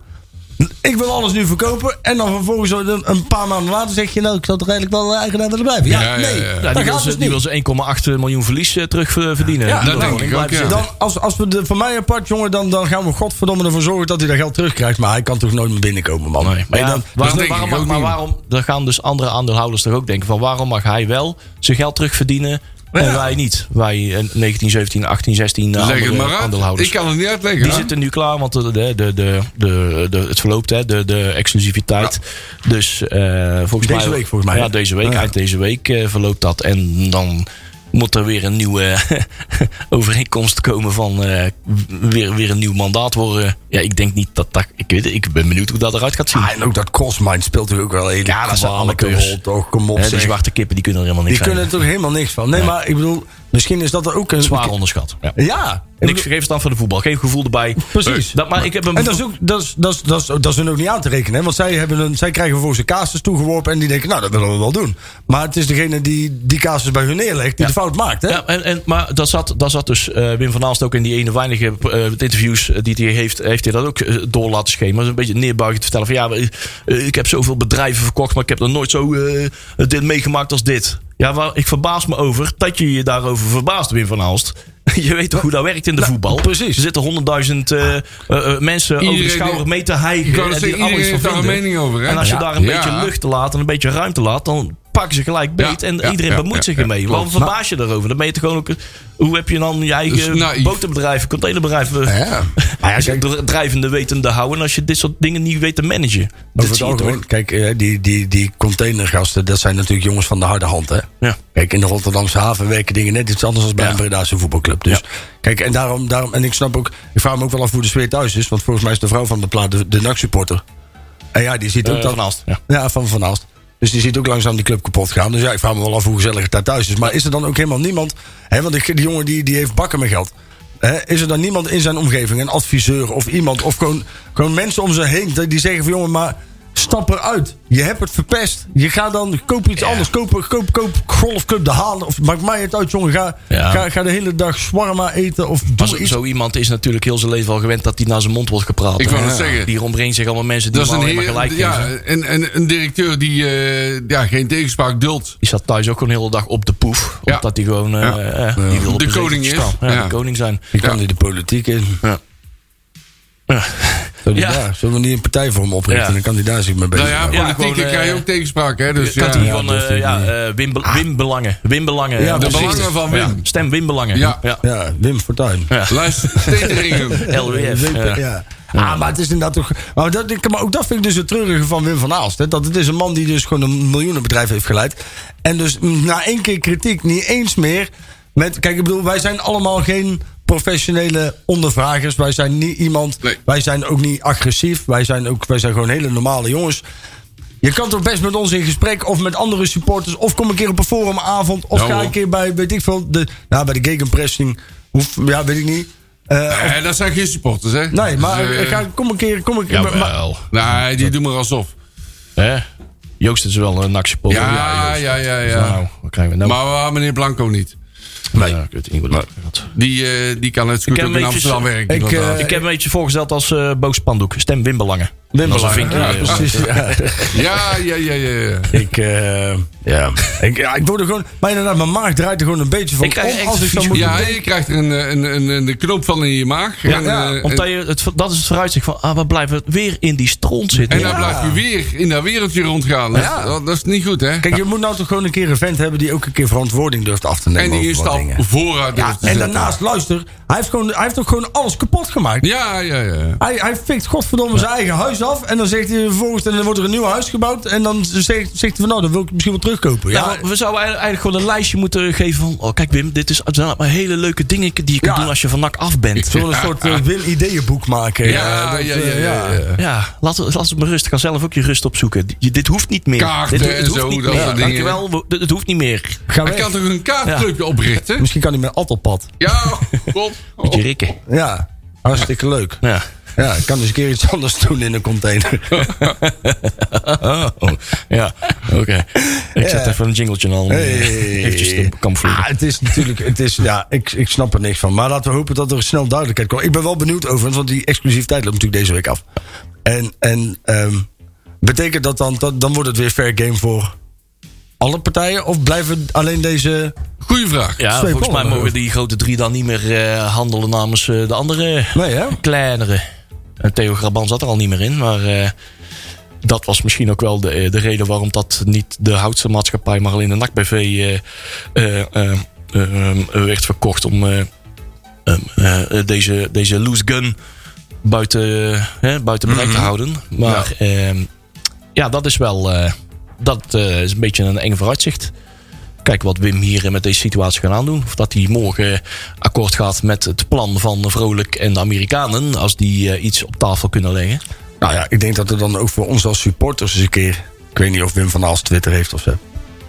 Speaker 4: Ik wil alles nu verkopen. En dan vervolgens een, een paar maanden later zeg je, nou, ik zal toch eigenlijk wel eigenaar willen blijven. Ja,
Speaker 5: Ja, ja,
Speaker 4: nee,
Speaker 5: ja, ja.
Speaker 3: Ja,
Speaker 4: dat
Speaker 3: die wil
Speaker 4: gaat
Speaker 3: ze,
Speaker 4: dus
Speaker 3: die
Speaker 4: niet.
Speaker 3: wil ze 1,8 miljoen verlies eh, terug eh, verdienen.
Speaker 4: Ja,
Speaker 3: Die
Speaker 5: dat
Speaker 3: wil
Speaker 5: denk ik
Speaker 3: blijven
Speaker 5: ook, ja.
Speaker 3: zitten.
Speaker 4: Dan, als, als we de, van mij apart, jongen, dan, dan gaan we godverdomme ervoor zorgen dat hij dat geld terugkrijgt. Maar hij kan toch nooit meer binnenkomen, man.
Speaker 3: Nee, maar, ja,
Speaker 4: dan,
Speaker 3: waarom,
Speaker 5: denk ik
Speaker 3: waarom,
Speaker 5: ook
Speaker 3: mag- maar
Speaker 5: niet.
Speaker 3: waarom, dan gaan dus andere aandeelhouders toch ook denken van waarom mag hij wel zijn geld terugverdienen en wij niet? Wij eh, 19, 17, 18, 16
Speaker 5: Leg het
Speaker 3: eh, andere
Speaker 5: maar uit.
Speaker 3: aandeelhouders.
Speaker 5: Ik kan het niet uitleggen.
Speaker 3: die
Speaker 5: hè?
Speaker 3: zitten nu klaar, want de, de, de, de, de, de- het verloopt, hè, de, de exclusiviteit. Dus eh, volgens
Speaker 4: Deze
Speaker 3: mij...
Speaker 4: week volgens mij,
Speaker 3: Ja,
Speaker 4: hè?
Speaker 3: deze week.
Speaker 4: Ja.
Speaker 3: Eind deze week eh, verloopt dat. En dan moet er weer een nieuwe [LAUGHS] overeenkomst komen van... eh, weer, weer een nieuw mandaat worden. Ja, ik denk niet dat dat... Ik, weet, het, ik ben benieuwd hoe dat eruit gaat zien.
Speaker 4: Ah, en ook dat crossmind speelt natuurlijk ook wel een hele
Speaker 3: Ja, dat zijn alle
Speaker 4: kwalijke
Speaker 3: keurs.
Speaker 4: rol, toch? Kom op,
Speaker 3: Hè, die
Speaker 4: zeg.
Speaker 3: zwarte kippen die kunnen er helemaal
Speaker 4: Die
Speaker 3: niks aan.
Speaker 4: kunnen er toch helemaal niks van. Nee, maar ik bedoel, misschien is dat er ook een...
Speaker 3: Zwaar onderschat. Ja.
Speaker 4: Ja. Ik
Speaker 3: Niks geeft aan van de voetbal. Geen gevoel erbij.
Speaker 4: Precies.
Speaker 3: Dat, maar ik heb hem.
Speaker 4: En dat is, ook, dat, is, dat, is, dat, is, dat is hun ook niet aan te rekenen. Hè? Want zij, hebben een, zij krijgen voor ze casus toegeworpen. En die denken, nou, dat willen we wel doen. Maar het is degene die die casus bij hun neerlegt. die de fout maakt. Hè?
Speaker 3: ja, en, en, maar dat zat, dat zat dus eh, Wim van Aalst ook in die ene weinige eh, interviews die hij heeft. Heeft hij dat ook eh, door laten schemeren. Dus een beetje neerbuigend te vertellen van ja, we- eh, ik heb zoveel bedrijven verkocht. Maar ik heb nog nooit zo eh, dit meegemaakt als dit. Ja, waar, ik verbaas me over dat je je daarover verbaast, Wim van Aalst. [LAUGHS] Je weet toch hoe dat werkt in de voetbal. Precies. Er zitten honderdduizend eh, eh, eh, mensen over
Speaker 5: Nou, Iedereen
Speaker 3: de schouder
Speaker 5: die-
Speaker 3: mee te hijgen.
Speaker 5: Ik wou net
Speaker 3: en die
Speaker 5: zeggen,
Speaker 3: allemaal iets
Speaker 5: iedereen
Speaker 3: van
Speaker 5: heeft daar een
Speaker 3: vinden.
Speaker 5: mening over, hè?
Speaker 3: En als je
Speaker 5: Ja.
Speaker 3: daar een
Speaker 5: Ja.
Speaker 3: beetje lucht laat en een beetje ruimte laat, dan pakken ze gelijk beet.
Speaker 5: Ja,
Speaker 3: en
Speaker 5: ja,
Speaker 3: iedereen
Speaker 5: ja,
Speaker 3: bemoeit
Speaker 5: ja,
Speaker 3: zich ermee.
Speaker 5: ja,
Speaker 3: Waarom verbaas je daarover? Dan ben je toch gewoon ook. Hoe heb je dan je eigen
Speaker 5: Dus naïef.
Speaker 3: botenbedrijf, containerbedrijf. eh,
Speaker 4: Ja.
Speaker 3: als je drijvende wetende houden als je dit soort dingen niet weet te managen.
Speaker 4: Over
Speaker 3: Dat
Speaker 4: het
Speaker 3: zie je toch?
Speaker 4: algemeen, kijk, eh, die, die, die containergasten, dat zijn natuurlijk jongens van de harde hand. Hè?
Speaker 3: Ja.
Speaker 4: Kijk, in de Rotterdamse haven werken dingen net iets anders dan bij
Speaker 3: Ja.
Speaker 4: een Bredaanse voetbalclub. Dus
Speaker 3: Ja.
Speaker 4: kijk, en daarom, daarom, en ik snap ook, ik vraag me ook wel af hoe de sfeer thuis is. Want volgens mij is de vrouw van de plaat de, de NAC-supporter. En ja, die ziet ook
Speaker 3: Eh,
Speaker 4: dat.
Speaker 3: Van Aalst, ja.
Speaker 4: Ja. van Van Aalst. Dus die ziet ook langzaam die club kapot gaan. Dus ja, ik vraag me wel af hoe gezellig het daar thuis is. Maar is er dan ook helemaal niemand, hè, want die, die jongen die, die heeft bakken met geld. Hè, is er dan niemand in zijn omgeving, een adviseur of iemand, of gewoon, gewoon mensen om ze heen die- die zeggen van jongen, maar stap eruit. Je hebt het verpest. Je gaat dan, koop iets anders. Koop, koop, koop golfclub de halen. Of maakt mij het uit jongen, ga,
Speaker 3: Ja.
Speaker 4: ga, ga de hele dag shawarma eten of doe
Speaker 3: Maar zo,
Speaker 4: iets.
Speaker 3: zo iemand is natuurlijk heel zijn leven al gewend dat hij naar zijn mond wordt gepraat.
Speaker 5: Ik wou net
Speaker 3: Ja.
Speaker 5: zeggen.
Speaker 3: Die omringt zich allemaal mensen die
Speaker 5: Dat is
Speaker 3: hem
Speaker 5: een
Speaker 3: alleen maar gelijk
Speaker 5: heer, ja,
Speaker 3: geven.
Speaker 5: en, en een directeur die eh, ja, geen tegenspraak duldt.
Speaker 3: Die zat thuis ook gewoon de hele dag op de poef.
Speaker 5: Ja.
Speaker 3: Omdat hij gewoon... eh,
Speaker 5: Ja.
Speaker 3: eh, die wil op
Speaker 5: De
Speaker 3: zetel
Speaker 5: koning is.
Speaker 3: staan. Ja,
Speaker 5: Ja.
Speaker 3: de koning zijn.
Speaker 4: Je kan
Speaker 5: Ja.
Speaker 4: niet de politiek in.
Speaker 3: Ja.
Speaker 4: Zullen we
Speaker 3: Ja.
Speaker 4: daar- Zullen we niet een partij voor hem oprichten?
Speaker 3: Ja.
Speaker 4: Dan kan hij daar zich mee
Speaker 5: Nou
Speaker 4: bezig
Speaker 5: ja,
Speaker 3: Ja,
Speaker 5: politiek
Speaker 3: gewoon, eh,
Speaker 5: krijg je ook tegenspraak, hè? Dus,
Speaker 3: Kan
Speaker 5: ja.
Speaker 3: hij
Speaker 5: Ja.
Speaker 3: gewoon, eh, ja, eh, Wim, Be- Wim Belangen. Wim Belangen.
Speaker 4: Ja,
Speaker 3: eh,
Speaker 4: de
Speaker 3: precies.
Speaker 5: Ah. belangen van Wim.
Speaker 3: Ja, stem Wim Belangen.
Speaker 5: Ja.
Speaker 3: ja.
Speaker 4: Ja, Wim Fortuyn.
Speaker 3: [LAUGHS]
Speaker 5: Luister, Stedenringen.
Speaker 3: LWF.
Speaker 4: Wim-
Speaker 3: ja.
Speaker 4: ja. Ah, maar het is inderdaad toch. Maar, dat, ik- maar ook dat vind ik dus het treurige van Wim van Aalst. Hè? Dat het is een man die dus gewoon een miljoenenbedrijf heeft geleid. En dus mm, na één keer kritiek niet eens meer. Met, kijk, ik bedoel, wij zijn allemaal geen professionele ondervragers. Wij zijn niet iemand.
Speaker 5: Nee.
Speaker 4: Wij zijn ook niet agressief. Wij zijn, ook, wij zijn gewoon hele normale jongens. Je kan toch best met ons in gesprek of met andere supporters. Of kom een keer op een forumavond. Of
Speaker 5: Ja,
Speaker 4: ga
Speaker 5: hoor.
Speaker 4: een keer bij, weet ik veel, de, nou, bij de Gegenpressing. Hoef, ja, weet ik niet. Eh,
Speaker 5: Eh, dat zijn geen supporters, hè?
Speaker 4: Nee, maar
Speaker 5: Dus, eh,
Speaker 4: ik ga, kom een keer. Kom een keer maar- maar-
Speaker 3: Jawel.
Speaker 5: Nee, die doen maar alsof.
Speaker 3: Hè? Joost is wel een naksepot.
Speaker 5: Ja, ja, ja, ja.
Speaker 3: Nou, wat krijgen we nou?
Speaker 5: Maar waar meneer Blanco niet.
Speaker 3: Ja, ik weet niet hoe dat gaat.
Speaker 5: Die, eh, die kan het goed
Speaker 3: heb
Speaker 5: ook
Speaker 3: een
Speaker 5: in
Speaker 3: beetje-
Speaker 5: Amsterdam werken.
Speaker 4: ik,
Speaker 5: dat wel.
Speaker 3: Ik
Speaker 4: eh,
Speaker 3: heb hem een beetje voorgesteld als eh, boos spandoek. Stem Wim Belangen.
Speaker 4: Wim
Speaker 3: Dat is een eh.
Speaker 4: Belangen.
Speaker 3: vinkje.
Speaker 4: Ja, precies. Ja.
Speaker 5: ja, ja, ja, ja. ja.
Speaker 4: Ik, eh, ja. ik, ja, ik word er gewoon. Maar inderdaad, mijn maag draait er gewoon een beetje van.
Speaker 3: Ik krijg
Speaker 4: om
Speaker 3: echt
Speaker 4: als ik dan
Speaker 3: vies-
Speaker 4: moet.
Speaker 5: eh, Ja, je krijgt er een, eh, een, een, een knoop van in je maag.
Speaker 3: Ja,
Speaker 5: en,
Speaker 4: ja,
Speaker 5: eh,
Speaker 3: Omdat je het, dat is het vooruitzicht van, ah, we blijven weer in die stront zitten.
Speaker 5: en dan blijf je weer in dat wereldje rondgaan. Dat,
Speaker 4: Ja.
Speaker 5: dat, dat is niet goed, hè?
Speaker 4: Kijk, je moet nou toch gewoon een keer een vent hebben die ook een keer verantwoording durft af te nemen.
Speaker 5: en die een
Speaker 4: over wat
Speaker 5: stap
Speaker 4: dingen.
Speaker 5: vooruit durft te
Speaker 4: En
Speaker 5: zetten.
Speaker 4: daarnaast, luister, hij heeft, gewoon, hij heeft ook gewoon alles kapot gemaakt.
Speaker 5: Ja, ja, ja.
Speaker 4: Hij, hij fikt godverdomme zijn eigen huis af en dan zegt hij vervolgens, en dan wordt er een nieuw huis gebouwd. En dan zegt, zegt hij van nou, dan wil ik misschien wel terugkopen. Ja,
Speaker 3: Ja, maar Nou, we zouden eigenlijk eigenlijk gewoon een lijstje moeten geven van... Oh, kijk Wim, dit is, zijn allemaal hele leuke dingen die je kunt
Speaker 4: Ja.
Speaker 3: doen als je van NAC af bent.
Speaker 4: zullen we een soort eh, win-ideeënboek maken?
Speaker 5: Ja,
Speaker 4: Eh, dat,
Speaker 5: ja,
Speaker 4: eh,
Speaker 5: ja, ja, ja.
Speaker 3: Ja, laat, laat het maar rust. Ik kan zelf ook je rust opzoeken. Die- Dit hoeft niet meer.
Speaker 5: Kaarten
Speaker 3: dit, het
Speaker 5: en
Speaker 3: hoeft
Speaker 5: zo,
Speaker 3: niet
Speaker 5: dat
Speaker 3: meer.
Speaker 5: soort dingen.
Speaker 3: Dankjewel, we- dit- het hoeft niet meer.
Speaker 4: Ga
Speaker 5: Hij
Speaker 4: weg.
Speaker 5: kan toch een kaartclubje
Speaker 4: [LAUGHS]
Speaker 5: oprichten?
Speaker 4: Misschien kan hij met Attelpad.
Speaker 5: Ja, kom.
Speaker 3: Beetje rikken.
Speaker 4: Ja, hartstikke leuk.
Speaker 3: Ja.
Speaker 4: Ja, ik kan dus een keer iets [LAUGHS] anders doen in een container.
Speaker 3: Oh, Ja, oké. Ik zet even een jingletje aan. om, eh,
Speaker 4: Hey.
Speaker 3: Eventjes te camoufleren.
Speaker 4: Ah, het is natuurlijk, het is, ja, ik, ik snap er niks van. Maar laten we hopen dat er snel duidelijkheid komt. Ik ben wel benieuwd overigens, want die exclusiviteit loopt natuurlijk deze week af. En, en ehm, betekent dat dan, dat, dan wordt het weer fair game voor alle partijen? Of blijven alleen deze...
Speaker 5: Goeie vraag.
Speaker 3: Ja,
Speaker 4: Twee
Speaker 3: volgens mij
Speaker 4: ballen.
Speaker 3: mogen die grote drie dan niet meer eh, handelen namens eh, de andere
Speaker 4: Nee hè?
Speaker 3: kleinere. En Theo Graban zat er al niet meer in, maar eh, dat was misschien ook wel de, eh, de reden waarom dat niet de Houtse maatschappij, maar alleen de NAC-BV eh, eh, eh, eh, werd verkocht om eh, ehm, eh, eh, deze, deze loose gun buiten, eh, buiten bereik te houden. Maar ehm, ja, dat is wel eh, dat, eh, is een beetje een eng vooruitzicht. Kijk wat Wim hier eh, met deze situatie gaat aandoen. Of dat hij morgen akkoord gaat met het plan van Vrolijk en de Amerikanen. Als die eh, iets op tafel kunnen leggen.
Speaker 4: Nou ja, ik denk dat er dan ook voor ons als supporters eens een keer... Ik weet niet of Wim van Aals Twitter heeft of zo.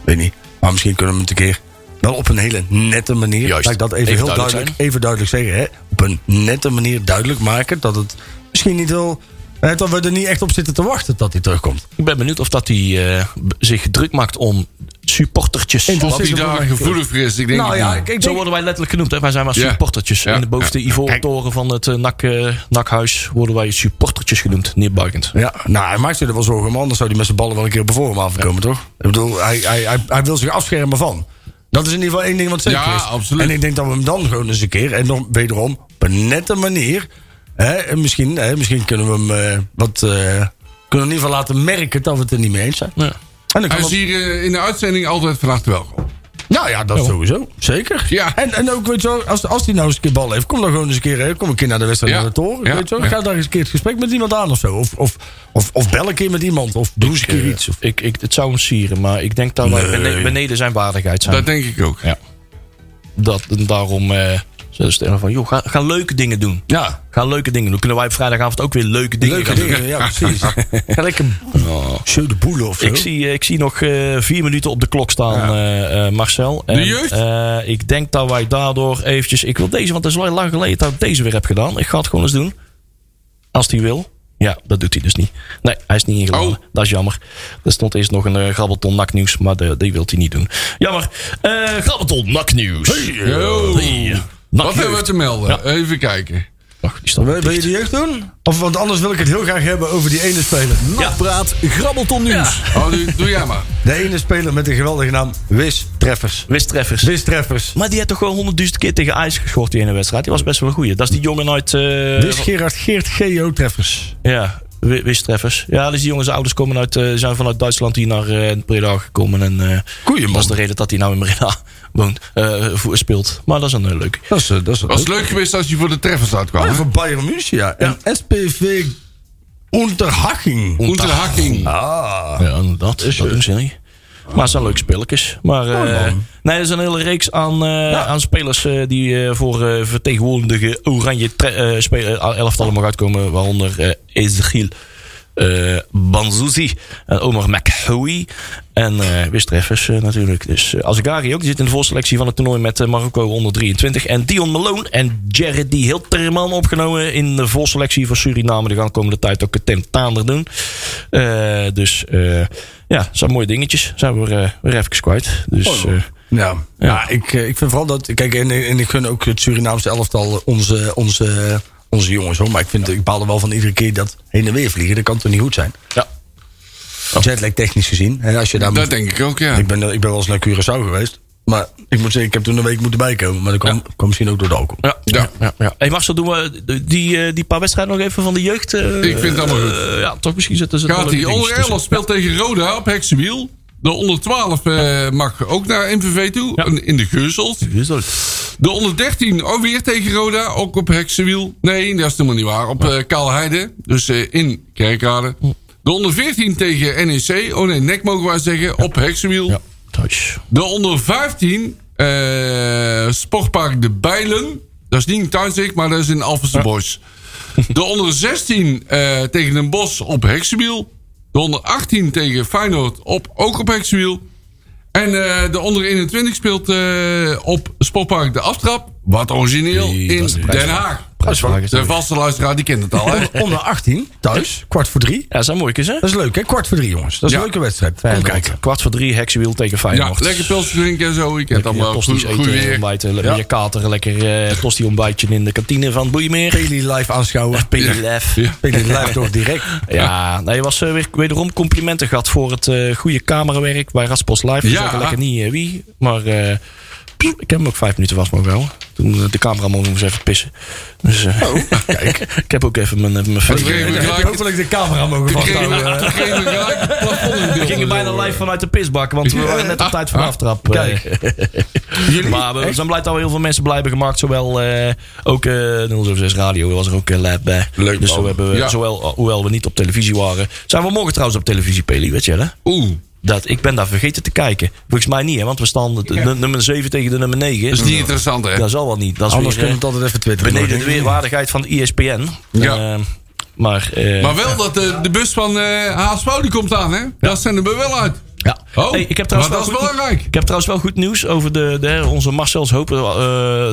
Speaker 4: Weet niet. Maar misschien kunnen we hem het een keer... Wel op een hele nette manier.
Speaker 3: Juist.
Speaker 4: Laat ik dat even,
Speaker 3: Even
Speaker 4: heel
Speaker 3: duidelijk
Speaker 4: duidelijk, even duidelijk zeggen. Hè? Op een nette manier duidelijk maken dat het misschien niet wel... Hè, dat we er niet echt op zitten te wachten dat hij terugkomt.
Speaker 3: Ik ben benieuwd of dat hij eh, b- zich druk maakt om supportertjes.
Speaker 4: En
Speaker 5: Wat hij
Speaker 4: Precies,
Speaker 5: daar
Speaker 4: dat-
Speaker 5: gevoelig voor is, ik denk
Speaker 4: nou
Speaker 5: het
Speaker 4: ja,
Speaker 5: niet.
Speaker 4: ik, ik
Speaker 3: Zo
Speaker 4: denk...
Speaker 3: worden wij letterlijk genoemd. Hè? Wij zijn maar
Speaker 5: Ja.
Speaker 3: supportertjes.
Speaker 5: Ja.
Speaker 3: In de bovenste ivoren toren van het eh, NAC, eh, NAC-huis worden wij supportertjes genoemd. Neerbuigend.
Speaker 4: Ja, nou, hij maakt zich er wel zorgen om, anders zou hij met zijn ballen wel een keer op de voorraam afkomen, toch? Ik bedoel, hij, hij, hij, hij wil zich afschermen van. Dat is in ieder geval één ding wat zeker
Speaker 5: Ja,
Speaker 4: is.
Speaker 5: absoluut.
Speaker 4: En ik denk dat we hem dan gewoon eens een keer, en nog wederom op een nette manier, hè, en misschien, hè, misschien kunnen we hem eh, wat, eh, kunnen we in ieder geval laten merken dat we het er niet mee eens zijn.
Speaker 3: Ja.
Speaker 4: En
Speaker 5: Hij
Speaker 4: dan kan
Speaker 5: is
Speaker 4: dat,
Speaker 5: hier eh, in de uitzending altijd van harte welkom.
Speaker 4: nou ja, dat sowieso. Zeker.
Speaker 5: Ja.
Speaker 4: En, en ook, weet je wel, als, als hij nou eens een keer bal heeft, kom dan gewoon eens een keer, hè, kom een keer naar de wedstrijd
Speaker 5: Ja.
Speaker 4: naar de toren.
Speaker 5: Ja.
Speaker 4: Weet je wel,
Speaker 5: Ja.
Speaker 4: ga daar eens een keer het gesprek met iemand aan of zo. Of, of, of, of bel een keer met iemand, of doe eens een keer iets. Of,
Speaker 3: Ik, ik, het zou hem sieren, maar ik denk dat wij bene- beneden, zijn waardigheid zijn.
Speaker 5: Dat denk ik ook.
Speaker 3: Ja. Dat, en daarom eh zullen ze stellen van, joh, ga, ga leuke dingen doen.
Speaker 4: ja,
Speaker 3: Ga leuke dingen doen. Kunnen wij op vrijdagavond ook weer leuke dingen
Speaker 4: Leuke
Speaker 3: gaan doen?
Speaker 4: dingen, ja [LAUGHS] precies. Ga lekker show de boel of zo.
Speaker 3: [LAUGHS] Ik zie, eh, ik zie nog eh, vier minuten op de klok staan, eh, eh, Marcel. En,
Speaker 5: jeugd?
Speaker 3: eh, ik denk dat wij daardoor eventjes... Ik wil deze, want het is wel lang geleden dat ik deze weer heb gedaan. Ik ga het gewoon eens doen. Als hij wil. Ja, dat doet hij dus niet. Nee, hij is niet ingeladen.
Speaker 5: Oh.
Speaker 3: Dat is jammer. Er stond eerst nog een eh, grabbelton naknieuws, maar de, die wil hij niet doen. Jammer. Eh grabbelton naknieuws.
Speaker 5: Yo.
Speaker 3: Hey,
Speaker 5: Wat hebben we te melden? Even kijken.
Speaker 4: Wil, wil je de jeugd doen? Of want anders wil ik het heel graag hebben over die ene speler. Nou,
Speaker 2: Nakpraat, grabbelton nieuws.
Speaker 5: Oh, doe, doe jij maar.
Speaker 4: De ene speler met de geweldige naam Wis Treffers.
Speaker 3: Wistreffers.
Speaker 4: Wis Treffers.
Speaker 3: Maar die had toch gewoon honderdduizend keer tegen IJs geschoord die ene wedstrijd. Die was best wel een goeie. Dat is die jongen uit... eh,
Speaker 4: Wis Gerard Geert Geo Treffers.
Speaker 3: Ja, wi- wistreffers. Ja, dus die jongens, ouders komen uit, eh, zijn vanuit Duitsland hier naar eh Breda gekomen. En eh,
Speaker 4: Goeie
Speaker 3: dat
Speaker 4: man.
Speaker 3: is de reden dat hij nou in Breda [LAUGHS] woont, eh, vo- speelt. Maar dat is een eh, leuk.
Speaker 4: Dat is, eh, dat is
Speaker 5: Was het leuk geweest als je voor de treffers uitkwam.
Speaker 4: Ja,
Speaker 5: hè?
Speaker 4: van Bayern München, ja. En SPV Unterhaching.
Speaker 5: Unterhacking.
Speaker 4: Ah.
Speaker 3: Ja, inderdaad. dat doen ze niet. Maar het zijn leuke spelletjes. Maar eh, nee, er is een hele reeks aan, eh, aan spelers eh, die eh, voor eh, vertegenwoordigende oranje tre- eh, spe- eh, elftallen mag uitkomen. Waaronder eh Ezechiel eh Banzuzi en Omar Makhoui. En eh weer treffers eh, natuurlijk. Dus eh, Azagari ook. Die zit in de voorselectie van het toernooi met eh, Marokko onder 23. En Dion Malone en Jared D. Hilterman opgenomen in de voorselectie voor Suriname. Die gaan de komende tijd ook het tentaander doen. Eh, dus eh, ja, het zijn mooie dingetjes. Zijn we eh, weer even kwijt. Dus eh,
Speaker 4: Ja, ja. ik, eh, ik vind vooral dat. Kijk, en, en ik gun ook het Surinaamse elftal onze, onze, onze jongens hoor. Maar ik, vind, ik baal er wel van iedere keer dat heen en weer vliegen. Dat kan toch niet goed zijn?
Speaker 3: ja.
Speaker 4: Jetlag technisch gezien. En als je daar
Speaker 5: Dat
Speaker 4: moet-
Speaker 5: denk ik ook, ja.
Speaker 4: ik, ben, ik ben wel eens naar Curaçao geweest. Maar ik moet zeggen, ik heb toen een week moeten bijkomen. Maar dat kwam, kwam misschien ook door de alcohol.
Speaker 3: Ja,
Speaker 5: Ja.
Speaker 3: ja, ja. Hey Marcel, doen we die, eh, die paar wedstrijden nog even van de jeugd? eh,
Speaker 5: Ik vind het allemaal goed.
Speaker 3: eh, ja, toch misschien zetten ze het
Speaker 5: Gaat
Speaker 3: wel
Speaker 5: hij
Speaker 3: leuke
Speaker 5: onder
Speaker 3: dingetjes tussen.
Speaker 5: 11 speelt tegen Roda op Heksenwiel. De onder 12 eh, mag ook naar MVV toe. en In de Geuzels. De onder 13 ook weer tegen Roda. Ook op Heksenwiel. Nee, dat is helemaal niet waar. Op eh Kaalheide. Dus eh, in Kerkrade. De onder 14 tegen NEC. Oh nee, nek mogen wij zeggen. Op Heksenwiel.
Speaker 3: Touch.
Speaker 5: De onder 15 eh, Sportpark de Bijlen. Dat is niet in Tuinzicht, maar dat is in Alphense Bosch. De onder 16 eh, tegen Den Bosch op Heksenwiel. De onder 18 tegen Feyenoord op, ook op Heksenwiel. En eh, de onder 21 speelt eh, op Sportpark de Aftrap. Wat origineel in Den Haag. De vaste luisteraar die kent het al. Hè?
Speaker 4: Onder 18, thuis, kwart voor drie.
Speaker 3: Ja, dat zijn mooie keuzes, hè?
Speaker 4: Dat is leuk, hè? Kwart voor drie, jongens. Dat is
Speaker 5: Ja.
Speaker 4: een leuke wedstrijd. Kom
Speaker 3: Feyenoord.
Speaker 4: kijken.
Speaker 3: Kwart voor drie, heksenwiel tegen
Speaker 5: Ja,
Speaker 3: Feyenoord.
Speaker 5: lekker pilsje drinken en zo. Ik kent allemaal goed,
Speaker 3: tosti's
Speaker 5: goed
Speaker 3: eten,
Speaker 5: weer.
Speaker 3: ontbijten, le- met je kater, lekker eh tosti ontbijtje in de kantine van Boeimeer.
Speaker 4: Peli live aanschouwen.
Speaker 3: PLF.
Speaker 5: Ja.
Speaker 3: Ja,
Speaker 4: Peli live door direct.
Speaker 3: nee, was eh, weer, wederom complimenten gehad voor het eh, goede camerawerk bij Raspos Live.
Speaker 5: Ja.
Speaker 3: Ja. zeggen lekker niet eh, wie, maar eh, pff, ik heb hem ook vijf minuten was maar wel. Toen eh, de cameraman moest even pissen. Dus eh,
Speaker 5: Oh.
Speaker 3: [LAUGHS] ik heb ook even mijn, eh, mijn
Speaker 5: Dan kregen we
Speaker 3: vinger-
Speaker 5: gelijk-
Speaker 4: Hopelijk de camera mogen
Speaker 5: dan kregen we-
Speaker 4: vasthouden.
Speaker 5: dan kregen we gelijk het [LAUGHS] plafond in
Speaker 3: We gingen
Speaker 5: beeld.
Speaker 3: bijna live vanuit de pisbak, want we waren
Speaker 5: Ah,
Speaker 3: net op tijd van de aftrap. eh. Maar we zijn blij dat we heel veel mensen blij hebben gemaakt. Zowel eh, ook eh 076 Radio was er ook een lab bij.
Speaker 5: Leuk,
Speaker 3: dus
Speaker 5: man.
Speaker 3: zo hebben we,
Speaker 5: Ja.
Speaker 3: zowel, hoewel we niet op televisie waren. Zijn we morgen trouwens op televisie, Peli, weet je wel, hè?
Speaker 5: Oeh.
Speaker 3: Dat, ik ben daar vergeten te kijken. Volgens mij niet, hè? Want we staan de, de nummer 7 tegen de nummer 9.
Speaker 5: Dat is niet interessant, hè?
Speaker 3: Dat zal wel niet. Dat is
Speaker 4: Anders
Speaker 3: weer,
Speaker 4: kunnen
Speaker 3: eh,
Speaker 4: we het altijd even twitteren.
Speaker 3: beneden de
Speaker 4: hoor.
Speaker 3: weerwaardigheid van E ESPN.
Speaker 5: Ja.
Speaker 3: Ehm, maar... eh,
Speaker 5: Maar wel dat de, de bus van eh HSV die komt aan, hè? Dat zenden we wel uit.
Speaker 3: Ja.
Speaker 5: Oh,
Speaker 3: Hey, ik heb trouwens
Speaker 5: maar dat
Speaker 3: wel
Speaker 5: is
Speaker 3: goed-
Speaker 5: belangrijk.
Speaker 3: Ik heb trouwens wel goed nieuws over de, de, onze Marcel's Hopen, eh,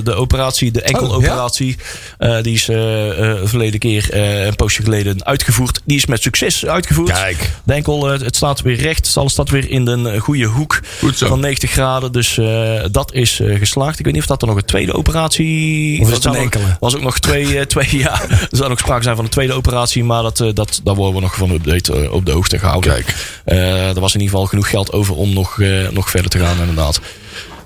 Speaker 3: de operatie, de
Speaker 5: Oh,
Speaker 3: enkeloperatie. Eh, die is eh, eh, verleden keer, eh, een poosje geleden, uitgevoerd. Die is met succes uitgevoerd.
Speaker 4: Kijk.
Speaker 3: De enkel, eh, het staat weer recht. Het alles staat weer in een eh, goede hoek
Speaker 5: Goed zo.
Speaker 3: van 90 graden. Dus eh, dat is eh, geslaagd. Ik weet niet of dat er nog een tweede operatie...
Speaker 4: Of is
Speaker 3: dat
Speaker 4: het een
Speaker 3: zou nog-
Speaker 4: enkele?
Speaker 3: was ook nog twee, eh, twee [LAUGHS] ja, er zou nog sprake zijn van een tweede operatie, maar dat, eh, dat, daar worden we nog van update, eh, op de hoogte gehouden. Kijk. er was in ieder geval genoeg geld over om nog, eh, nog verder te gaan, inderdaad.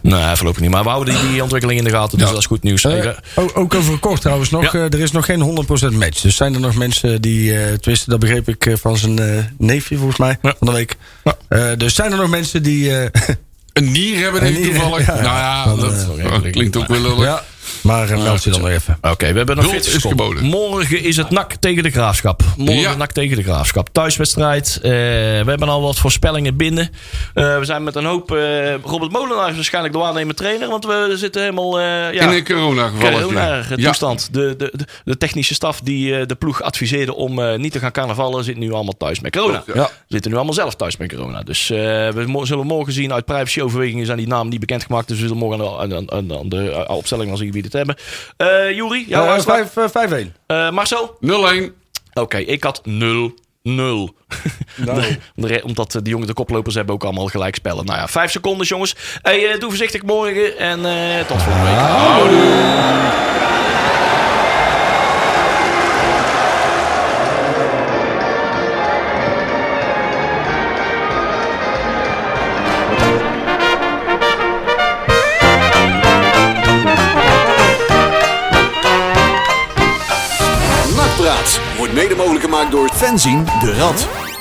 Speaker 3: Nee, voorlopig niet. Maar we houden die, die ontwikkeling in de gaten, dus dat is goed nieuws. Ik, eh,
Speaker 4: O- ook over kort trouwens nog.
Speaker 3: Ja.
Speaker 4: eh, er is nog geen 100% match. Dus zijn er nog mensen die. eh tenminste, dat begreep ik eh, van zijn eh, neefje volgens mij.
Speaker 3: Ja.
Speaker 4: Van de week. Eh, dus zijn er nog mensen die. eh, [LAUGHS]
Speaker 5: Een nier hebben
Speaker 4: Een
Speaker 5: die
Speaker 4: nier,
Speaker 5: toevallig.
Speaker 4: ja.
Speaker 5: Nou ja,
Speaker 4: Dan,
Speaker 5: dat,
Speaker 4: eh,
Speaker 5: dat [LAUGHS] klinkt ook wel lullig.
Speaker 4: ja. Maar eh, meld je dan nog even.
Speaker 3: Oké, we hebben nog
Speaker 5: Hulp
Speaker 3: 40
Speaker 5: is
Speaker 3: seconden.
Speaker 5: geboden.
Speaker 3: Morgen is het NAC tegen de Graafschap. Morgen
Speaker 5: Ja.
Speaker 3: NAC tegen de Graafschap. Thuiswedstrijd. Eh, we hebben al wat voorspellingen binnen. Eh, we zijn met een hoop... eh, Robert Molenaar is waarschijnlijk de waarnemer trainer. Want we zitten helemaal... eh, ja,
Speaker 5: In een corona-geval.
Speaker 3: Corona-toestand. eh, De, de, de- de technische staf die eh, de ploeg adviseerde om eh, niet te gaan carnavallen, zit nu allemaal thuis met corona.
Speaker 5: Ja.
Speaker 3: Zitten nu allemaal zelf thuis met corona. Dus eh, we mo- zullen morgen zien, uit privacyoverwegingen zijn die namen niet bekendgemaakt. Dus we zullen morgen aan, aan, aan, aan de eh, opstelling wel zien wie dit hebben. Eh Juri, jouw
Speaker 4: Eh,
Speaker 3: uitslag?
Speaker 4: vijf- eh, 5-1.
Speaker 3: Eh, Marcel?
Speaker 5: 0-1.
Speaker 3: Oké, ik had 0-0. [LAUGHS]
Speaker 4: Nou.
Speaker 3: De- de re- omdat eh, de jongen de koplopers hebben ook allemaal gelijk spellen. Nou ja, vijf seconden jongens. Hey, eh, doe voorzichtig morgen en eh, tot volgende week.
Speaker 2: Nakpraat wordt mede mogelijk gemaakt door Fenzin de Rad.